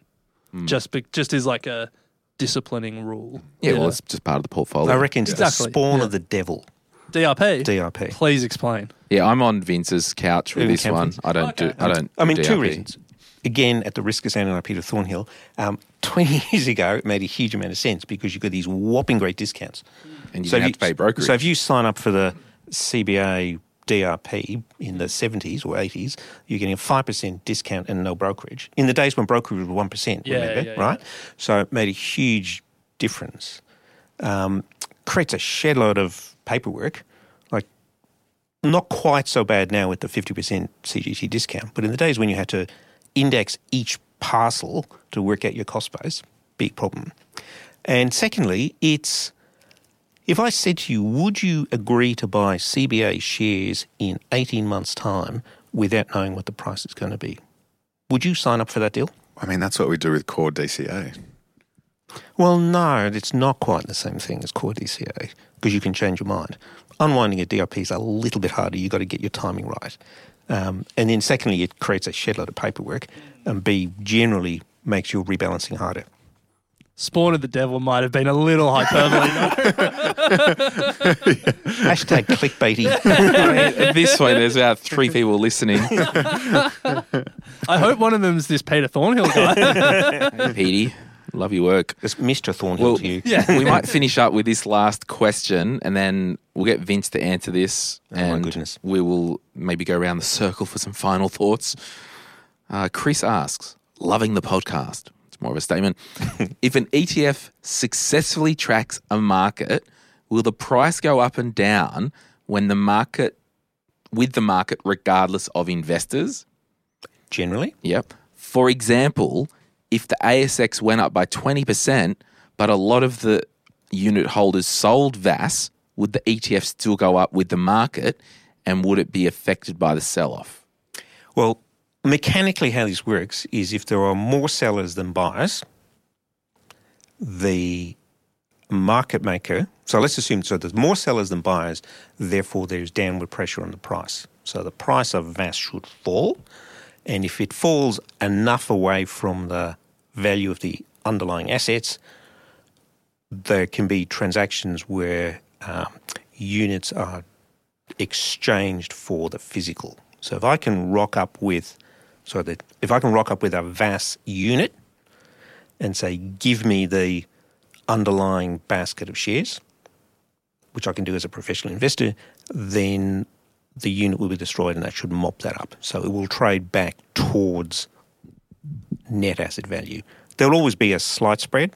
A: Hmm.
D: Just, be- just is like a disciplining rule.
A: Yeah, well, it's just part of the portfolio.
B: I reckon it's
D: Exactly,
B: the spawn
D: yeah.
B: of the devil,
D: DRP.
B: DRP.
D: Please explain.
A: Yeah, I'm on Vince's couch with
B: Even
A: this
B: Cam
A: one.
B: Vince.
A: I don't do. I don't.
B: Uh, I mean,
A: do
B: two
A: DRP.
B: reasons. Again, at the risk of sounding like Peter Thornhill, um, <laughs> 20 years ago, it made a huge amount of sense because you got these whopping great discounts.
A: And you
B: if
A: don't have to pay brokerage.
B: So if you sign up for the CBA DRP in the 70s or 80s, you're getting a 5% discount and no brokerage. In the days when brokerage was 1%,
D: Yeah,
B: remember,
D: yeah, yeah.
B: right? So it made a huge difference. Um, creates a shed load of paperwork. Like, not quite so bad now with the 50% CGT discount, but in the days when you had to index each parcel to work out your cost base. Big problem. And secondly, it's if I said to you, would you agree to buy CBA shares in 18 months' time without knowing what the price is going to be? Would you sign up for that deal?
E: I mean, that's what we do with Core DCA.
B: Well, no, it's not quite the same thing as core DCA because you can change your mind. Unwinding a DRP is a little bit harder. You've got to get your timing right. Um, and then, secondly, it creates a shedload of paperwork, and B, generally makes your rebalancing <laughs> harder.
D: Spawn of the Devil might have been a little
A: <laughs>
D: hyperbole.
B: Hashtag <laughs> clickbaity.
A: <laughs> this way, there's
B: <laughs>
A: about three people listening.
D: I hope one of them's this Peter Thornhill guy.
A: Petey, love your work.
B: It's Mr. Thornhill
A: Well,
B: to you.
D: Yeah.
B: <laughs>
A: we might finish up with this last question and then we'll get Vince to answer this.
B: Oh my
A: and
B: goodness.
A: we will maybe go around the circle for some final thoughts. Uh, Chris asks, loving the podcast. It's more of
B: <laughs>
A: a statement. if an ETF successfully tracks a market, will the price go up and down when the market, with the market, regardless of investors?
B: Generally,
A: Yep. For example, if the ASX went up by 20%, but a lot of the unit holders sold VAS, would the ETF still go up with the market and would it be affected by the sell off?
B: Well, mechanically, how this works is if there are more sellers than buyers, the market maker. So let's assume so there's more sellers than buyers, therefore there's downward pressure on the price. So the price of VAS should fall, and if it falls enough away from the value of the underlying assets, there can be transactions where um, units are exchanged for the physical. So if I can rock up with, so that if I can rock up with a VAS unit and say, give me the underlying basket of shares, which I can do as a professional investor, then the unit will be destroyed and that should mop that up. So it will trade back towards net asset value. There'll always be a slight spread,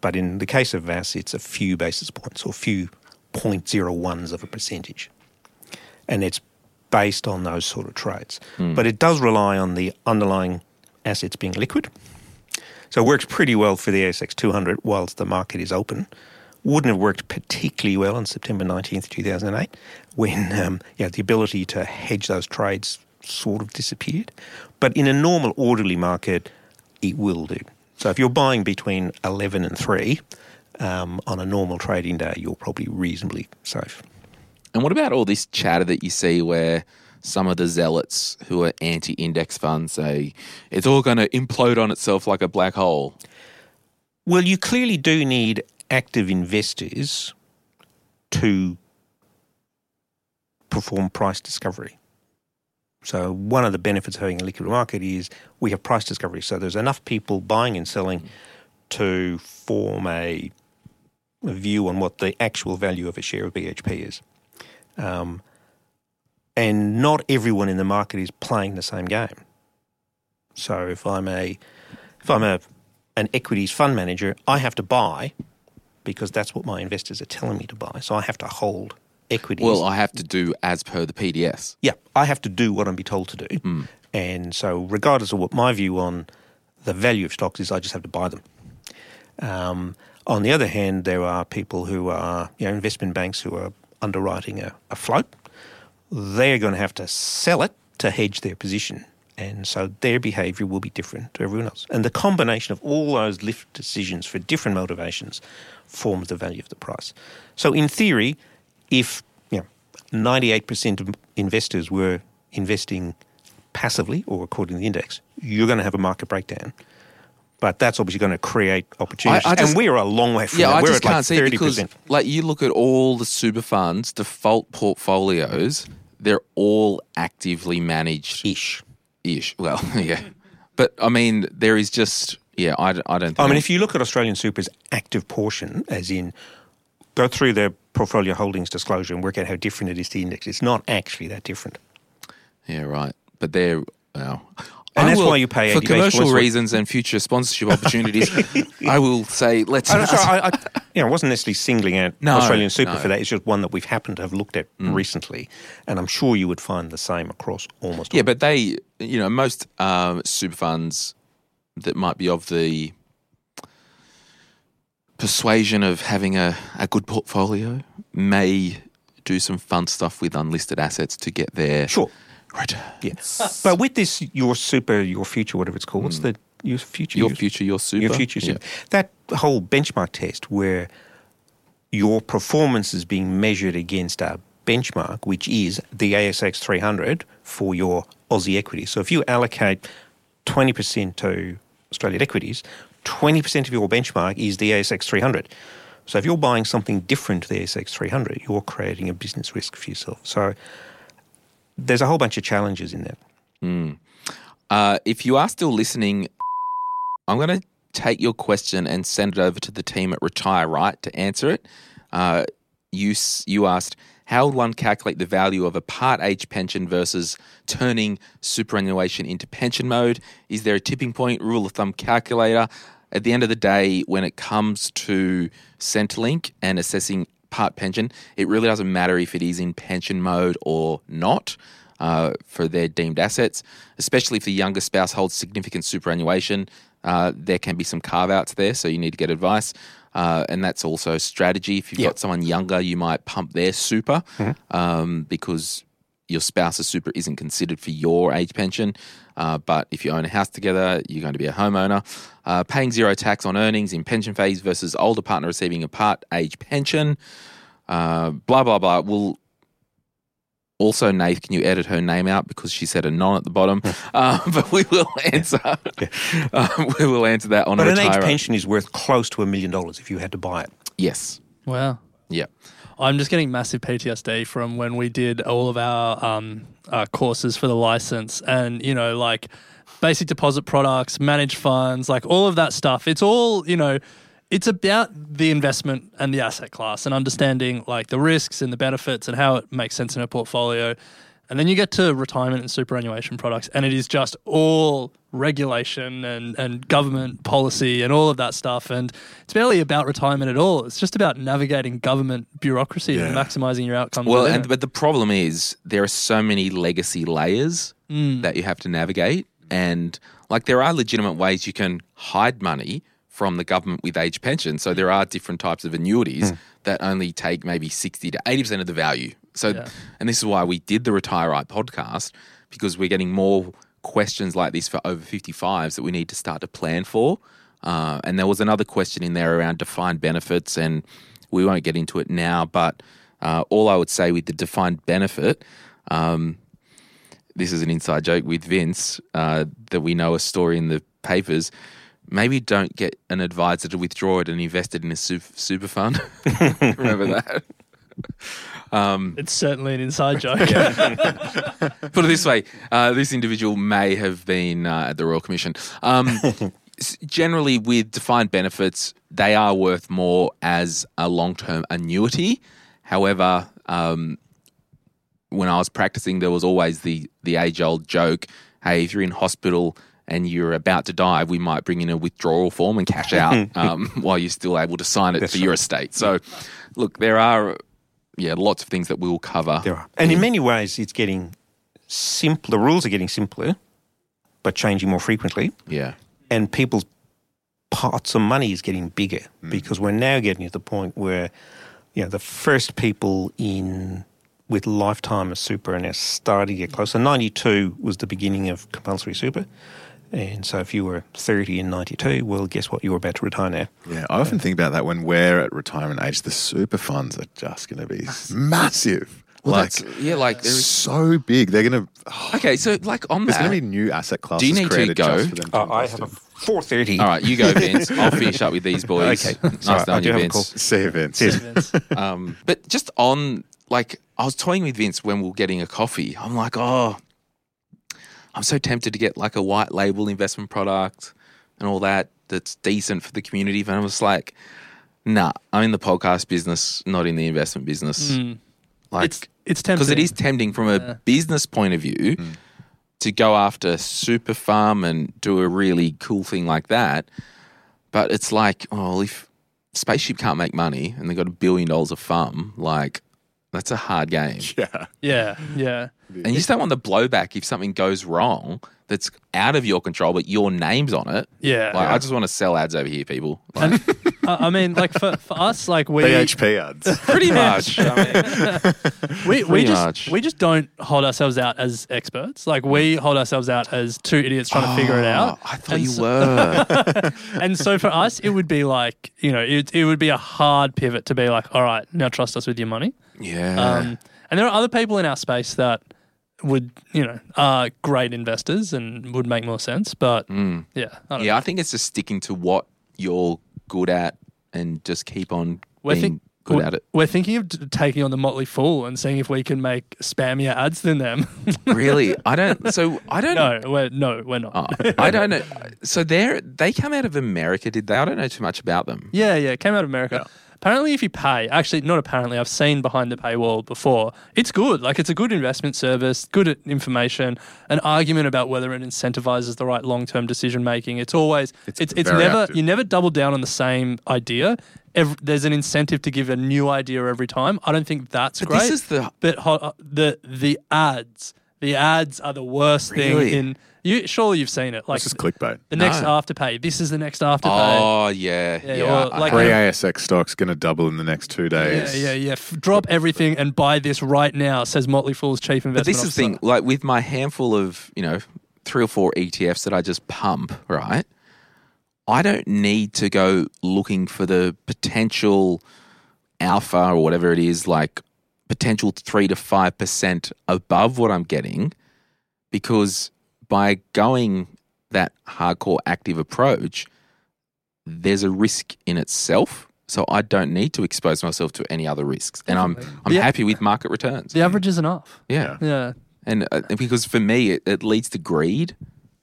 B: but in the case of VAS, it's a few basis points or few 0.01s of a percentage. And it's based on those sort of trades. But it does rely on the underlying assets being liquid. So it works pretty well for the ASX 200 whilst the market is open. Wouldn't have worked particularly well on September 19th, 2008, when um, yeah, the ability to hedge those trades sort of disappeared. But in a normal, orderly market, it will do. So if you're buying between 11 and 3 um, on a normal trading day, you're probably reasonably safe.
A: And what about all this chatter that you see where some of the zealots who are anti index funds say it's all going to implode on itself like a black hole?
B: Well, you clearly do need active investors to perform price discovery. So, one of the benefits of having a liquid market is we have price discovery. So, there's enough people buying and selling to form a, a view on what the actual value of a share of BHP is. Um, and not everyone in the market is playing the same game. So, if I'm a if I'm a an equities fund manager, I have to buy because that's what my investors are telling me to buy. So I have to hold equities.
A: Well, I have to do as per the PDS.
B: yeah, I have to do what I'm be told to do. And so, regardless of what my view on the value of stocks is, I just have to buy them. Um, on the other hand, there are people who are, you know, investment banks who are underwriting a, a float. They're going to have to sell it to hedge their position. And so their behavior will be different to everyone else. And the combination of all those lift decisions for different motivations forms the value of the price. So, in theory, if you know, 98% of investors were investing passively or according to the index, you're going to have a market breakdown. But that's obviously going to create opportunities.
A: I
B: and
A: just-
B: we're a long way from
A: Yeah,
B: that.
A: I
B: we're
A: just
B: at
A: can't
B: like
A: see it
B: 30%.
A: because like you look at all the super funds default portfolios, they're all actively managed
B: ish.
A: ish. Well, <laughs> yeah, but I mean there is just yeah, I, d- I don't. Think
B: I mean, if you look at Australian Super's active portion, as in go through their portfolio holdings disclosure and work out how different it is to the index, it's not actually that different.
A: yeah, right, but they're well.
B: And
A: I
B: that's
A: will-
B: why you pay
A: for
B: 80 basis
A: commercial
B: points.
A: reasons and future sponsorship
B: <laughs>
A: opportunities. I will say let's.
B: I'm sorry, I, I, <laughs> you know, I wasn't necessarily singling out
A: No,
B: Australian Super
A: no.
B: for that. It's just one that we've happened to have looked at recently, and I'm sure you would find the same across almost all.
A: Yeah, but they, you know, most um, super funds that might be of the persuasion of having a, a good portfolio may do some fun stuff with unlisted assets to get there.
B: Sure.
A: Right.
B: Yes. but with this, your super, your future, whatever it's called, what's the your future,
A: Your future, your super.
B: your future
A: Yeah.
B: super. That whole benchmark test where your performance is being measured against a benchmark, which is the ASX 300 for your Aussie equity. So if you allocate 20% to Australian equities, 20% of your benchmark is the ASX 300. So if you're buying something different to the ASX 300, you're creating a business risk for yourself. So there's a whole bunch of challenges in that.
A: Mm. Uh, if you are still listening, I'm going to take your question and send it over to the team at Retire Right to answer it. Uh, you s- you asked how would one calculate the value of a part age pension versus turning superannuation into pension mode? Is there a tipping point, rule of thumb calculator? At the end of the day, when it comes to Centrelink and assessing part pension, it really doesn't matter if it is in pension mode or not uh, for their deemed assets, especially if the younger spouse holds significant superannuation. Uh, there can be some carve outs there, so you need to get advice. Uh, and that's also strategy. If you've got someone younger, you might pump their super um, because your spouse's super isn't considered for your age pension. Uh, but if you own a house together, you're going to be a homeowner. Uh, paying zero tax on earnings in pension phase versus older partner receiving a part age pension. Uh, blah, blah, blah. We'll also, Nath, can you edit her name out because she said a non at
B: <laughs>
A: the bottom? um, but we will answer. <laughs> um, we will answer that on
B: but
A: a
B: an age
A: retire.
B: pension is worth close to a million dollars if you had to buy it.
A: Yes.
D: Wow.
A: Yeah.
D: I'm just getting massive PTSD from when we did all of our um, uh, courses for the license and, you know, like basic deposit products, managed funds, like all of that stuff. It's all, you know, it's about the investment and the asset class and understanding like the risks and the benefits and how it makes sense in a portfolio. And then you get to retirement and superannuation products, and it is just all regulation and, and government policy and all of that stuff. And it's barely about retirement at all. It's just about navigating government bureaucracy and maximizing your outcomes.
A: Well,
D: within
A: and,
D: it.
A: but the problem is there are so many legacy layers
D: Mm.
A: that you have to navigate, and like there are legitimate ways you can hide money from the government with age pension. So there are different types of annuities that only take maybe sixty to eighty percent of the value. So,
D: Yeah.
A: and this is why we did the Retire Right podcast because we're getting more questions like this for over 55s that we need to start to plan for. Uh, and there was another question in there around defined benefits, and we won't get into it now. But uh, all I would say with the defined benefit, um, this is an inside joke with Vince uh, that we know a story in the papers. Maybe don't get an advisor to withdraw it and invest it in a super, super fund. <laughs> Remember that. Um,
D: it's certainly an inside
A: <laughs>
D: joke.
A: Put it this way: uh, this individual may have been uh, at the Royal Commission. Um, s- generally, with defined benefits, they are worth more as a long-term annuity. However, um, when I was practicing, there was always the the age-old joke: "Hey, if you're in hospital." And you're about to die, we might bring in a withdrawal form and cash out um, while you're still able to sign it for your estate. So, look, there are, yeah, lots of things that we will cover. There
B: are. And in many ways, it's getting simpler. The rules are getting simpler, but changing more frequently.
A: Yeah.
B: And people's parts of money is getting bigger because we're now getting to the point where, you know, the first people in with lifetime of super are now starting to get closer. 92 was the beginning of compulsory super. And so if you were 30 in 92, well, guess what? You're about to retire now.
E: Yeah, I often think about that when we're at retirement age, the super funds are just going to be massive.
A: Well,
E: like,
A: that's- yeah, like there is-
E: so big. They're going to.
A: Okay, so like on
E: There's
A: that,
E: going to be new asset classes.
A: do you need to
E: created
A: go?
E: Just for them to invest in.
B: 4.30.
A: All right,
E: <laughs>
A: you go, Vince. I'll finish up with these boys.
E: Okay.
A: nice
E: Sorry, I
A: knowing
E: do
A: you,
E: have a
A: Vince.
E: call. See you, Vince. See you, Vince.
A: um, but just on, like, I was toying with Vince when we were getting a coffee. I'm like, oh, I'm so tempted to get like a white label investment product and all that that's decent for the community. But I was like, nah, I'm in the podcast business, not in the investment business.
D: Mm.
A: Like,
D: it's, it's tempting.
A: because it is tempting from a
D: Yeah.
A: business point of view to go after super farm and do a really cool thing like that. But it's like, oh, if spaceship can't make money and they've got a billion dollars of farm, like that's a hard game.
E: Yeah.
D: Yeah, yeah.
A: And you just don't want the blowback if something goes wrong that's out of your control, but your name's on it.
D: Yeah.
A: Like, I just want to sell ads over here, people. Like,
D: <laughs> And, I I mean, like for, for us, like we <laughs>
E: BHP ads.
A: pretty <laughs> much. I mean,
D: we, we
A: Pretty
D: just
A: much.
D: we just don't hold ourselves out as experts. Like we hold ourselves out as two idiots trying to figure it out.
A: Oh, I thought
D: And
A: you
D: so- <laughs>
A: were.
D: and so for us, it would be like you know, it it would be a hard pivot to be like, all right, now trust us with your money.
A: yeah.
D: Um, and there are other people in our space that would you know are great investors and would make more sense. But yeah, I don't
A: Mm. yeah, I think it's just sticking to what you're good at and just keep on
D: We're
A: being
D: think-
A: good
D: we're-
A: at it.
D: We're thinking of t- taking on the Motley Fool and seeing if we can make spammier ads than them. <laughs>
A: Really? I don't. So I don't.
D: no, we're no, we're not.
A: Oh, I don't know. So they they come out of America, did they? I don't know too much about them.
D: Yeah, yeah, it came out of America. Apparently, if you pay, actually, not apparently, I've seen behind the paywall before. It's good. Like, it's a good investment service, good at information, an argument about whether it incentivizes the right long term decision making. It's always, it's, it's,
E: very
D: never,
E: active.
D: you never double down on the same idea. Ev there's an incentive to give a new idea every time. I don't think that's
A: But
D: great.
A: this is the
D: but ho- uh, the the ads, the ads are the worst
A: Really?
D: thing in. You surely you've seen it. Like
E: This is clickbait.
D: the next uh,
A: No.
D: afterpay. This is the next afterpay.
A: oh yeah
D: Yeah,
A: yeah.
D: well,
A: I-
D: like-
E: Three ASX stocks going to double in the next two
D: Yeah,
E: days.
D: yeah, yeah. F- drop everything and buy this right now, says Motley Fool's chief investment
A: but this is the thing. Like with my handful of you know three or four ETFs that I just pump, right? I don't need to go looking for the potential alpha or whatever it is, like potential three to five percent above what I'm getting, because by going that hardcore active approach, there's a risk in itself. So I don't need to expose myself to any other risks, and I'm I'm
D: Yeah.
A: happy with market returns.
D: The average isn't off.
A: Yeah.
D: Yeah.
A: And uh, because for me, it, it leads to greed.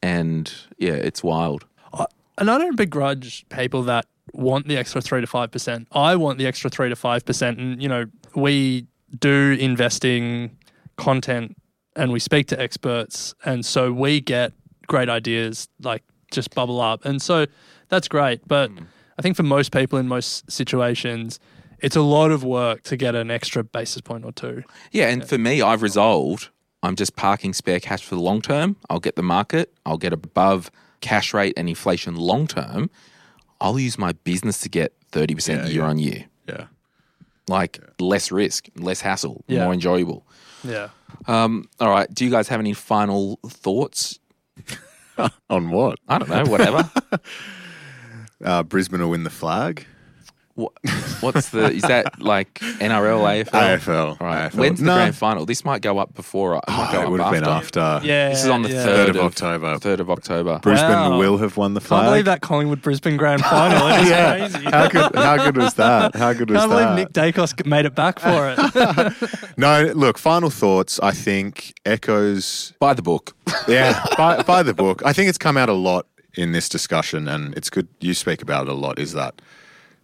A: And yeah, it's wild.
D: I, and I don't begrudge people that want the extra three to five percent. I want the extra three to five percent, and you know we do investing content, and we speak to experts, and so we get great ideas like just bubble up, and so that's great. But
A: Hmm.
D: I think for most people in most situations. It's a lot of work to get an extra basis point or two.
A: Yeah. And for me, I've resolved I'm just parking spare cash for the long term. I'll get the market, I'll get above cash rate and inflation long term. I'll use my business to get 30% year on year.
E: Yeah.
A: Like less risk, less hassle,
D: Yeah.
A: more enjoyable.
D: Yeah.
A: Um, all right. Do you guys have any final thoughts?
E: On what?
A: I don't know, whatever.
E: Uh, Brisbane will win the flag.
A: what, what's the, is that like NRL, AFL?
E: AFL.
A: All right.
E: AFL.
A: When's the
E: No.
A: grand final? This might go up before. It might go
E: Oh, it
A: up
E: would have been
A: after.
E: after.
D: Yeah.
A: This is on the
D: yeah.
A: third
E: of October.
A: Third of October.
E: Brisbane
D: Wow.
E: will have won the
D: Can't
E: flag.
D: believe that Collingwood Brisbane
A: <laughs>
D: grand final. It is
E: Yeah.
D: crazy.
E: How good, how good was that? How good was
D: Can't
E: that?
D: believe Nick Dacos made it back for
A: <laughs>
D: it.
E: No, look, final thoughts. I think echoes,
A: By the book.
E: yeah, <laughs> by, by the book. I think it's come out a lot in this discussion, and it's good you speak about it a lot. Is that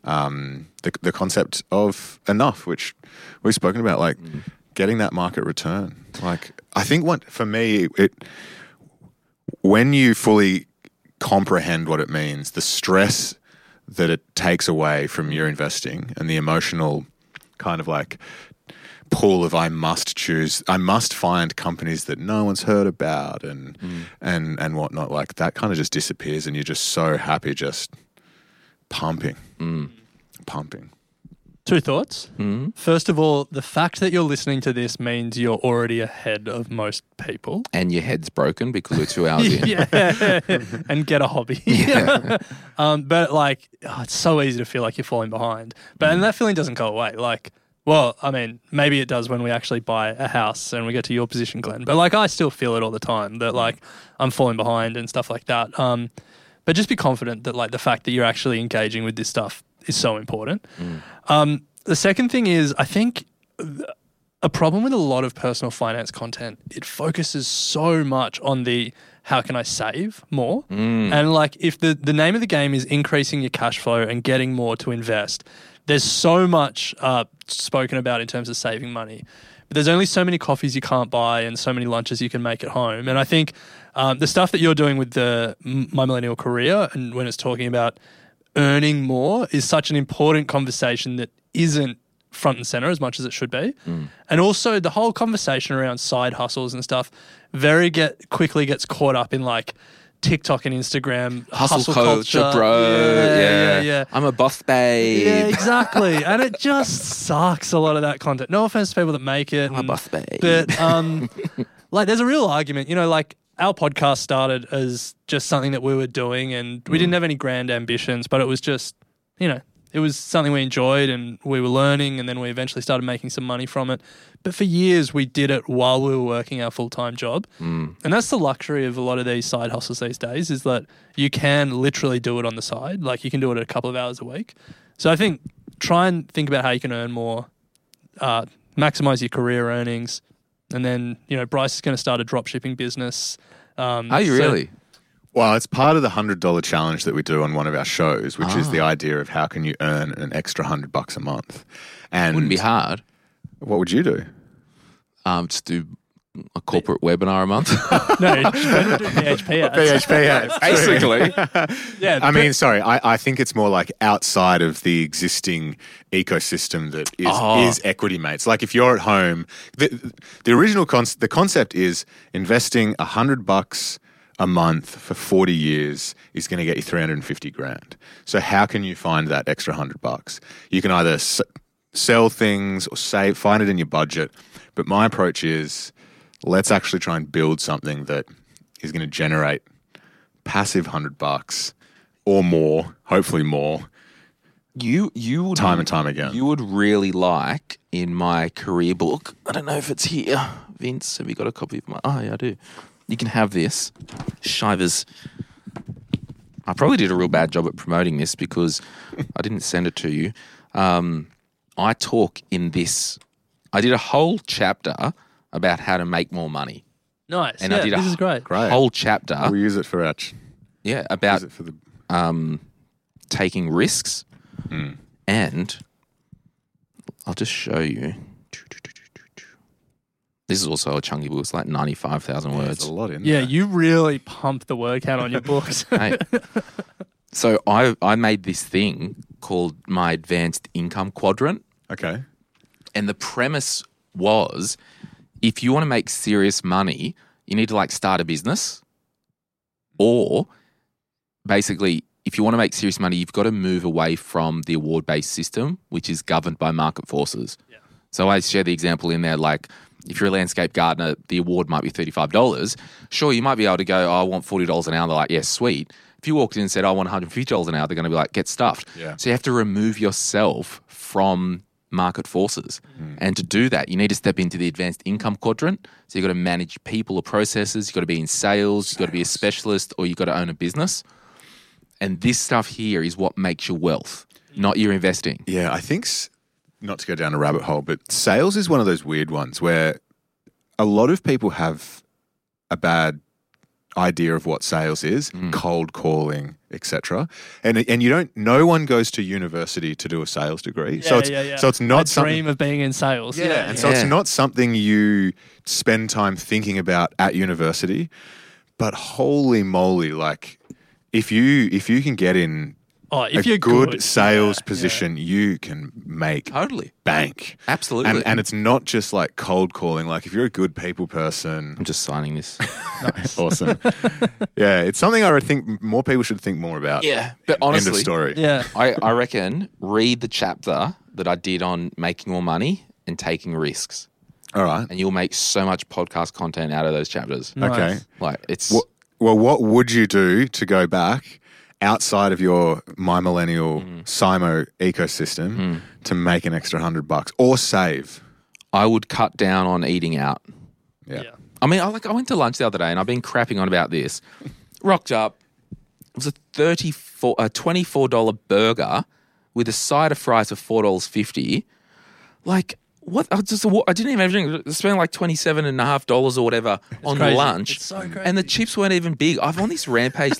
E: um, the the concept of enough, which we've spoken about, like getting that market return. Like, I think what for me it when you fully comprehend what it means, the stress that it takes away from your investing and the emotional kind of like pull of I must choose, I must find companies that no one's heard about and
A: Hmm.
E: and and whatnot. Like that kind of just disappears, and you're just so happy, just pumping,
A: Hmm.
E: pumping.
D: Two thoughts.
A: Mm-hmm.
D: First of all, the fact that you're listening to this means you're already ahead of most people.
A: And your head's broken because
E: <laughs>
A: we're two hours <laughs> in.
D: Yeah, <laughs> and get a hobby. <laughs> um, but like, oh, it's so easy to feel like you're falling behind. But and that feeling doesn't go away. Like, well, I mean, maybe it does when we actually buy a house and we get to your position, Glenn. But like, I still feel it all the time that like I'm falling behind and stuff like that. Um, but just be confident that like the fact that you're actually engaging with this stuff is so important. Um, the second thing is, I think a problem with a lot of personal finance content, it focuses so much on the how can I save more? And like if the, the name of the game is increasing your cash flow and getting more to invest, there's so much uh, spoken about in terms of saving money. But there's only so many coffees you can't buy and so many lunches you can make at home. And I think um, the stuff that you're doing with the M- My Millennial Career and when it's talking about earning more is such an important conversation that isn't front and center as much as it should be.
A: Mm.
D: And also the whole conversation around side hustles and stuff very get quickly gets caught up in like TikTok and Instagram
A: Hustle, culture,
D: culture.
A: bro. Yeah,
D: yeah, yeah.
A: I'm a buff babe.
D: Yeah, exactly. and it
A: <laughs>
D: just sucks a lot of that content. No offense to people that make it.
A: I'm a
D: and-
A: <laughs> buff babe.
D: But um, like, there's a real argument. You know, like our podcast started as just something that we were doing, and we didn't have any grand ambitions, but it was just, you know, it was something we enjoyed and we were learning, and then we eventually started making some money from it. But for years, we did it while we were working our full time job.
A: Mm.
D: And that's the luxury of a lot of these side hustles these days is that you can literally do it on the side. Like you can do it a couple of hours a week. So I think try and think about how you can earn more, uh, maximize your career earnings. And then, you know, Bryce is going to start a drop shipping business. Um,
A: Are you
D: so-
A: really?
E: Well, it's part of the hundred dollar challenge that we do on one of our shows, which is
A: Ah.
E: the idea of how can you earn an extra hundred bucks a month. And
A: Wouldn't be hard.
E: what would you do?
A: Um, just do a corporate webinar a
D: <laughs>
A: month. <laughs>
D: No, we're doing PHP ads.
E: ads. <laughs>
A: Basically.
D: Yeah.
E: I mean, sorry, I, I think it's more like outside of the existing ecosystem that is,
A: Oh.
E: is equity mates. Like if you're at home, the, the original concept, the concept is investing a hundred bucks a month for 40 years is going to get you 350 grand. So how can you find that extra hundred bucks? You can either s- sell things or save, find it in your budget. But my approach is let's actually try and build something that is going to generate passive hundred bucks or more, hopefully more,
A: you you would
E: time and time again.
A: you would really like in my career book. I don't know if it's here, Vince. Have you got a copy of my? Oh yeah, I do. You can have this, Shivers. I probably did a real bad job at promoting this because I didn't send it to you. Um, I talk in this. I did a whole chapter about how to make more money,
D: nice.
A: and
D: yeah,
A: I did a
D: this is
E: <laughs>
D: great.
E: Great.
A: whole chapter.
E: we use it for our ch-
A: Yeah,
E: use
A: about
E: it for the
A: um, taking risks.
E: Mm.
A: And I'll just show you. This is also a chunky book. It's like 95,000
E: There's
A: words.
E: a lot in
D: Yeah,
E: there.
D: you really pumped the word count on your books. <laughs>
A: Hey. so I, I made this thing called my advanced income quadrant.
E: Okay.
A: And the premise was if you want to make serious money, you need to like start a business or basically if you want to make serious money, you've got to move away from the award-based system which is governed by market forces. So I share the example in there like if you're a landscape gardener, the award might be $35. Sure, you might be able to go, oh, I want $40 an hour. They're like, yes, sweet. If you walked in and said, I want $150 an hour, they're going to be like, get stuffed.
E: Yeah.
A: So you have to remove yourself from market forces. And to do that, you need to step into the advanced income quadrant. So you've got to manage people or processes. You've got to be in sales. You've got to be a specialist or you've got to own a business. And this stuff here is what makes your wealth, not your investing.
E: Yeah, I think s- not to go down a rabbit hole, but sales is one of those weird ones where a lot of people have a bad idea of what sales is, cold calling, etc. And and you don't no one goes to university to do a sales degree. so
D: Yeah,
E: it's
D: yeah, yeah.
E: so it's not
D: I
E: something
D: dream of being in sales.
E: Yeah, and so it's
A: Yeah.
E: not something you spend time thinking about at university. But holy moly, like if you if you can get in
D: oh, if
E: a
D: you're
E: good,
D: good,
E: sales
D: yeah, yeah.
E: position, you can make
A: Totally.
E: bank.
A: Absolutely.
E: And, and it's not just like cold calling. Like if you're a good people person,
A: I'm just signing this.
D: <laughs>
E: awesome. yeah, it's something I would think more people should think more about.
A: <laughs> yeah. But
E: End of
A: honestly,
E: story.
D: Yeah.
A: I, I reckon read the chapter that I did on making more money and taking risks.
E: All right.
A: And you'll make so much podcast content out of those chapters.
E: Okay.
D: Nice.
A: Like it's
E: What, well, what would you do to go back outside of your My Millennial Simo ecosystem to make an extra hundred bucks or save?
A: I would cut down on eating out.
E: Yeah.
D: Yeah.
A: I mean, I like I went to lunch the other day and I've been crapping on about this. Rocked up. It was a thirty four a twenty four dollar burger with a side of fries for four dollars fifty. Like what? I just I didn't even have a drink. I spent like twenty seven and a half dollars or whatever on
D: crazy.
A: lunch.
D: It's so crazy.
A: And the chips weren't even big. I've on this rampage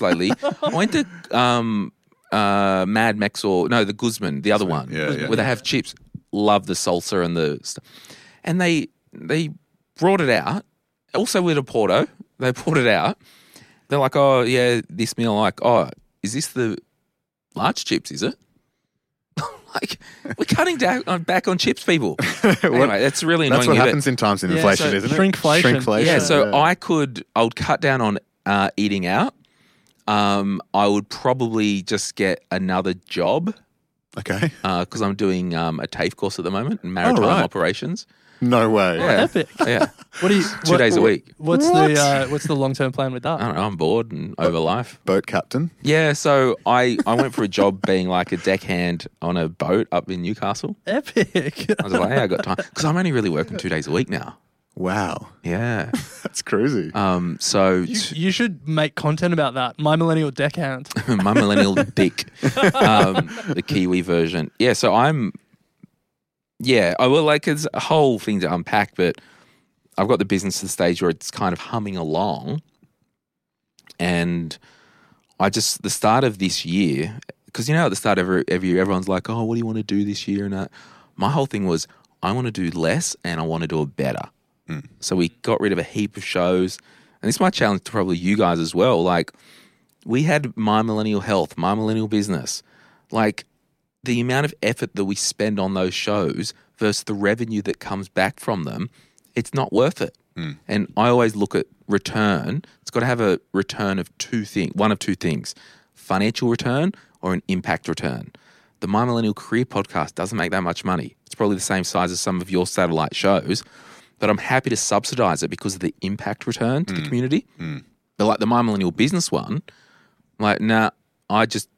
D: <laughs>
A: lately. I went to um, uh, Mad Max or no the Guzman, the other one,
E: yeah, yeah.
A: where they have chips. Love the salsa and the stuff. And they they brought it out. Also with a Porto, they <laughs> poured it out. They're like, oh yeah, this meal. Like, oh, is this the large chips? Is it? <laughs> like we're cutting down on, back on chips,
E: <laughs>
A: people. anyway, that's really annoying.
E: That's what
A: you, but-
E: happens in times in inflation, isn't it? Shrinkflation.
A: Yeah, so I could, I would cut down on uh, eating out. Um, I would probably just get another job.
E: Okay. <laughs>
A: Because uh, I'm doing um, a TAFE course at the moment in maritime
E: right.
A: operations.
E: No way.
A: Yeah.
D: Oh, Epic. <laughs>
A: Yeah.
D: What do you?
A: Two
D: what-
A: days a week. Uh,
D: What's
E: What?
D: the uh, what's the long term plan with that?
A: I don't know. I'm bored and over life.
E: Boat captain.
A: Yeah. So I, I went for a job <laughs> being like a deckhand on a boat up in Newcastle.
D: Epic. <laughs>
A: I was like, hey, I got time. Because I'm only really working two days a week now.
E: Wow.
A: Yeah.
E: That's crazy.
A: Um, so
D: You, you should make content about that. My millennial deckhand.
A: <laughs> my millennial dick, um, the Kiwi version. Yeah, so I'm, yeah, I will like it's a whole thing to unpack, but I've got the business to the stage where it's kind of humming along. And I just, the start of this year, because you know, at the start of every, every year, everyone's like, oh, what do you want to do this year? And that. my whole thing was, I want to do less and I want to do it better. So we got rid of a heap of shows. And this is my challenge to probably you guys as well. Like, we had My Millennial Health, My Millennial Business. Like the amount of effort that we spend on those shows versus the revenue that comes back from them, it's not worth it. And I always look at return. It's got to have a return of two things, one of two things financial return or an impact return. The My Millennial Career podcast doesn't make that much money. It's probably the same size as some of your satellite shows, but I'm happy to subsidize it because of the impact return to the community. But like the My Millennial Business one, like, nah, I just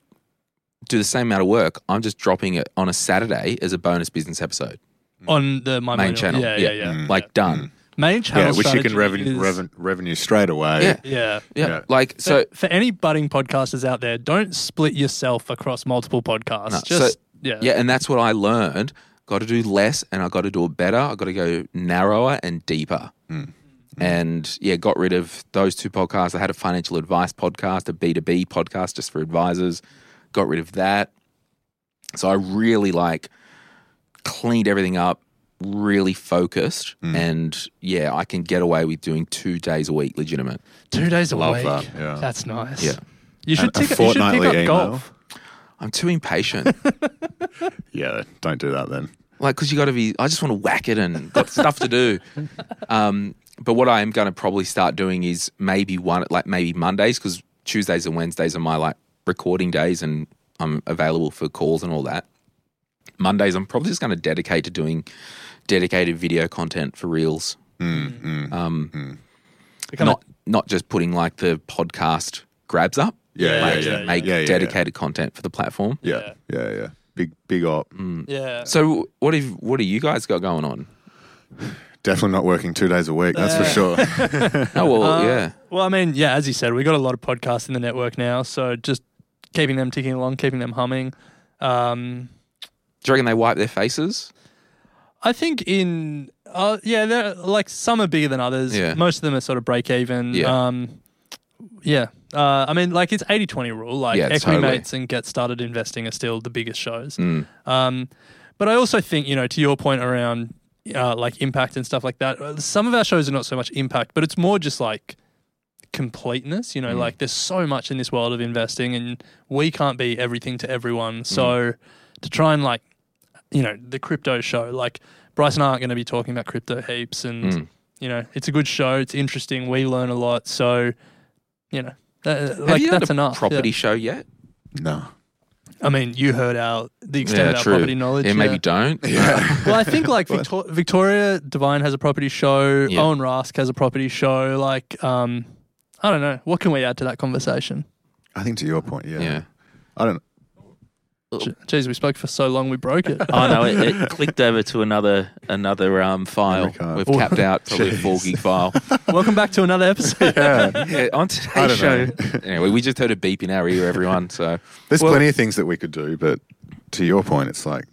A: do the same amount of work. I'm just dropping it on a Saturday as a bonus business episode.
D: on the my
A: Main
D: millennial-
A: channel.
D: Yeah, yeah, yeah.
A: Like, done.
D: Main channel.
E: Mm. yeah, which you can
D: strategy
E: revenue
D: is-
E: reven- revenue straight away.
A: Yeah.
D: Mm. Yeah.
A: Yeah.
E: Mm. Yeah.
A: Like, so,
D: So for any budding podcasters out there, don't split yourself across multiple podcasts.
A: no,
D: Just
A: so-
D: yeah.
A: Yeah. And that's what I learned. Got to do less and I got to do it better. I got to go narrower and deeper.
D: Hmm.
A: And yeah, got rid of those two podcasts. I had a financial advice podcast, a B2B podcast just for advisors. Got rid of that. So I really like cleaned everything up, really focused.
D: Hmm.
A: And yeah, I can get away with doing two days a week legitimate.
D: Two days a
E: Love
D: week.
E: that, yeah.
D: That's nice.
A: Yeah.
D: You should,
E: And a
D: pick, up- you should pick
E: fortnightly
D: up
E: email.
D: golf.
A: I'm too impatient.
E: Yeah, don't do that then.
A: like because you got to be i just want to whack it and got stuff to do um, but what i am going to probably start doing is maybe one like maybe mondays because tuesdays and wednesdays are my like recording days and i'm available for calls and all that mondays i'm probably just going to dedicate to doing dedicated video content for reels um,
D: Become a-
A: not not just putting like the podcast grabs up
E: Yeah,
A: like,
E: yeah, yeah,
A: make
E: yeah, yeah, yeah.
A: dedicated content for the platform
E: Yeah, yeah, yeah. Big, big op.
D: yeah.
A: so what have what do you guys got
E: <laughs>
A: going on
E: Definitely not working two days a week. That's for sure.
A: oh well
E: Uh,
A: yeah
D: Well, I mean, yeah, as you said, we've got a lot of podcasts in the network now, so just keeping them ticking along, keeping them humming. Um,
A: Do you reckon they wipe their faces?
D: I think in uh, yeah, they're like some are bigger than others.
A: Yeah.
D: Most of them are sort of break even.
A: Yeah.
D: Um, yeah. Uh, I mean, like it's 80-20 rule. Like
A: Yeah,
D: Equity
A: totally.
D: Mates and Get Started Investing are still the biggest shows.
A: Mm,
D: Um, but I also think you know to your point around uh, like impact and stuff like that. uh, Some of our shows are not so much impact, but it's more just like completeness.
A: Mm.
D: You know, like there's so much in this world of investing, and we can't be everything to
A: Mm.
D: everyone. So to try and like you know the crypto show, like Bryce and I aren't going to be talking about crypto heaps,
A: Mm.
D: and you know it's a good show. It's interesting. We learn a lot. So you know. that-
A: Have
D: like
A: you
D: that's
A: done a
D: enough. yeah.
A: property show yet?
E: no.
D: I mean, you heard our the extent of our property knowledge.
A: Yeah, maybe don't. <laughs> Yeah.
D: <laughs> well, I think
E: <laughs>
D: like Victor- Victoria Divine has a property show.
A: Yeah.
D: Owen Rask has a property show. Like, um, I don't know. What can we add to that conversation?
E: I think to your point, yeah.
A: yeah.
E: I don't. <laughs>
D: Je- Jeez, we spoke for so long, we broke it. <laughs>
A: Oh no, it, it clicked over to another another um, file.
E: Memory card.
A: We've capped out <laughs> probably a four gig file.
D: Welcome back to another episode.
A: yeah, on today's show. <laughs> anyway, we just heard a beep in our ear, everyone. <laughs> So
E: There's
A: Well-
E: plenty of things that we could do, but to your point, it's like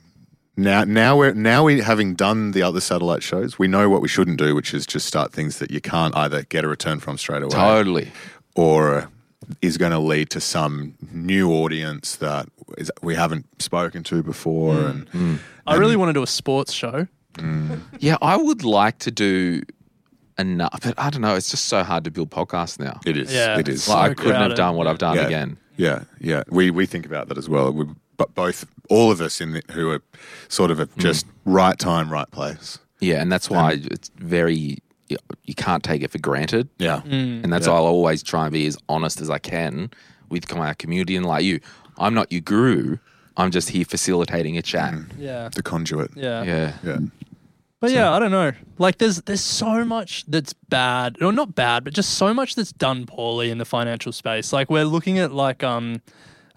E: now, now we're now we having done the other satellite shows, we know what we shouldn't do, which is just start things that you can't either get a return from straight away,
A: totally.
E: or is going to lead to some new audience that is, we haven't spoken to before,
A: Mm.
E: and
D: I really want to do a sports show.
A: Yeah, I would like to do enough, but I don't know. It's just so hard to build podcasts now.
E: it is,
D: Yeah.
E: it is.
D: So
A: Like, I couldn't have
D: crowded.
A: done what I've done
E: Yeah.
A: again.
E: Yeah, yeah. We we think about that as well. We, but both, all of us in the, who are sort of a,
A: Mm.
E: just right time, right place.
A: Yeah, and that's why it's very you, you can't take it for granted.
E: Yeah,
D: Mm.
A: and that's
E: Yeah.
A: why I'll always try and be as honest as I can with my community and like you. I'm not your guru. I'm just here facilitating a chat.
D: Yeah.
E: The Mm. conduit.
D: Yeah.
A: Mm. Yeah,
E: yeah.
D: But yeah, I don't know. Like there's there's so much that's bad. Or not bad, but just so much that's done poorly in the financial space. Like we're looking at like um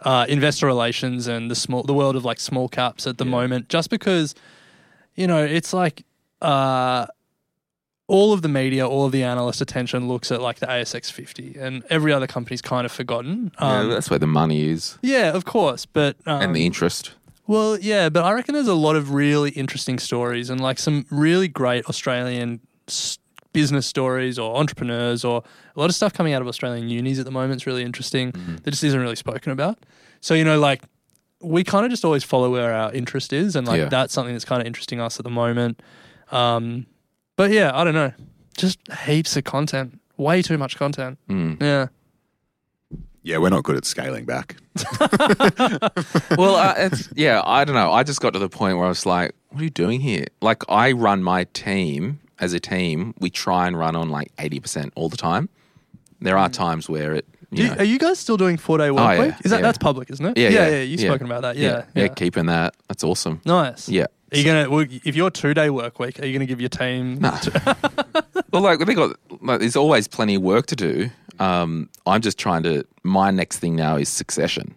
D: uh, investor relations and the small the world of like small caps at the moment just because you know, it's like uh all of the media, all of the analyst attention looks at like the ASX 50 and every other company's kind of forgotten. Um,
A: yeah
D: yeah,
A: that's where the money is
D: of course, but um,
A: and the interest.
D: well, yeah, but I reckon there's a lot of really interesting stories and like some really great Australian s- business stories or entrepreneurs or a lot of stuff coming out of Australian unis at the moment is really interesting
A: Mm-hmm.
D: that just isn't really spoken about. So, you know, like we kind of just always follow where our interest is and like
A: Yeah.
D: that's something that's kind of interesting us at the moment. Um, but yeah, I don't know. Just heaps of content, way too much content.
A: Mm.
D: Yeah.
E: Yeah, we're not good at scaling back.
A: <laughs> well, uh, it's, yeah, I don't know. I just got to the point where I was like, what are you doing here? Like, I run my team as a team. We try and run on like 80% all the time. There are times where it,
D: Do
A: you
D: you,
A: know,
D: Are you guys still doing four day work
A: Oh, yeah,
D: week? Is that
A: yeah.
D: that's public, isn't it?
A: yeah,
D: yeah.
A: yeah,
D: You've
A: yeah.
D: spoken about that.
A: yeah,
D: yeah.
A: yeah, keeping that. That's awesome.
D: Nice.
A: Yeah.
D: Are you gonna? well, If your two day work week, are you gonna give your team?
A: No. <laughs> well, like they got, like, there's always plenty of work to do. Um, I'm just trying to. My next thing now is succession.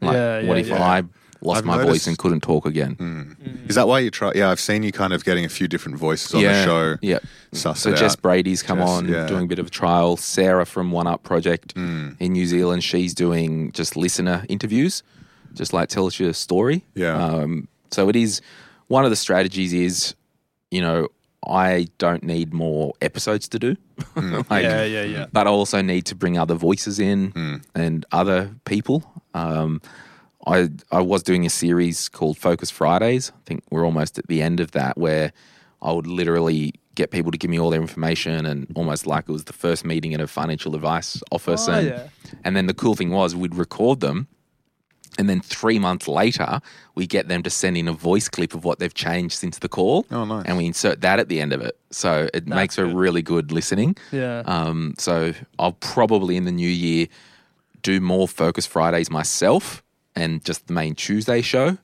A: Like,
D: Yeah,
A: what
D: yeah,
A: if
D: yeah.
A: I lost
E: I've
A: my voice
E: noticed-
A: and couldn't talk again?
D: Mm.
E: Is that why you try? Yeah, I've seen you kind of getting a few different voices on the show.
A: Yeah.
E: Suss
A: So
E: it
A: Jess
E: out.
A: Brady's come
E: Jess,
A: on,
E: yeah.
A: doing a bit of a trial. Sarah from One Up Project
E: Mm.
A: in New Zealand, she's doing just listener interviews, just like tell us your story.
E: Yeah.
A: Um, so it is one of the strategies is, you know, I don't need more episodes to do.
E: Mm.
A: <laughs> Like,
D: Yeah, yeah, yeah.
A: But I also need to bring other voices in
D: Hmm.
A: and other people. Um, I I was doing a series called Focus Fridays. I think we're almost at the end of that, where I would literally get people to give me all their information and almost like it was the first meeting in a financial advice office.
D: Oh,
A: and
D: yeah.
A: and then the cool thing was we'd record them. And then three months later, we get them to send in a voice clip of what they've changed since the call.
E: Oh, nice.
A: And we insert that at the end of it. So it makes for really good listening.
D: Yeah.
A: Um, so I'll probably in the new year do more Focus Fridays myself and just the main Tuesday show.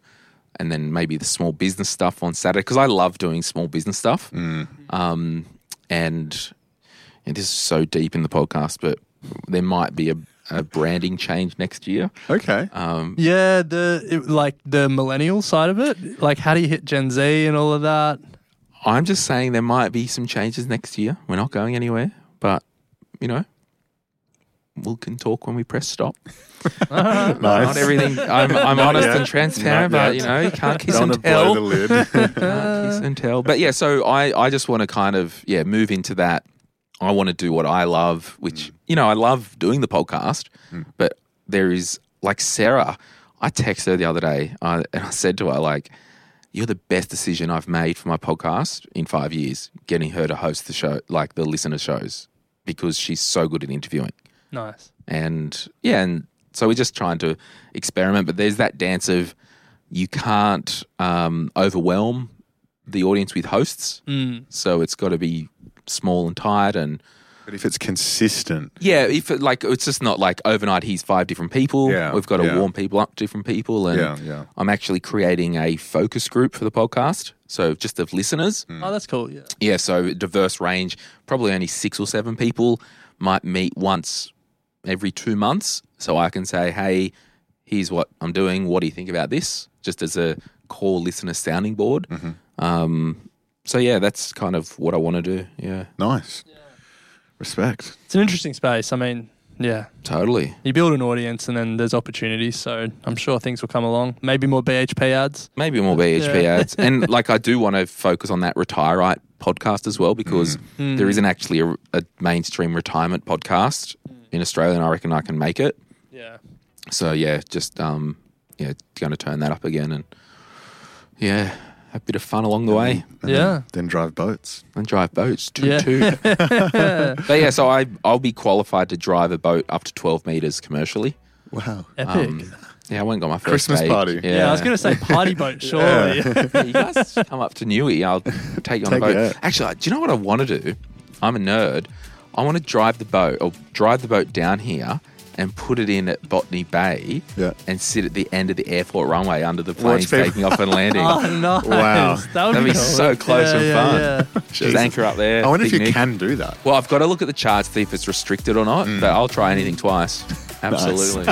A: And then maybe the small business stuff on Saturday because I love doing small business stuff.
E: Mm.
A: Um, and, and this is so deep in the podcast, but there might be a, a branding change next year.
E: Okay.
A: uh,
D: Yeah, the it, like the millennial side of it, like how do you hit Gen Z and all of that?
A: I'm just saying there might be some changes next year. We're not going anywhere, but you know, we can talk when we press stop. Not everything. I'm,
E: <laughs>
A: I'm honest and transparent,
E: Not
A: but you
E: yet.
A: know, you can't kiss
E: Don't
A: and
E: blow
A: tell.
E: the lid.
A: <laughs> Can't kiss and tell. But yeah, so I, I just want to kind of yeah move into that. I want to do what I love, which you know I love doing the podcast, but there is like Sarah. I texted her the other day I, and I said to her like, "You're the best decision I've made for my podcast in five years, getting her to host the show, like the listener shows, because she's so good at interviewing."
D: Nice.
A: and yeah, and so we're just trying to experiment. But there's that dance of you can't um, overwhelm the audience with hosts,
D: Mm.
A: so it's got to be small and tight. And
E: but if it's consistent,
A: yeah, if it, like it's just not like overnight. He's five different people.
E: Yeah,
A: we've got to
E: yeah.
A: warm people up, to different people, and
E: Yeah, yeah.
A: I'm actually creating a focus group for the podcast. So just of listeners,
D: Oh, that's cool. Yeah.
A: yeah, so a diverse range, probably only six or seven people might meet once every two months. So I can say, hey, here's what I'm doing. What do you think about this? Just as a core listener sounding board. Um, so yeah, that's kind of what I want to do. Yeah,
E: nice. Respect.
D: It's an interesting space. I mean, yeah,
A: totally.
D: you build an audience and then there's opportunities. So I'm sure things will come along. Maybe more BHP ads.
A: Maybe more BHP
D: Yeah.
A: ads. And <laughs> like I do want to focus on that retirite podcast as well because there isn't actually a, a mainstream retirement podcast in Australia and I reckon I can make it.
D: Yeah.
A: so yeah, just um, yeah, going to turn that up again, and yeah, a bit of fun along the way,
D: Yeah.
E: Then drive boats.
A: and drive boats toot
D: Yeah. <laughs>
A: toot. <laughs> but yeah, so I I'll be qualified to drive a boat up to twelve meters commercially.
E: Wow.
D: Epic.
A: Um, yeah, I went and got my first
E: Christmas
A: steak.
E: party.
D: yeah. I was going to say party
A: <laughs>
D: boat, surely.
A: Yeah, you guys come up to Newey. I'll take you on
I: Take
A: a boat.
I: it out.
A: Actually, I- do you know what I want to do? I'm a nerd. I want to drive the boat or drive the boat down here and put it in at Botany Bay
I: Yeah.
A: and sit at the end of the airport runway under the planes
E: people-
A: taking off and
D: <laughs> <laughs>
A: landing.
D: Oh, nice.
E: Wow.
D: That would
A: That'd
D: be
A: be
D: cool.
A: so close
D: Yeah,
A: and
D: yeah,
A: fun.
D: yeah.
A: Just anchor up there.
E: I wonder if you
A: picnic.
E: can do that.
A: Well, I've got to look at the charts, see if it's restricted or not, but I'll try anything twice. Absolutely.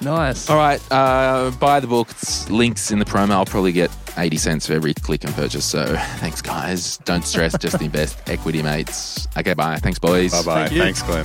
D: Nice.
A: All right, uh, buy the book. It's links in the promo. I'll probably get 80 cents for every click and purchase. So <laughs> thanks, guys. Don't stress, just invest. Equity, mates. Okay, bye. Thanks, boys.
E: Bye bye.
D: Thank you.
E: Thanks, Glenn.